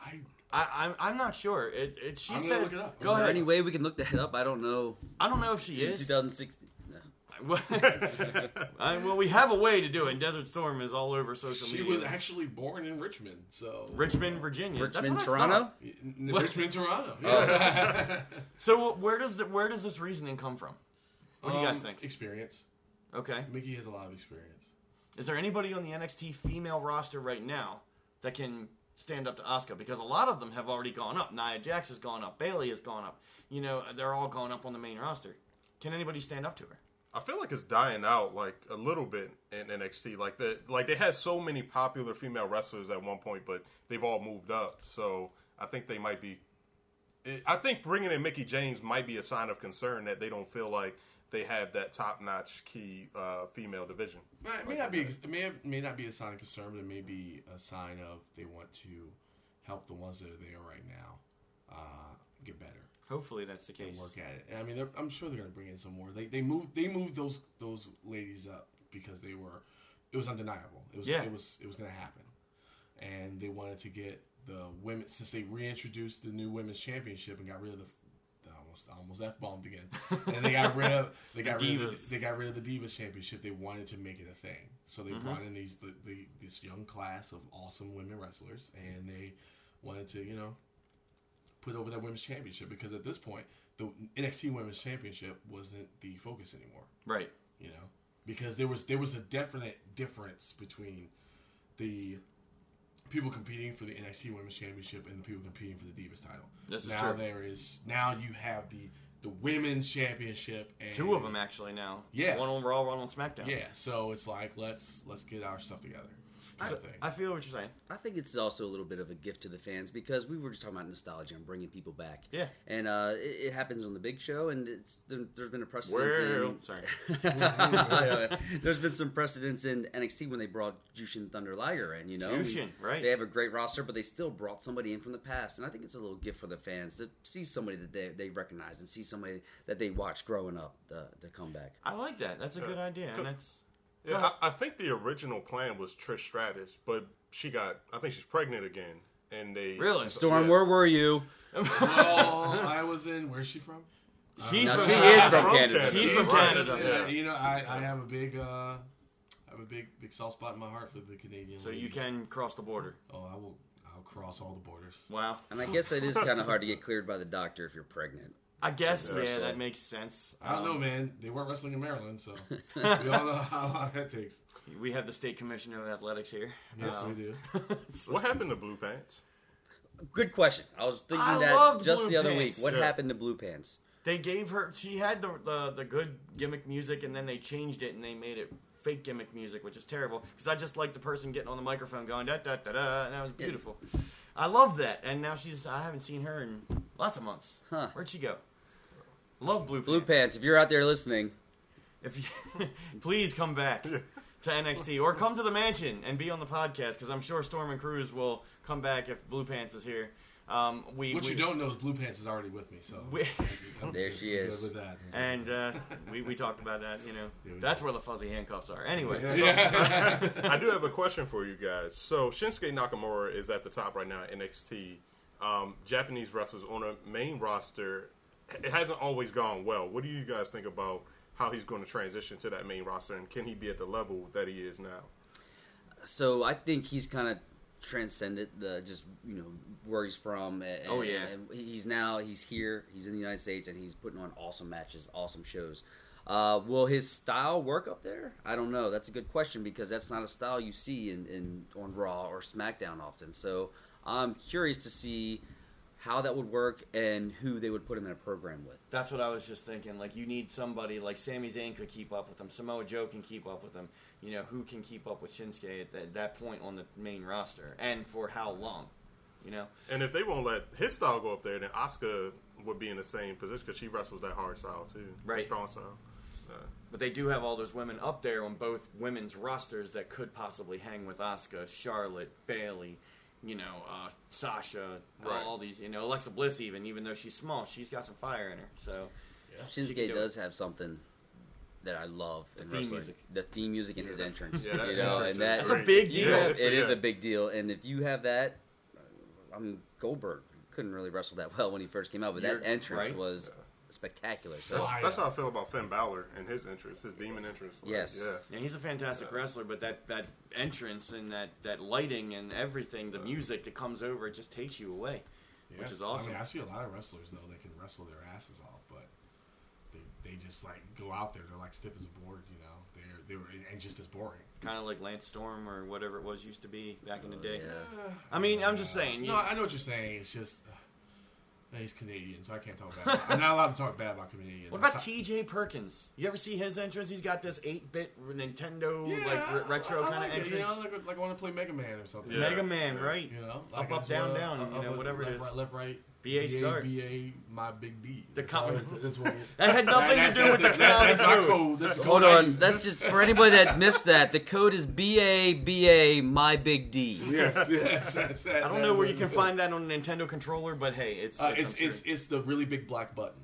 Speaker 4: I
Speaker 1: I, I'm I'm not sure. It, it she
Speaker 4: I'm gonna
Speaker 1: said.
Speaker 4: look it up.
Speaker 1: Go
Speaker 3: is there
Speaker 1: ahead.
Speaker 3: any way we can look that up? I don't know.
Speaker 1: I don't know if she
Speaker 3: In
Speaker 1: is.
Speaker 3: 2016. No.
Speaker 1: I, well, we have a way to do it. And Desert Storm is all over social
Speaker 4: she
Speaker 1: media.
Speaker 4: was actually born in Richmond, so
Speaker 1: Richmond, Virginia. That's
Speaker 3: Richmond,
Speaker 1: what I
Speaker 3: Toronto.
Speaker 1: thought.
Speaker 4: N- Richmond, Toronto.
Speaker 1: Oh.
Speaker 4: Yeah.
Speaker 1: So where does the, where does this reasoning come from? What do you guys
Speaker 4: Um,
Speaker 1: think?
Speaker 4: Experience.
Speaker 1: Okay.
Speaker 4: Mickey has a lot of experience.
Speaker 1: Is there anybody on the NXT female roster right now that can stand up to Asuka? Because a lot of them have already gone up. Nia Jax has gone up. Bailey has gone up. You know, they're all gone up on the main roster. Can anybody stand up to her?
Speaker 2: I feel like it's dying out like a little bit in NXT. Like the like they had so many popular female wrestlers at one point, but they've all moved up. So I think they might be. it- I think bringing in Mickey James might be a sign of concern that they don't feel like they have that top notch key uh, female division.
Speaker 4: Well, It may not be. It may, may not be a sign of concern, but it may be a sign of they want to help the ones that are there right now uh, get better
Speaker 1: Hopefully that's the case.
Speaker 4: and work at it. And I mean, they're- I'm sure they're going to bring in some more. They they moved they moved those those ladies up because they were it was undeniable. It was
Speaker 1: Yeah.
Speaker 4: it was it was going to happen, and they wanted to get the women since they reintroduced the new women's championship and got rid of the. I Almost, I almost f bombed again. And they got rid of they got rid of
Speaker 1: Divas.
Speaker 4: the, they got rid of the divas championship. They wanted to make it a thing, so they brought in these the, the, this young class of awesome women wrestlers, and they wanted to you know put over that women's championship because at this point the NXT women's championship wasn't the focus anymore.
Speaker 1: Right.
Speaker 4: You know, because there was there was a definite difference between the people competing for the NXT women's championship and the people competing for the Divas title.
Speaker 1: This is
Speaker 4: now
Speaker 1: true.
Speaker 4: there is now you have the the women's championship and
Speaker 1: Two of them actually now.
Speaker 4: Yeah.
Speaker 1: One on Raw, one on SmackDown.
Speaker 4: Yeah, so it's like let's let's get our stuff together.
Speaker 1: So,
Speaker 4: Sort of thing.
Speaker 1: I feel what you're saying.
Speaker 3: I think it's also a little bit of a gift to the fans because we were just talking about nostalgia and bringing people back.
Speaker 1: Yeah.
Speaker 3: and uh, it, it happens on the big show, and it's there, there's been a precedence.
Speaker 1: Well,
Speaker 3: in,
Speaker 1: sorry.
Speaker 3: there's been some precedence in NXT when they brought Jushin Thunder Liger in. You know,
Speaker 1: Jushin, right.
Speaker 3: They have a great roster, but they still brought somebody in from the past, and I think it's a little gift for the fans to see somebody that they, they recognize and see somebody that they watched growing up to, to come back.
Speaker 1: I like that. That's a
Speaker 4: Uh,
Speaker 1: good idea. And that's
Speaker 2: Yeah, I, I think the original plan was Trish Stratus, but she got. I think she's pregnant again, and they
Speaker 1: Really?
Speaker 3: Storm,
Speaker 2: Yeah.
Speaker 3: where were you?
Speaker 4: well, I was in. Where's she from?
Speaker 1: she's
Speaker 3: Now
Speaker 1: from
Speaker 3: she
Speaker 1: Canada.
Speaker 3: is from Canada.
Speaker 1: She's from
Speaker 2: right.
Speaker 1: Canada.
Speaker 2: Yeah.
Speaker 4: You know, I, I have a big uh, I have a big big soft spot in my heart for the Canadian.
Speaker 1: So you
Speaker 4: ladies.
Speaker 1: can cross the border.
Speaker 4: Oh, I will. I'll cross all the borders.
Speaker 1: Wow.
Speaker 3: And I guess that is kind of hard to get cleared by the doctor if you're pregnant.
Speaker 1: I guess yeah,
Speaker 2: so-
Speaker 1: that makes sense. Um,
Speaker 4: I don't know, man. They weren't wrestling in Maryland, so we all know how long that takes.
Speaker 1: We have the state commissioner of athletics here.
Speaker 4: Yes,
Speaker 1: Um,
Speaker 4: we do.
Speaker 2: What happened to Blue Pants?
Speaker 3: Good question. I was thinking
Speaker 1: I
Speaker 3: that
Speaker 1: loved
Speaker 3: just
Speaker 1: Blue
Speaker 3: the other
Speaker 1: Pants.
Speaker 3: week. What
Speaker 2: Yeah.
Speaker 3: happened to Blue Pants?
Speaker 1: They gave her. She had the, the the good gimmick music, and then they changed it and they made it fake gimmick music, which is terrible. Because I just like the person getting on the microphone going da da da da, and that was beautiful. I love that. And now she's. I haven't seen her in lots of months.
Speaker 3: Huh.
Speaker 1: Where'd she go? Love blue
Speaker 3: Blue Pants, if you're out there listening,
Speaker 1: If you please come back. to NXT or come to the mansion and be on the podcast because I'm sure Storm and Cruz will come back if Blue Pants is here. Um, we,
Speaker 4: What
Speaker 1: we,
Speaker 4: you don't know is Blue Pants is already with me, so
Speaker 1: We,
Speaker 4: I'm
Speaker 3: There she
Speaker 4: good
Speaker 3: is.
Speaker 4: with that.
Speaker 1: and uh, we, we talked about that, you know.
Speaker 4: we
Speaker 1: That's where the fuzzy handcuffs are. Anyway,
Speaker 4: Yeah.
Speaker 2: I do have a question for you guys. So Shinsuke Nakamura is at the top right now at NXT. Um, Japanese wrestlers on a main roster. It hasn't always gone well. What do you guys think about how he's going to transition to that main roster, and can he be at the level that he is now?
Speaker 3: So I think he's kind of transcended the just you know where he's from. And,
Speaker 1: Oh, yeah.
Speaker 3: and he's now he's here. He's in the United States, and he's putting on awesome matches, awesome shows. Uh, will his style work up there? I don't know. That's a good question because that's not a style you see in, in on Raw or SmackDown often. So I'm curious to see how that would work and who they would put him in a program with.
Speaker 1: That's what I was just thinking. Like, you need somebody like Sami Zayn could keep up with them. Samoa Joe can keep up with them. You know, who can keep up with Shinsuke at that, that point on the main roster, and for how long? You know,
Speaker 2: And if they won't let his style go up there, then Asuka would be in the same position because she wrestles that hard style too,
Speaker 1: Right.
Speaker 2: Strong style. Uh,
Speaker 1: but they do have all those women up there on both women's rosters that could possibly hang with Asuka, Charlotte, Bailey. You know, uh, Sasha,
Speaker 2: Right.
Speaker 1: all these. You know, Alexa Bliss. Even even though she's small, she's got some fire in her. So She can
Speaker 3: Shinsuke
Speaker 1: do
Speaker 3: does have something that I love in
Speaker 1: theme
Speaker 3: wrestling.
Speaker 1: music.
Speaker 3: The theme music and his entrance.
Speaker 2: Yeah, that
Speaker 3: you know,
Speaker 2: entrance
Speaker 3: and
Speaker 2: is
Speaker 3: that,
Speaker 1: That's a
Speaker 2: great.
Speaker 1: big
Speaker 3: you
Speaker 1: deal.
Speaker 3: know,
Speaker 2: Yeah,
Speaker 3: it
Speaker 2: it's-
Speaker 3: is
Speaker 2: yeah.
Speaker 3: a big deal. And if you have that, I mean, Goldberg couldn't really wrestle that well when he first came out, but
Speaker 1: You're
Speaker 3: that entrance
Speaker 1: right.
Speaker 3: was spectacular. So
Speaker 2: That's,
Speaker 4: Fire.
Speaker 2: that's how I feel about Finn Balor and his entrance, his demon entrance. Like,
Speaker 3: Yes.
Speaker 2: Yeah.
Speaker 1: Yeah, he's a fantastic wrestler, but that, that entrance and that, that lighting and everything, the music that comes over, it just takes you away, which
Speaker 4: Yeah.
Speaker 1: is awesome.
Speaker 4: I mean, I see a lot of wrestlers though they can wrestle their asses off, but they, they just like go out there. They're like stiff as a board, you know. They're they were and just as boring.
Speaker 1: kind of like Lance Storm or whatever it was used to be back in the
Speaker 3: Oh,
Speaker 1: day.
Speaker 3: yeah.
Speaker 1: I mean, I'm just saying. You,
Speaker 4: No, I know what you're saying. It's just uh, he's Canadian, so I can't talk bad. About, I'm not allowed to talk bad about Canadians.
Speaker 1: what about
Speaker 4: I'm so-
Speaker 1: T.J. Perkins? You ever see his entrance? He's got this 8-bit Nintendo
Speaker 4: Yeah,
Speaker 1: like re- retro
Speaker 4: I
Speaker 1: kind
Speaker 4: like
Speaker 1: of
Speaker 4: it,
Speaker 1: entrance.
Speaker 4: You know, like, like I want to play Mega Man or something.
Speaker 2: Yeah.
Speaker 1: Mega Man, right?
Speaker 4: You know,
Speaker 1: up,
Speaker 4: like
Speaker 1: up,
Speaker 4: it's,
Speaker 1: down,
Speaker 4: uh,
Speaker 1: down.
Speaker 4: up,
Speaker 1: you know,
Speaker 4: up,
Speaker 1: whatever
Speaker 4: left,
Speaker 1: it is.
Speaker 4: Right, left, right.
Speaker 1: BA start.
Speaker 4: BA, my big B.
Speaker 1: The
Speaker 4: That's
Speaker 1: com-
Speaker 4: all it- that's what-
Speaker 1: That had nothing to
Speaker 4: That's-
Speaker 1: do with the
Speaker 4: that's- That's
Speaker 1: clown.
Speaker 4: not cool. That's the code
Speaker 3: Hold
Speaker 4: I
Speaker 3: on.
Speaker 4: use.
Speaker 3: That's just for anybody that missed that. The code is BABA, my big D.
Speaker 4: yes, yes. That's, that,
Speaker 1: I don't know where you can find that on a Nintendo controller, but hey, it's
Speaker 4: Uh,
Speaker 1: it's,
Speaker 4: it's
Speaker 1: I'm sure.
Speaker 4: it's it's the really big black button.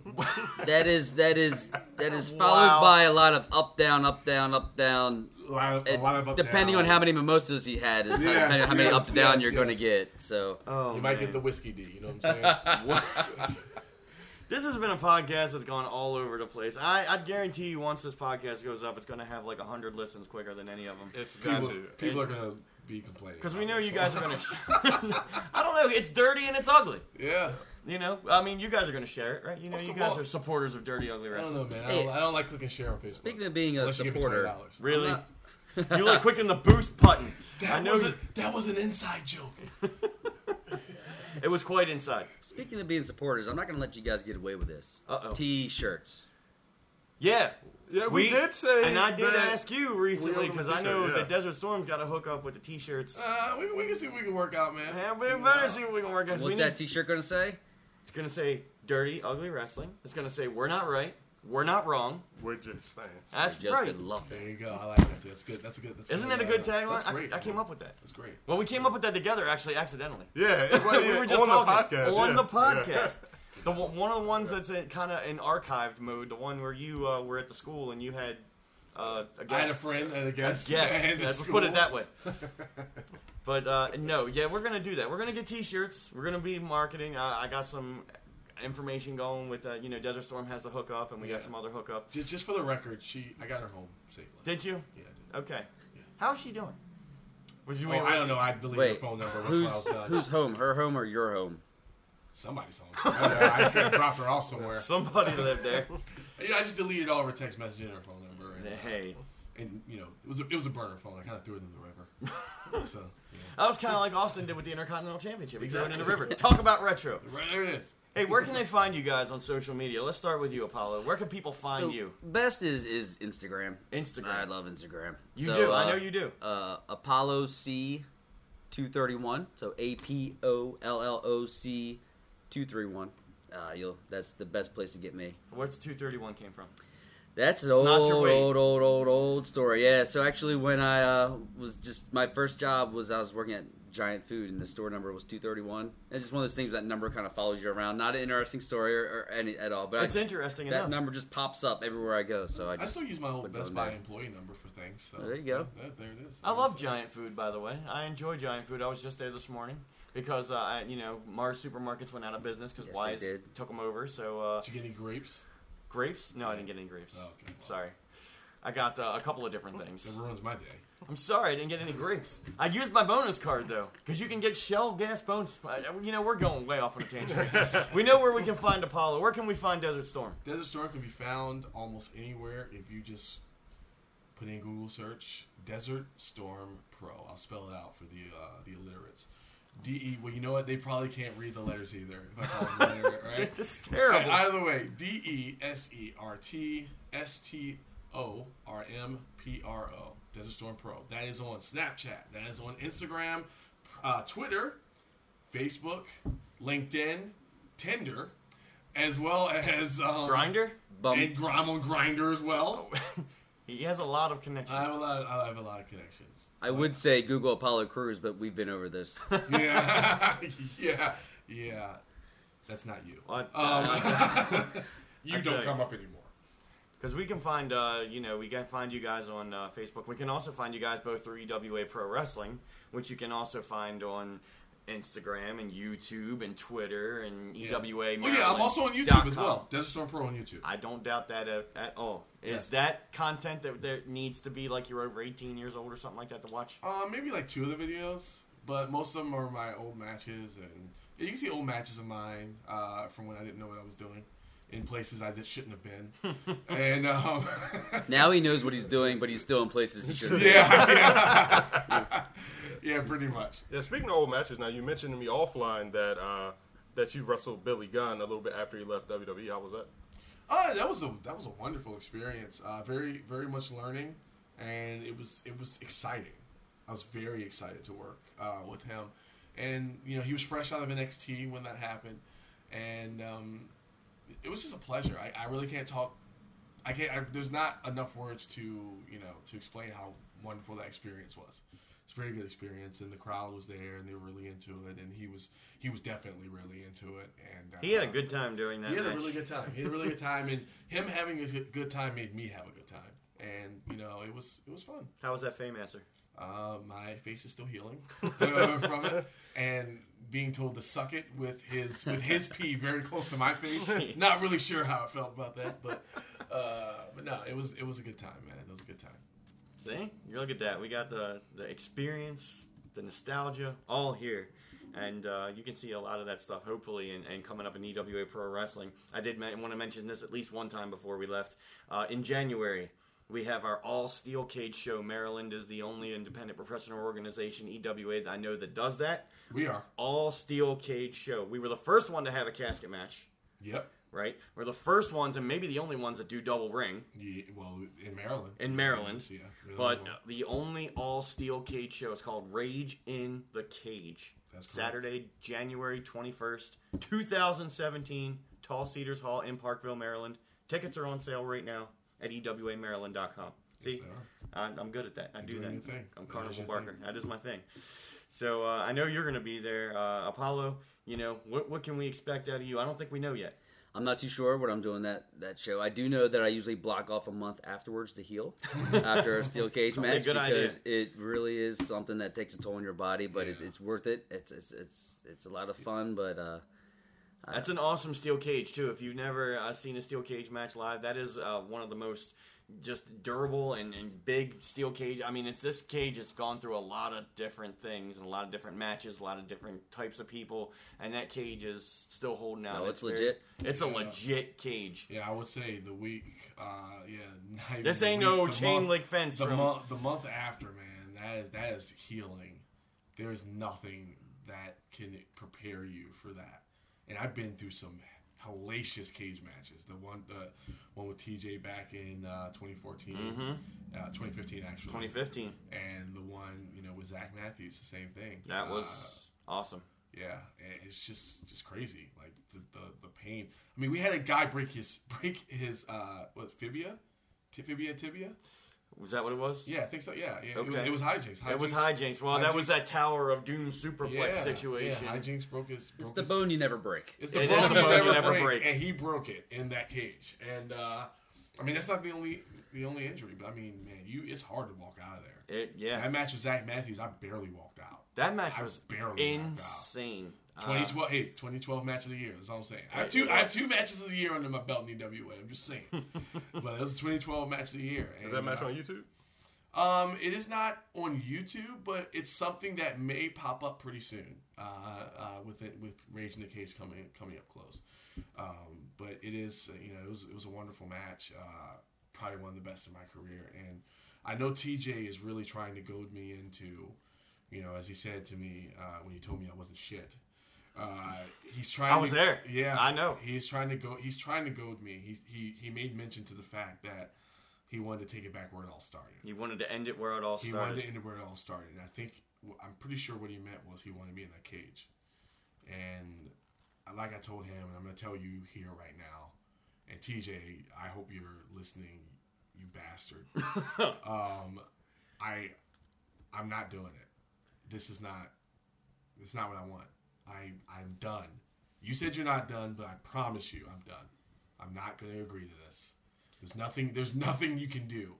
Speaker 3: That is that is that is followed
Speaker 1: Wow.
Speaker 3: by a lot of up down up down up down
Speaker 4: A lot of, a lot of up
Speaker 3: depending
Speaker 4: down.
Speaker 3: on how many mimosas he had, is
Speaker 4: Yes,
Speaker 3: how, depending on how many
Speaker 4: yes,
Speaker 3: up and down
Speaker 4: yes,
Speaker 3: you're going to
Speaker 4: yes.
Speaker 3: get. So
Speaker 1: oh,
Speaker 4: you might
Speaker 1: man.
Speaker 4: get the whiskey D. You know what I'm saying?
Speaker 1: This has been a podcast that's gone all over the place. I, I guarantee you, once this podcast goes up, it's going to have like 100 listens quicker than any of them.
Speaker 2: It's got
Speaker 4: people,
Speaker 2: to.
Speaker 4: people are gonna be complaining
Speaker 1: Because we
Speaker 4: about
Speaker 1: know
Speaker 4: this.
Speaker 1: you guys are going to. I don't know. It's dirty and it's ugly.
Speaker 4: Yeah.
Speaker 1: You know? I mean, you guys are going to share it, right? You know,
Speaker 2: Of
Speaker 1: you
Speaker 2: course.
Speaker 1: guys are supporters of Dirty Ugly
Speaker 4: I don't
Speaker 1: Wrestling.
Speaker 4: know, man. I
Speaker 3: Hey,
Speaker 4: don't, I don't like clicking share on Facebook.
Speaker 3: speaking of being a
Speaker 4: Unless you give me
Speaker 3: supporter,
Speaker 4: $20.
Speaker 1: Really?
Speaker 3: I'm
Speaker 1: you look quick in the boost button. I
Speaker 4: That
Speaker 1: know
Speaker 4: was,
Speaker 1: you,
Speaker 4: a, that was an inside joke.
Speaker 1: it was quite inside.
Speaker 3: speaking of being supporters, I'm not going to let you guys get away with this.
Speaker 1: Uh-oh.
Speaker 3: T-shirts.
Speaker 1: Yeah.
Speaker 2: Yeah, we, did say.
Speaker 1: And I did
Speaker 2: that-
Speaker 1: ask you recently
Speaker 2: own the
Speaker 1: because I
Speaker 2: t-shirt,
Speaker 1: know
Speaker 2: yeah.
Speaker 1: that Desert Storm's got to hook up with the t shirts.
Speaker 4: Uh, we, we can see what we can work out, man.
Speaker 1: yeah, we better see what we can work out. 'cause we
Speaker 3: What's
Speaker 1: need-
Speaker 3: that T-shirt going to say?
Speaker 1: It's gonna say dirty, ugly wrestling. It's gonna say we're not right, we're not wrong.
Speaker 2: We're just fans.
Speaker 1: That's
Speaker 3: Just
Speaker 1: right.
Speaker 3: been loved.
Speaker 4: There you go. I like that. Too. That's good. That's good. That's
Speaker 1: Isn't that a good
Speaker 4: uh,
Speaker 1: tagline?
Speaker 4: That's great.
Speaker 1: I, I came up with that.
Speaker 4: That's great.
Speaker 1: Well, we came up with that together actually, accidentally.
Speaker 2: Yeah, it was,
Speaker 1: we
Speaker 2: yeah,
Speaker 1: were just
Speaker 2: on
Speaker 1: talking
Speaker 2: the podcast.
Speaker 1: on
Speaker 2: yeah.
Speaker 1: the
Speaker 2: Yeah.
Speaker 1: podcast. The one one of the ones that's in, kind of in archived mode, the one where you uh, were at the school and you had uh, a guest.
Speaker 4: I had a friend and a guest.
Speaker 1: Yes,
Speaker 4: and a
Speaker 1: let's put it
Speaker 4: school.
Speaker 1: that way. but uh, no, yeah, we're gonna do that. We're gonna get T-shirts. We're gonna be marketing. Uh, I got some information going with uh, you know Desert Storm has the hookup, and we got
Speaker 4: Yeah.
Speaker 1: some other hookup.
Speaker 4: Just, just for the record, she I got her home safely.
Speaker 1: Did you?
Speaker 4: yeah, I
Speaker 1: Okay.
Speaker 4: Yeah.
Speaker 1: How's she doing? Was
Speaker 4: did.
Speaker 1: you
Speaker 4: Oh, I don't know. I deleted
Speaker 3: Wait,
Speaker 4: her phone number. That's
Speaker 3: who's
Speaker 4: why I was done.
Speaker 3: who's home? Her home or your home?
Speaker 4: Somebody's home. I, don't know. I just gotta drop her off somewhere.
Speaker 1: Somebody lived there.
Speaker 4: You know, I just deleted all of her text messages and her phone number. And, uh,
Speaker 1: hey,
Speaker 4: and you know, it was a, it was a burner phone. I kind of threw it in the river. so yeah.
Speaker 1: that was kind of like Austin did with the Intercontinental Championship. He threw it in the
Speaker 4: Exactly.
Speaker 1: river. Talk about retro.
Speaker 4: right there it is.
Speaker 1: Hey, where can they find you guys on social media? Let's start with you, Apollo. Where can people find
Speaker 3: So,
Speaker 1: you?
Speaker 3: Best is is Instagram.
Speaker 1: Instagram.
Speaker 3: I love Instagram.
Speaker 1: You
Speaker 3: So,
Speaker 1: do. I
Speaker 3: uh,
Speaker 1: know you do.
Speaker 3: uh, Apollo C two thirty one. So A P O L L O C two three one. Uh, you'll that's the best place to get me.
Speaker 1: Where's 231 came from?
Speaker 3: That's an
Speaker 1: It's
Speaker 3: old,
Speaker 1: not your
Speaker 3: old,
Speaker 1: weight.
Speaker 3: old, old, old story. Yeah. So actually, when I uh, was just my first job was I was working at Giant Food, and the store number was two thirty one. It's just one of those things that number kind of follows you around. Not an interesting story or, or any at all, but
Speaker 1: It's
Speaker 3: I,
Speaker 1: interesting
Speaker 3: that
Speaker 1: enough.
Speaker 3: number just pops up everywhere I go. So I
Speaker 4: I
Speaker 3: just
Speaker 4: still use my old
Speaker 3: Would
Speaker 4: Best
Speaker 3: go
Speaker 4: Buy
Speaker 3: there.
Speaker 4: employee number for things. So
Speaker 3: There you go.
Speaker 4: Yeah, there it is.
Speaker 1: I love Giant Food, by the way. I enjoy Giant Food. I was just there this morning because uh, I, you know Mars Supermarkets went out of business because
Speaker 3: Yes, they
Speaker 1: Wise
Speaker 3: did.
Speaker 1: took them over. So uh,
Speaker 4: Did you get any grapes?
Speaker 1: grapes? No, I didn't get any grapes.
Speaker 4: Oh, okay.
Speaker 1: Sorry, I got uh, a couple of different things.
Speaker 4: That ruins my day.
Speaker 1: I'm sorry, I didn't get any grapes. I used my bonus card though, because you can get Shell gas bonus. uh, You know, we're going way off on a tangent. we know where we can find Apollo. Where can we find Desert Storm?
Speaker 4: Desert Storm can be found almost anywhere if you just put in Google search Desert Storm Pro. I'll spell it out for the uh, the illiterates. D E. Well, you know what? They probably can't read the letters either. If I call them illiterate, right?
Speaker 1: This is terrible.
Speaker 4: Alright, either way, D E S E R T S T O R M P R O. Desert Storm Pro. That is on Snapchat. That is on Instagram, uh, Twitter, Facebook, LinkedIn, Tinder, as well as um,
Speaker 1: Grinder.
Speaker 3: bum.
Speaker 4: And gr- I'm on Grinder as well.
Speaker 1: Oh. He has a lot of
Speaker 4: I have a
Speaker 1: connections.
Speaker 4: lot. I have a lot of connections.
Speaker 3: I would say Google Apollo Cruise, but we've been over this.
Speaker 4: Yeah, yeah, yeah. That's not you.
Speaker 1: What?
Speaker 4: Um,
Speaker 1: I
Speaker 4: you
Speaker 1: tell
Speaker 4: don't
Speaker 1: you.
Speaker 4: come up anymore.
Speaker 1: Because we can find, uh, you know, we can find you guys on uh, Facebook. We can also find you guys both through EWA Pro Wrestling, which you can also find on Instagram and YouTube and Twitter and
Speaker 4: Yeah.
Speaker 1: EWA.
Speaker 4: Oh yeah, I'm
Speaker 1: Maryland
Speaker 4: also on YouTube
Speaker 1: dot
Speaker 4: as
Speaker 1: com.
Speaker 4: well. Desert Storm Pro on YouTube.
Speaker 1: I don't doubt that at, at all. Is
Speaker 4: Yes.
Speaker 1: that content that, that needs to be like you're over 18 years old or something like that to watch?
Speaker 4: Uh, maybe like two of the videos, but most of them are my old matches, and yeah, you can see old matches of mine uh, from when I didn't know what I was doing in places I just shouldn't have been. and um,
Speaker 3: Now he knows what he's doing, but he's still in places he shouldn't. be.
Speaker 4: yeah, yeah, yeah, pretty much.
Speaker 2: Yeah, speaking of old matches, now you mentioned to me offline that uh, that you wrestled Billy Gunn a little bit after he left WWE. How was that?
Speaker 4: Uh, that was a that was a wonderful experience. Uh, very very much learning, and it was it was exciting. I was very excited to work uh, with him, and you know he was fresh out of NXT when that happened, and um, it was just a pleasure. I, I really can't talk. I can't. I, there's not enough words to you know to explain how wonderful that experience was. It's a very good experience, and the crowd was there, and they were really into it, and he was he was definitely really into it. And uh,
Speaker 1: He had a good time doing that.
Speaker 4: he had a
Speaker 1: match.
Speaker 4: really good time. He had a really good time, and him having a good good time made me have a good time. And you know, it was it was fun.
Speaker 1: How was that Fame Master?
Speaker 4: Uh, my face is still healing uh, from it, and being told to suck it with his with his pee very close to my face. Not really sure how I felt about that, but uh, but no, it was it was a good time, man. It was a good time.
Speaker 1: See, you look at that. We got the the experience, the nostalgia, all here, and uh, you can see a lot of that stuff. Hopefully, and, and coming up in EWA Pro Wrestling, I did men- want to mention this at least one time before we left. Uh, in January, we have our all steel cage show. Maryland is the only independent professional organization EWA that I know that does that.
Speaker 4: We are.
Speaker 1: All steel cage show. We were the first one to have a casket match.
Speaker 4: Yep.
Speaker 1: Right, we're the first ones and maybe the only ones that do double ring.
Speaker 4: Yeah, well, in Maryland.
Speaker 1: In Maryland.
Speaker 4: Yeah. really
Speaker 1: But uh,
Speaker 4: well.
Speaker 1: the only all steel cage show is called Rage in the Cage.
Speaker 4: That's correct.
Speaker 1: Saturday, January 21st, 2017, Tall Cedars Hall in Parkville, Maryland. Tickets are on sale right now at E ewamaryland.com. See,
Speaker 4: they are.
Speaker 1: I'm, I'm good at that. I do
Speaker 4: doing
Speaker 1: that.
Speaker 4: your thing.
Speaker 1: I'm
Speaker 4: That is
Speaker 1: Carnival
Speaker 4: your
Speaker 1: Barker.
Speaker 4: thing.
Speaker 1: That is my thing. So uh, I know you're going to be there, uh, Apollo. You know what? What can we expect out of you? I don't think we know yet.
Speaker 3: I'm not too sure what I'm doing that that show. I do know that I usually block off a month afterwards to heal after a steel cage
Speaker 1: Probably a
Speaker 3: match
Speaker 1: good idea.
Speaker 3: because it really is something that takes a toll on your body, but it,
Speaker 4: Yeah.
Speaker 3: it's worth it. It's it's it's it's a lot of fun, but uh,
Speaker 1: That's an awesome steel cage too. If you've never uh, seen a steel cage match live, that is uh, one of the most just durable and, and big steel cage. I mean, it's this cage has gone through a lot of different things and a lot of different matches, a lot of different types of people, and that cage is still holding out.
Speaker 3: No, Oh, it's
Speaker 1: very-
Speaker 3: legit.
Speaker 1: it's a
Speaker 4: Yeah.
Speaker 1: legit cage.
Speaker 4: Yeah, I would say the week. Uh, yeah, not even
Speaker 1: This
Speaker 4: the
Speaker 1: ain't
Speaker 4: week,
Speaker 1: no
Speaker 4: the
Speaker 1: chain
Speaker 4: month-
Speaker 1: link fence
Speaker 4: The
Speaker 1: from-
Speaker 4: month, the month after, man, that is that is healing. There is nothing that can prepare you for that. And I've been through some hellacious cage matches. The one, the one with TJ back in uh, 2014,
Speaker 1: Mm-hmm.
Speaker 4: uh, 2015 actually,
Speaker 1: 2015.
Speaker 4: and the one you know with Zach Matthews, the same thing.
Speaker 1: That was
Speaker 4: Uh,
Speaker 1: awesome.
Speaker 4: yeah, and it's just just crazy. Like the, the the pain. I mean, we had a guy break his break his uh what fibia Tibia Tibia?
Speaker 1: Was that what it was?
Speaker 4: Yeah, I think so. Yeah, yeah. It was
Speaker 1: Okay.
Speaker 4: it was hijinks. hijinks.
Speaker 1: It was hijinks. Well, that was
Speaker 4: hijinks.
Speaker 1: that Tower of Doom superplex
Speaker 4: Yeah,
Speaker 1: situation.
Speaker 4: Yeah, hijinks broke his. Broke
Speaker 3: It's the
Speaker 4: his-
Speaker 3: bone you never break.
Speaker 4: It's the
Speaker 1: It
Speaker 4: bone
Speaker 1: is
Speaker 4: you
Speaker 1: the bone
Speaker 4: never,
Speaker 1: you never
Speaker 4: break,
Speaker 1: break.
Speaker 4: and he broke it in that cage. And uh, I mean, that's not the only the only injury, but I mean, man, you it's hard to walk out of there.
Speaker 1: It- yeah.
Speaker 4: That match with Zach Matthews, I barely walked out.
Speaker 1: That match
Speaker 4: I
Speaker 1: was
Speaker 4: barely knocked out.
Speaker 1: insane. Uh,
Speaker 4: 2012, hey, 2012 match of the year. That's all I'm saying. I have
Speaker 1: Right,
Speaker 4: two,
Speaker 1: yeah.
Speaker 4: I have two matches of the year under my belt in EWA. I'm just saying, but that was a 2012 match of the year.
Speaker 2: Is
Speaker 4: and,
Speaker 2: that match
Speaker 4: uh,
Speaker 2: on YouTube?
Speaker 4: Um, it is not on YouTube, but it's something that may pop up pretty soon. Uh, uh, with it, with Rage in the Cage coming coming up close. Um, but it is you know it was it was a wonderful match. Uh, probably one of the best in my career, and I know TJ is really trying to goad me into, you know, as he said to me uh, when he told me I wasn't shit. Uh, he's trying.
Speaker 1: I was
Speaker 4: to-
Speaker 1: there.
Speaker 4: Yeah,
Speaker 1: I know.
Speaker 4: He's trying to go. He's trying to goad me. He he he made mention to the fact that he wanted to take it back where it all started.
Speaker 1: He wanted to end it where it all
Speaker 4: He
Speaker 1: started.
Speaker 4: wanted to end it where it all started. And I think I'm pretty sure what he meant was he wanted me in that cage. And uh, like I told him, and I'm going to tell you here right now, and TJ, I hope you're listening, you bastard. um, I, I'm not doing it. This is not, this is not what I want. I, I'm done. You said you're not done, but I promise you, I'm done. I'm not going to agree to this. There's nothing. There's nothing you can do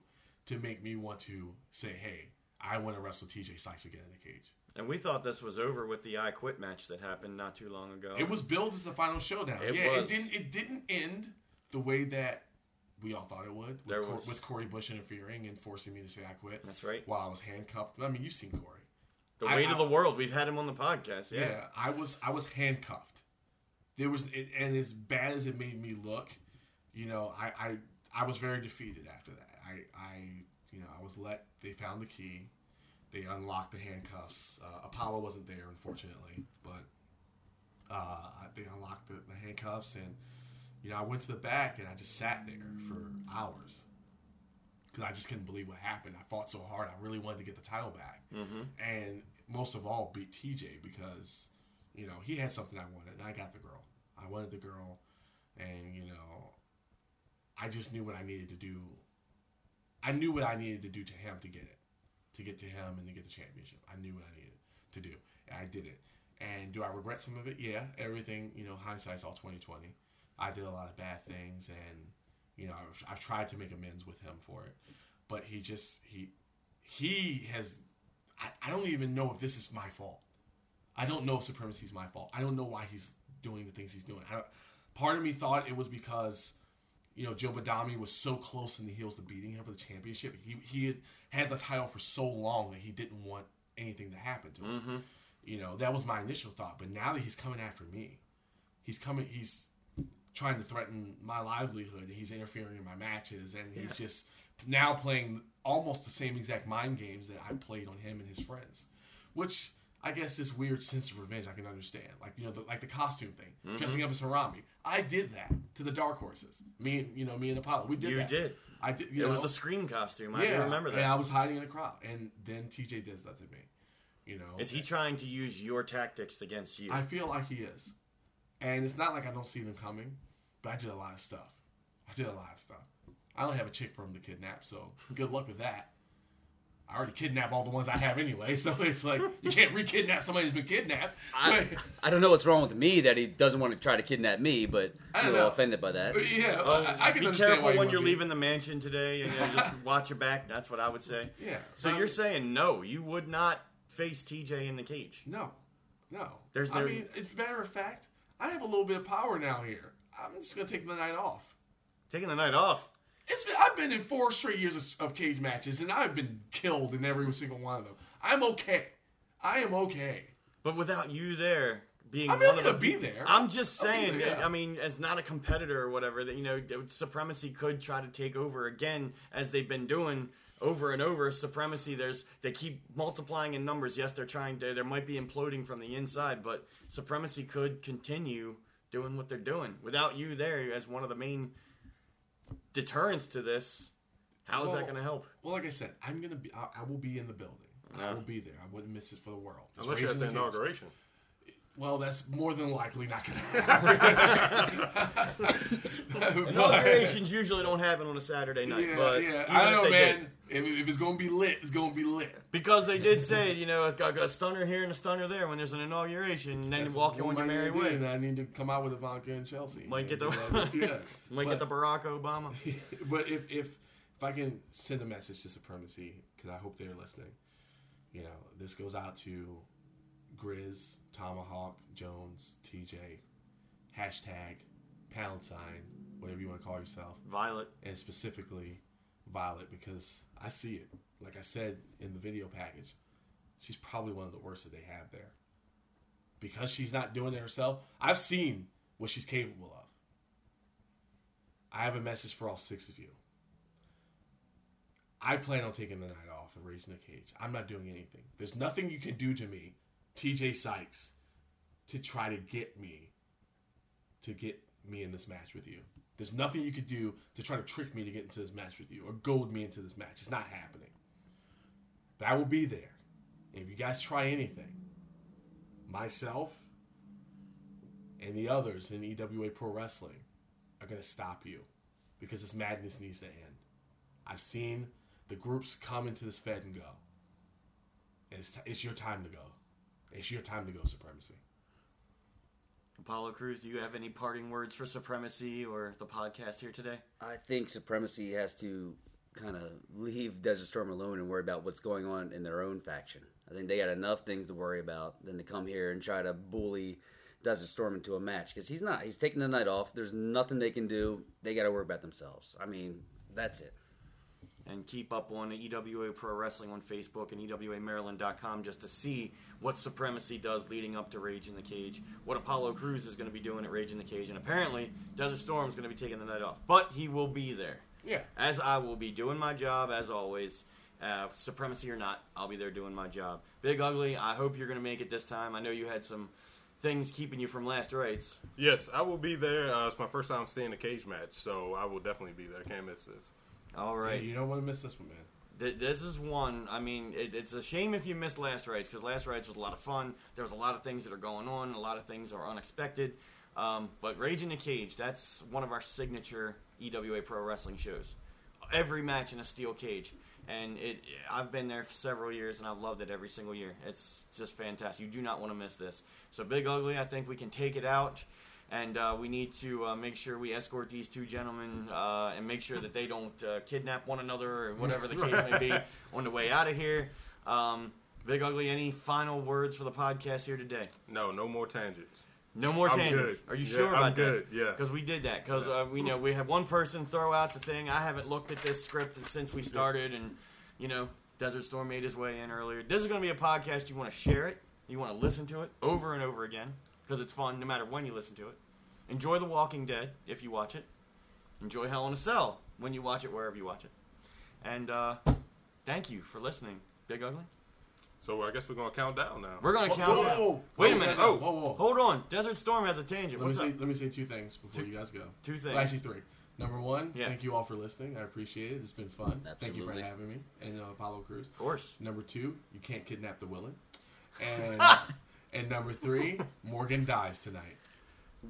Speaker 4: to make me want to say, "Hey, I want to wrestle TJ Sykes again in the cage."
Speaker 1: and we thought this was over with the I Quit match that happened not too long ago.
Speaker 4: It was billed as the final showdown.
Speaker 1: It
Speaker 4: yeah,
Speaker 1: was.
Speaker 4: it didn't. It didn't end the way that we all thought it would. With,
Speaker 1: There
Speaker 4: Cor-
Speaker 1: was-
Speaker 4: with Corey Bush interfering and forcing me to say I quit.
Speaker 1: That's right.
Speaker 4: While I was handcuffed. I mean, you've seen Corey.
Speaker 1: the
Speaker 4: I-
Speaker 1: weight
Speaker 4: I-
Speaker 1: of the world. We've had him on the podcast.
Speaker 4: Yeah.
Speaker 1: Yeah.
Speaker 4: I was I was handcuffed. There was it, and as bad as it made me look, you know, I I, I was very defeated after that. I I you know I was let. They found the key. They unlocked the handcuffs. Uh, Apollo wasn't there, unfortunately, but uh, they unlocked the, the handcuffs, and you know I went to the back and I just sat there for hours because I just couldn't believe what happened. I fought so hard. I really wanted to get the title back,
Speaker 1: Mm-hmm.
Speaker 4: and most of all, beat TJ because you know he had something I wanted, and I got the girl. I wanted the girl, and you know, I just knew what I needed to do. I knew what I needed to do to him to get it, to get to him and to get the championship. I knew what I needed to do, and I did it. And do I regret some of it? Yeah, everything. You know, hindsight's all twenty twenty. I did a lot of bad things, and you know, I've, I've tried to make amends with him for it, but he just he he has. I, I don't even know if this is my fault. I don't know if supremacy is my fault. I don't know why he's doing the things he's doing. I don't, part of me thought it was because, you know, Joe Badami was so close in the heels to beating him for the championship. He he had had the title for so long that he didn't want anything to happen to him.
Speaker 1: Mm-hmm.
Speaker 4: You know, that was my initial thought. But now that he's coming after me, he's coming. He's trying to threaten my livelihood. He's interfering in my matches, and he's just now playing almost the same exact mind games that I played on him and his friends, which I guess this weird sense of revenge I can understand. Like you know, the, like the costume thing,
Speaker 1: Mm-hmm.
Speaker 4: dressing up as Harami. I did that to the Dark Horses. Me and you know, me and Apollo. We did.
Speaker 1: You
Speaker 4: that.
Speaker 1: did.
Speaker 4: I did.
Speaker 1: It
Speaker 4: You know,
Speaker 1: was the scream costume. I do remember that.
Speaker 4: And
Speaker 1: Is
Speaker 4: I was hiding in the crowd, and then TJ does that to me. You know,
Speaker 1: he trying to use your tactics against you?
Speaker 4: I feel like he is. And it's not like I don't see them coming, but I did a lot of stuff. I did a lot of stuff. I don't have a chick for him to kidnap, so good luck with that. I already kidnapped all the ones I have anyway, so it's like you can't re-kidnap somebody who's been kidnapped.
Speaker 3: I, I don't know what's wrong with me that he doesn't want to try to kidnap me, but
Speaker 4: I
Speaker 3: I'm a
Speaker 4: don't
Speaker 3: little
Speaker 4: know.
Speaker 3: offended by that.
Speaker 4: But yeah,
Speaker 1: Oh,
Speaker 4: I, I can
Speaker 1: be
Speaker 4: understand why
Speaker 1: careful
Speaker 4: you
Speaker 1: when
Speaker 4: wouldn't
Speaker 1: you're
Speaker 4: be.
Speaker 1: leaving the mansion today, and you know, just watch your back. That's what I would say.
Speaker 4: Yeah.
Speaker 1: So
Speaker 4: Um,
Speaker 1: you're saying no, you would not face TJ in the cage.
Speaker 4: No, no.
Speaker 1: There's
Speaker 4: I
Speaker 1: no-
Speaker 4: mean, it's a matter of fact, I have a little bit of power now here. I'm just gonna take the night off.
Speaker 1: Taking the night off.
Speaker 4: It's been, I've been in four straight years of, of cage matches, and I've been killed in every single one of them. I'm okay. I am okay.
Speaker 1: But without you there being
Speaker 4: I
Speaker 1: one
Speaker 4: mean, I'm
Speaker 1: of the
Speaker 4: gonna be there.
Speaker 1: I'm just
Speaker 4: I'll be
Speaker 1: saying.
Speaker 4: there, yeah.
Speaker 1: I mean, as not a competitor or whatever, that you know, that supremacy could try to take over again as they've been doing over and over. Supremacy, there's they keep multiplying in numbers. Yes, they're trying to. There might be imploding from the inside, but supremacy could continue doing what they're doing without you there as one of the main deterrents to this. How is
Speaker 4: Well,
Speaker 1: that going to help?
Speaker 4: Well, like I said, I'm gonna be. I, I will be in the building. I
Speaker 1: Yeah.
Speaker 4: will be there. I wouldn't miss it for the world. It's
Speaker 2: Unless you're at
Speaker 4: Raging
Speaker 2: the
Speaker 4: Cage.
Speaker 2: inauguration.
Speaker 4: Well, that's more than likely not going to happen.
Speaker 5: And
Speaker 4: But-
Speaker 5: alterations usually don't happen on a Saturday night,
Speaker 4: yeah,
Speaker 5: but
Speaker 4: yeah.
Speaker 5: even
Speaker 4: I
Speaker 5: if
Speaker 4: don't know,
Speaker 5: they did-
Speaker 4: man. If, if it's gonna be lit, it's gonna be lit.
Speaker 5: because they did say, you know, it's got, got a stunner here and a stunner there when there's an inauguration, and then you
Speaker 4: That's
Speaker 5: walk
Speaker 4: what
Speaker 5: in on your
Speaker 4: I'm
Speaker 5: merry
Speaker 4: gonna do,
Speaker 5: way.
Speaker 4: and I need to come out with Ivanka and Chelsea.
Speaker 5: Might get the-
Speaker 4: yeah.
Speaker 5: Might get the Barack Obama.
Speaker 4: the. But if if if I can send a message to Supremacy, because I hope they're listening. You know, this goes out to Grizz, Tomahawk, Jones, TJ, hashtag, pound sign, whatever you want to call yourself.
Speaker 5: Violet.
Speaker 4: and specifically Violet because I see it. Like I said in the video package, she's probably one of the worst that they have there. Because she's not doing it herself, I've seen what she's capable of. I have a message for all six of you. I plan on taking the night off and raising the cage. I'm not doing anything. There's nothing you can do to me, TJ Sykes, to try to get me to get me in this match with you. There's nothing you could do to try to trick me to get into this match with you or goad me into this match. It's not happening. But I will be there. And if you guys try anything, myself and the others in EWA Pro Wrestling are going to stop you because this madness needs to end. I've seen the groups come into this Fed and go. And it's, t- it's your time to go. It's your time to go, Supremacy.
Speaker 1: Apollo Cruz, do you have any parting words for Supremacy or the podcast here today?
Speaker 3: I think Supremacy has to kind of leave Desert Storm alone and worry about what's going on in their own faction. I think they got enough things to worry about than to come here and try to bully Desert Storm into a match because he's not. He's taking the night off. There's nothing they can do. They got to worry about themselves. I mean, that's it.
Speaker 1: and keep up on EWA Pro Wrestling on Facebook and E EWAMaryland.com just to see what Supremacy does leading up to Rage in the Cage, what Apollo Cruz is going to be doing at Rage in the Cage, and apparently Desert Storm is going to be taking the night off. But he will be there.
Speaker 4: Yeah.
Speaker 1: As I will be doing my job, as always. Uh, supremacy or not, I'll be there doing my job. Big Ugly, I hope you're going to make it this time. I know you had some things keeping you from last rites.
Speaker 2: Yes, I will be there. Uh, it's my first time seeing a cage match, so I will definitely be there. Can't miss this.
Speaker 1: All right.
Speaker 4: You don't want to miss this one, man.
Speaker 1: Th- This is one. I mean, it, it's a shame if you missed Last Rites because Last Rites was a lot of fun. There was a lot of things that are going on. and A lot of things are unexpected. Um, but Rage in a Cage, that's one of our signature EWA Pro Wrestling shows. Every match in a steel cage, and it. I've been there for several years, and I've loved it every single year. It's just fantastic. You do not want to miss this. So Big Ugly, I think we can take it out. And uh, we need to uh, make sure we escort these two gentlemen uh, and make sure that they don't uh, kidnap one another or whatever the case may be on the way out of here. Um, Big Ugly, any final words for the podcast here today?
Speaker 2: No, no more tangents.
Speaker 1: No more
Speaker 2: I'm
Speaker 1: tangents.
Speaker 2: good.
Speaker 1: Are you
Speaker 2: Yeah,
Speaker 1: sure
Speaker 2: I'm
Speaker 1: about
Speaker 2: good,
Speaker 1: that?
Speaker 2: yeah.
Speaker 1: Because we did that. Because uh, we know we had one person throw out the thing. I haven't looked at this script since we started, and you know, Desert Storm made his way in earlier. This is going to be a podcast. You want to share it. You want to listen to it over and over again because it's fun, no matter when you listen to it. Enjoy The Walking Dead if you watch it. Enjoy Hell in a Cell when you watch it, wherever you watch it. And uh, thank you for listening, Big Ugly.
Speaker 2: So I guess we're gonna count down now.
Speaker 1: We're going to count down. Wait a minute.
Speaker 4: Whoa, whoa, whoa.
Speaker 1: Hold on. Desert Storm has a tangent.
Speaker 4: Let me,
Speaker 1: What's
Speaker 4: say,
Speaker 1: up?
Speaker 4: let me say two things before you guys go.
Speaker 1: Two
Speaker 4: Well,
Speaker 1: things.
Speaker 4: actually, three. Number one,
Speaker 1: Yeah.
Speaker 4: thank you all for listening. I appreciate it. It's been fun. Thank you for
Speaker 3: Absolutely.
Speaker 4: having me and uh, Apollo Cruz.
Speaker 1: Of course.
Speaker 4: Number two, you can't kidnap the willing. And and number three, Morgan dies tonight.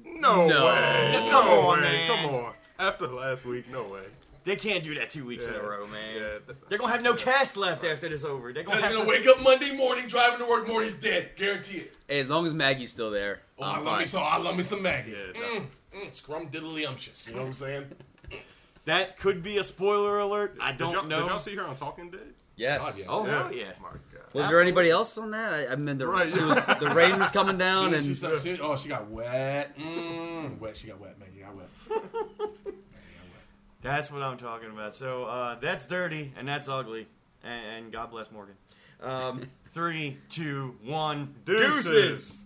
Speaker 2: No,
Speaker 3: No.
Speaker 2: way.
Speaker 1: Come
Speaker 2: no
Speaker 1: on,
Speaker 2: way.
Speaker 1: man.
Speaker 2: Come on. After last week, no way.
Speaker 1: They can't do that two weeks in
Speaker 2: Yeah.
Speaker 1: a row, man.
Speaker 2: Yeah, th-
Speaker 1: They're gonna have no cast left after this over. They're
Speaker 4: I'm
Speaker 1: gonna have
Speaker 4: gonna
Speaker 1: to
Speaker 4: wake up Monday morning driving to work. Morty's dead. Guarantee it.
Speaker 3: Hey, as long as Maggie's still there,
Speaker 4: Oh, I
Speaker 3: I'm
Speaker 4: love me
Speaker 3: fine.
Speaker 4: some. I love me some Maggie.
Speaker 2: Yeah,
Speaker 4: mm, mm, scrum diddly umptious. You know what I'm saying?
Speaker 1: That could be a spoiler alert. I
Speaker 2: Did y'all,
Speaker 1: don't know.
Speaker 2: Did y'all see her on Talking Dead?
Speaker 3: Yes.
Speaker 4: God, yeah.
Speaker 1: oh hell yeah!
Speaker 2: My God.
Speaker 3: Was there anybody else on that? I, I mean, the,
Speaker 2: Right.
Speaker 3: she was, the rain was coming down,
Speaker 4: Soon as she
Speaker 3: and
Speaker 4: starts- soon- oh, she got wet. Mm, wet. She got wet. Maggie got wet. Maggie got wet.
Speaker 1: That's what I'm talking about. So uh, that's dirty and that's ugly. And, and God bless Morgan. Um, three, two, one.
Speaker 2: Deuces.
Speaker 1: deuces.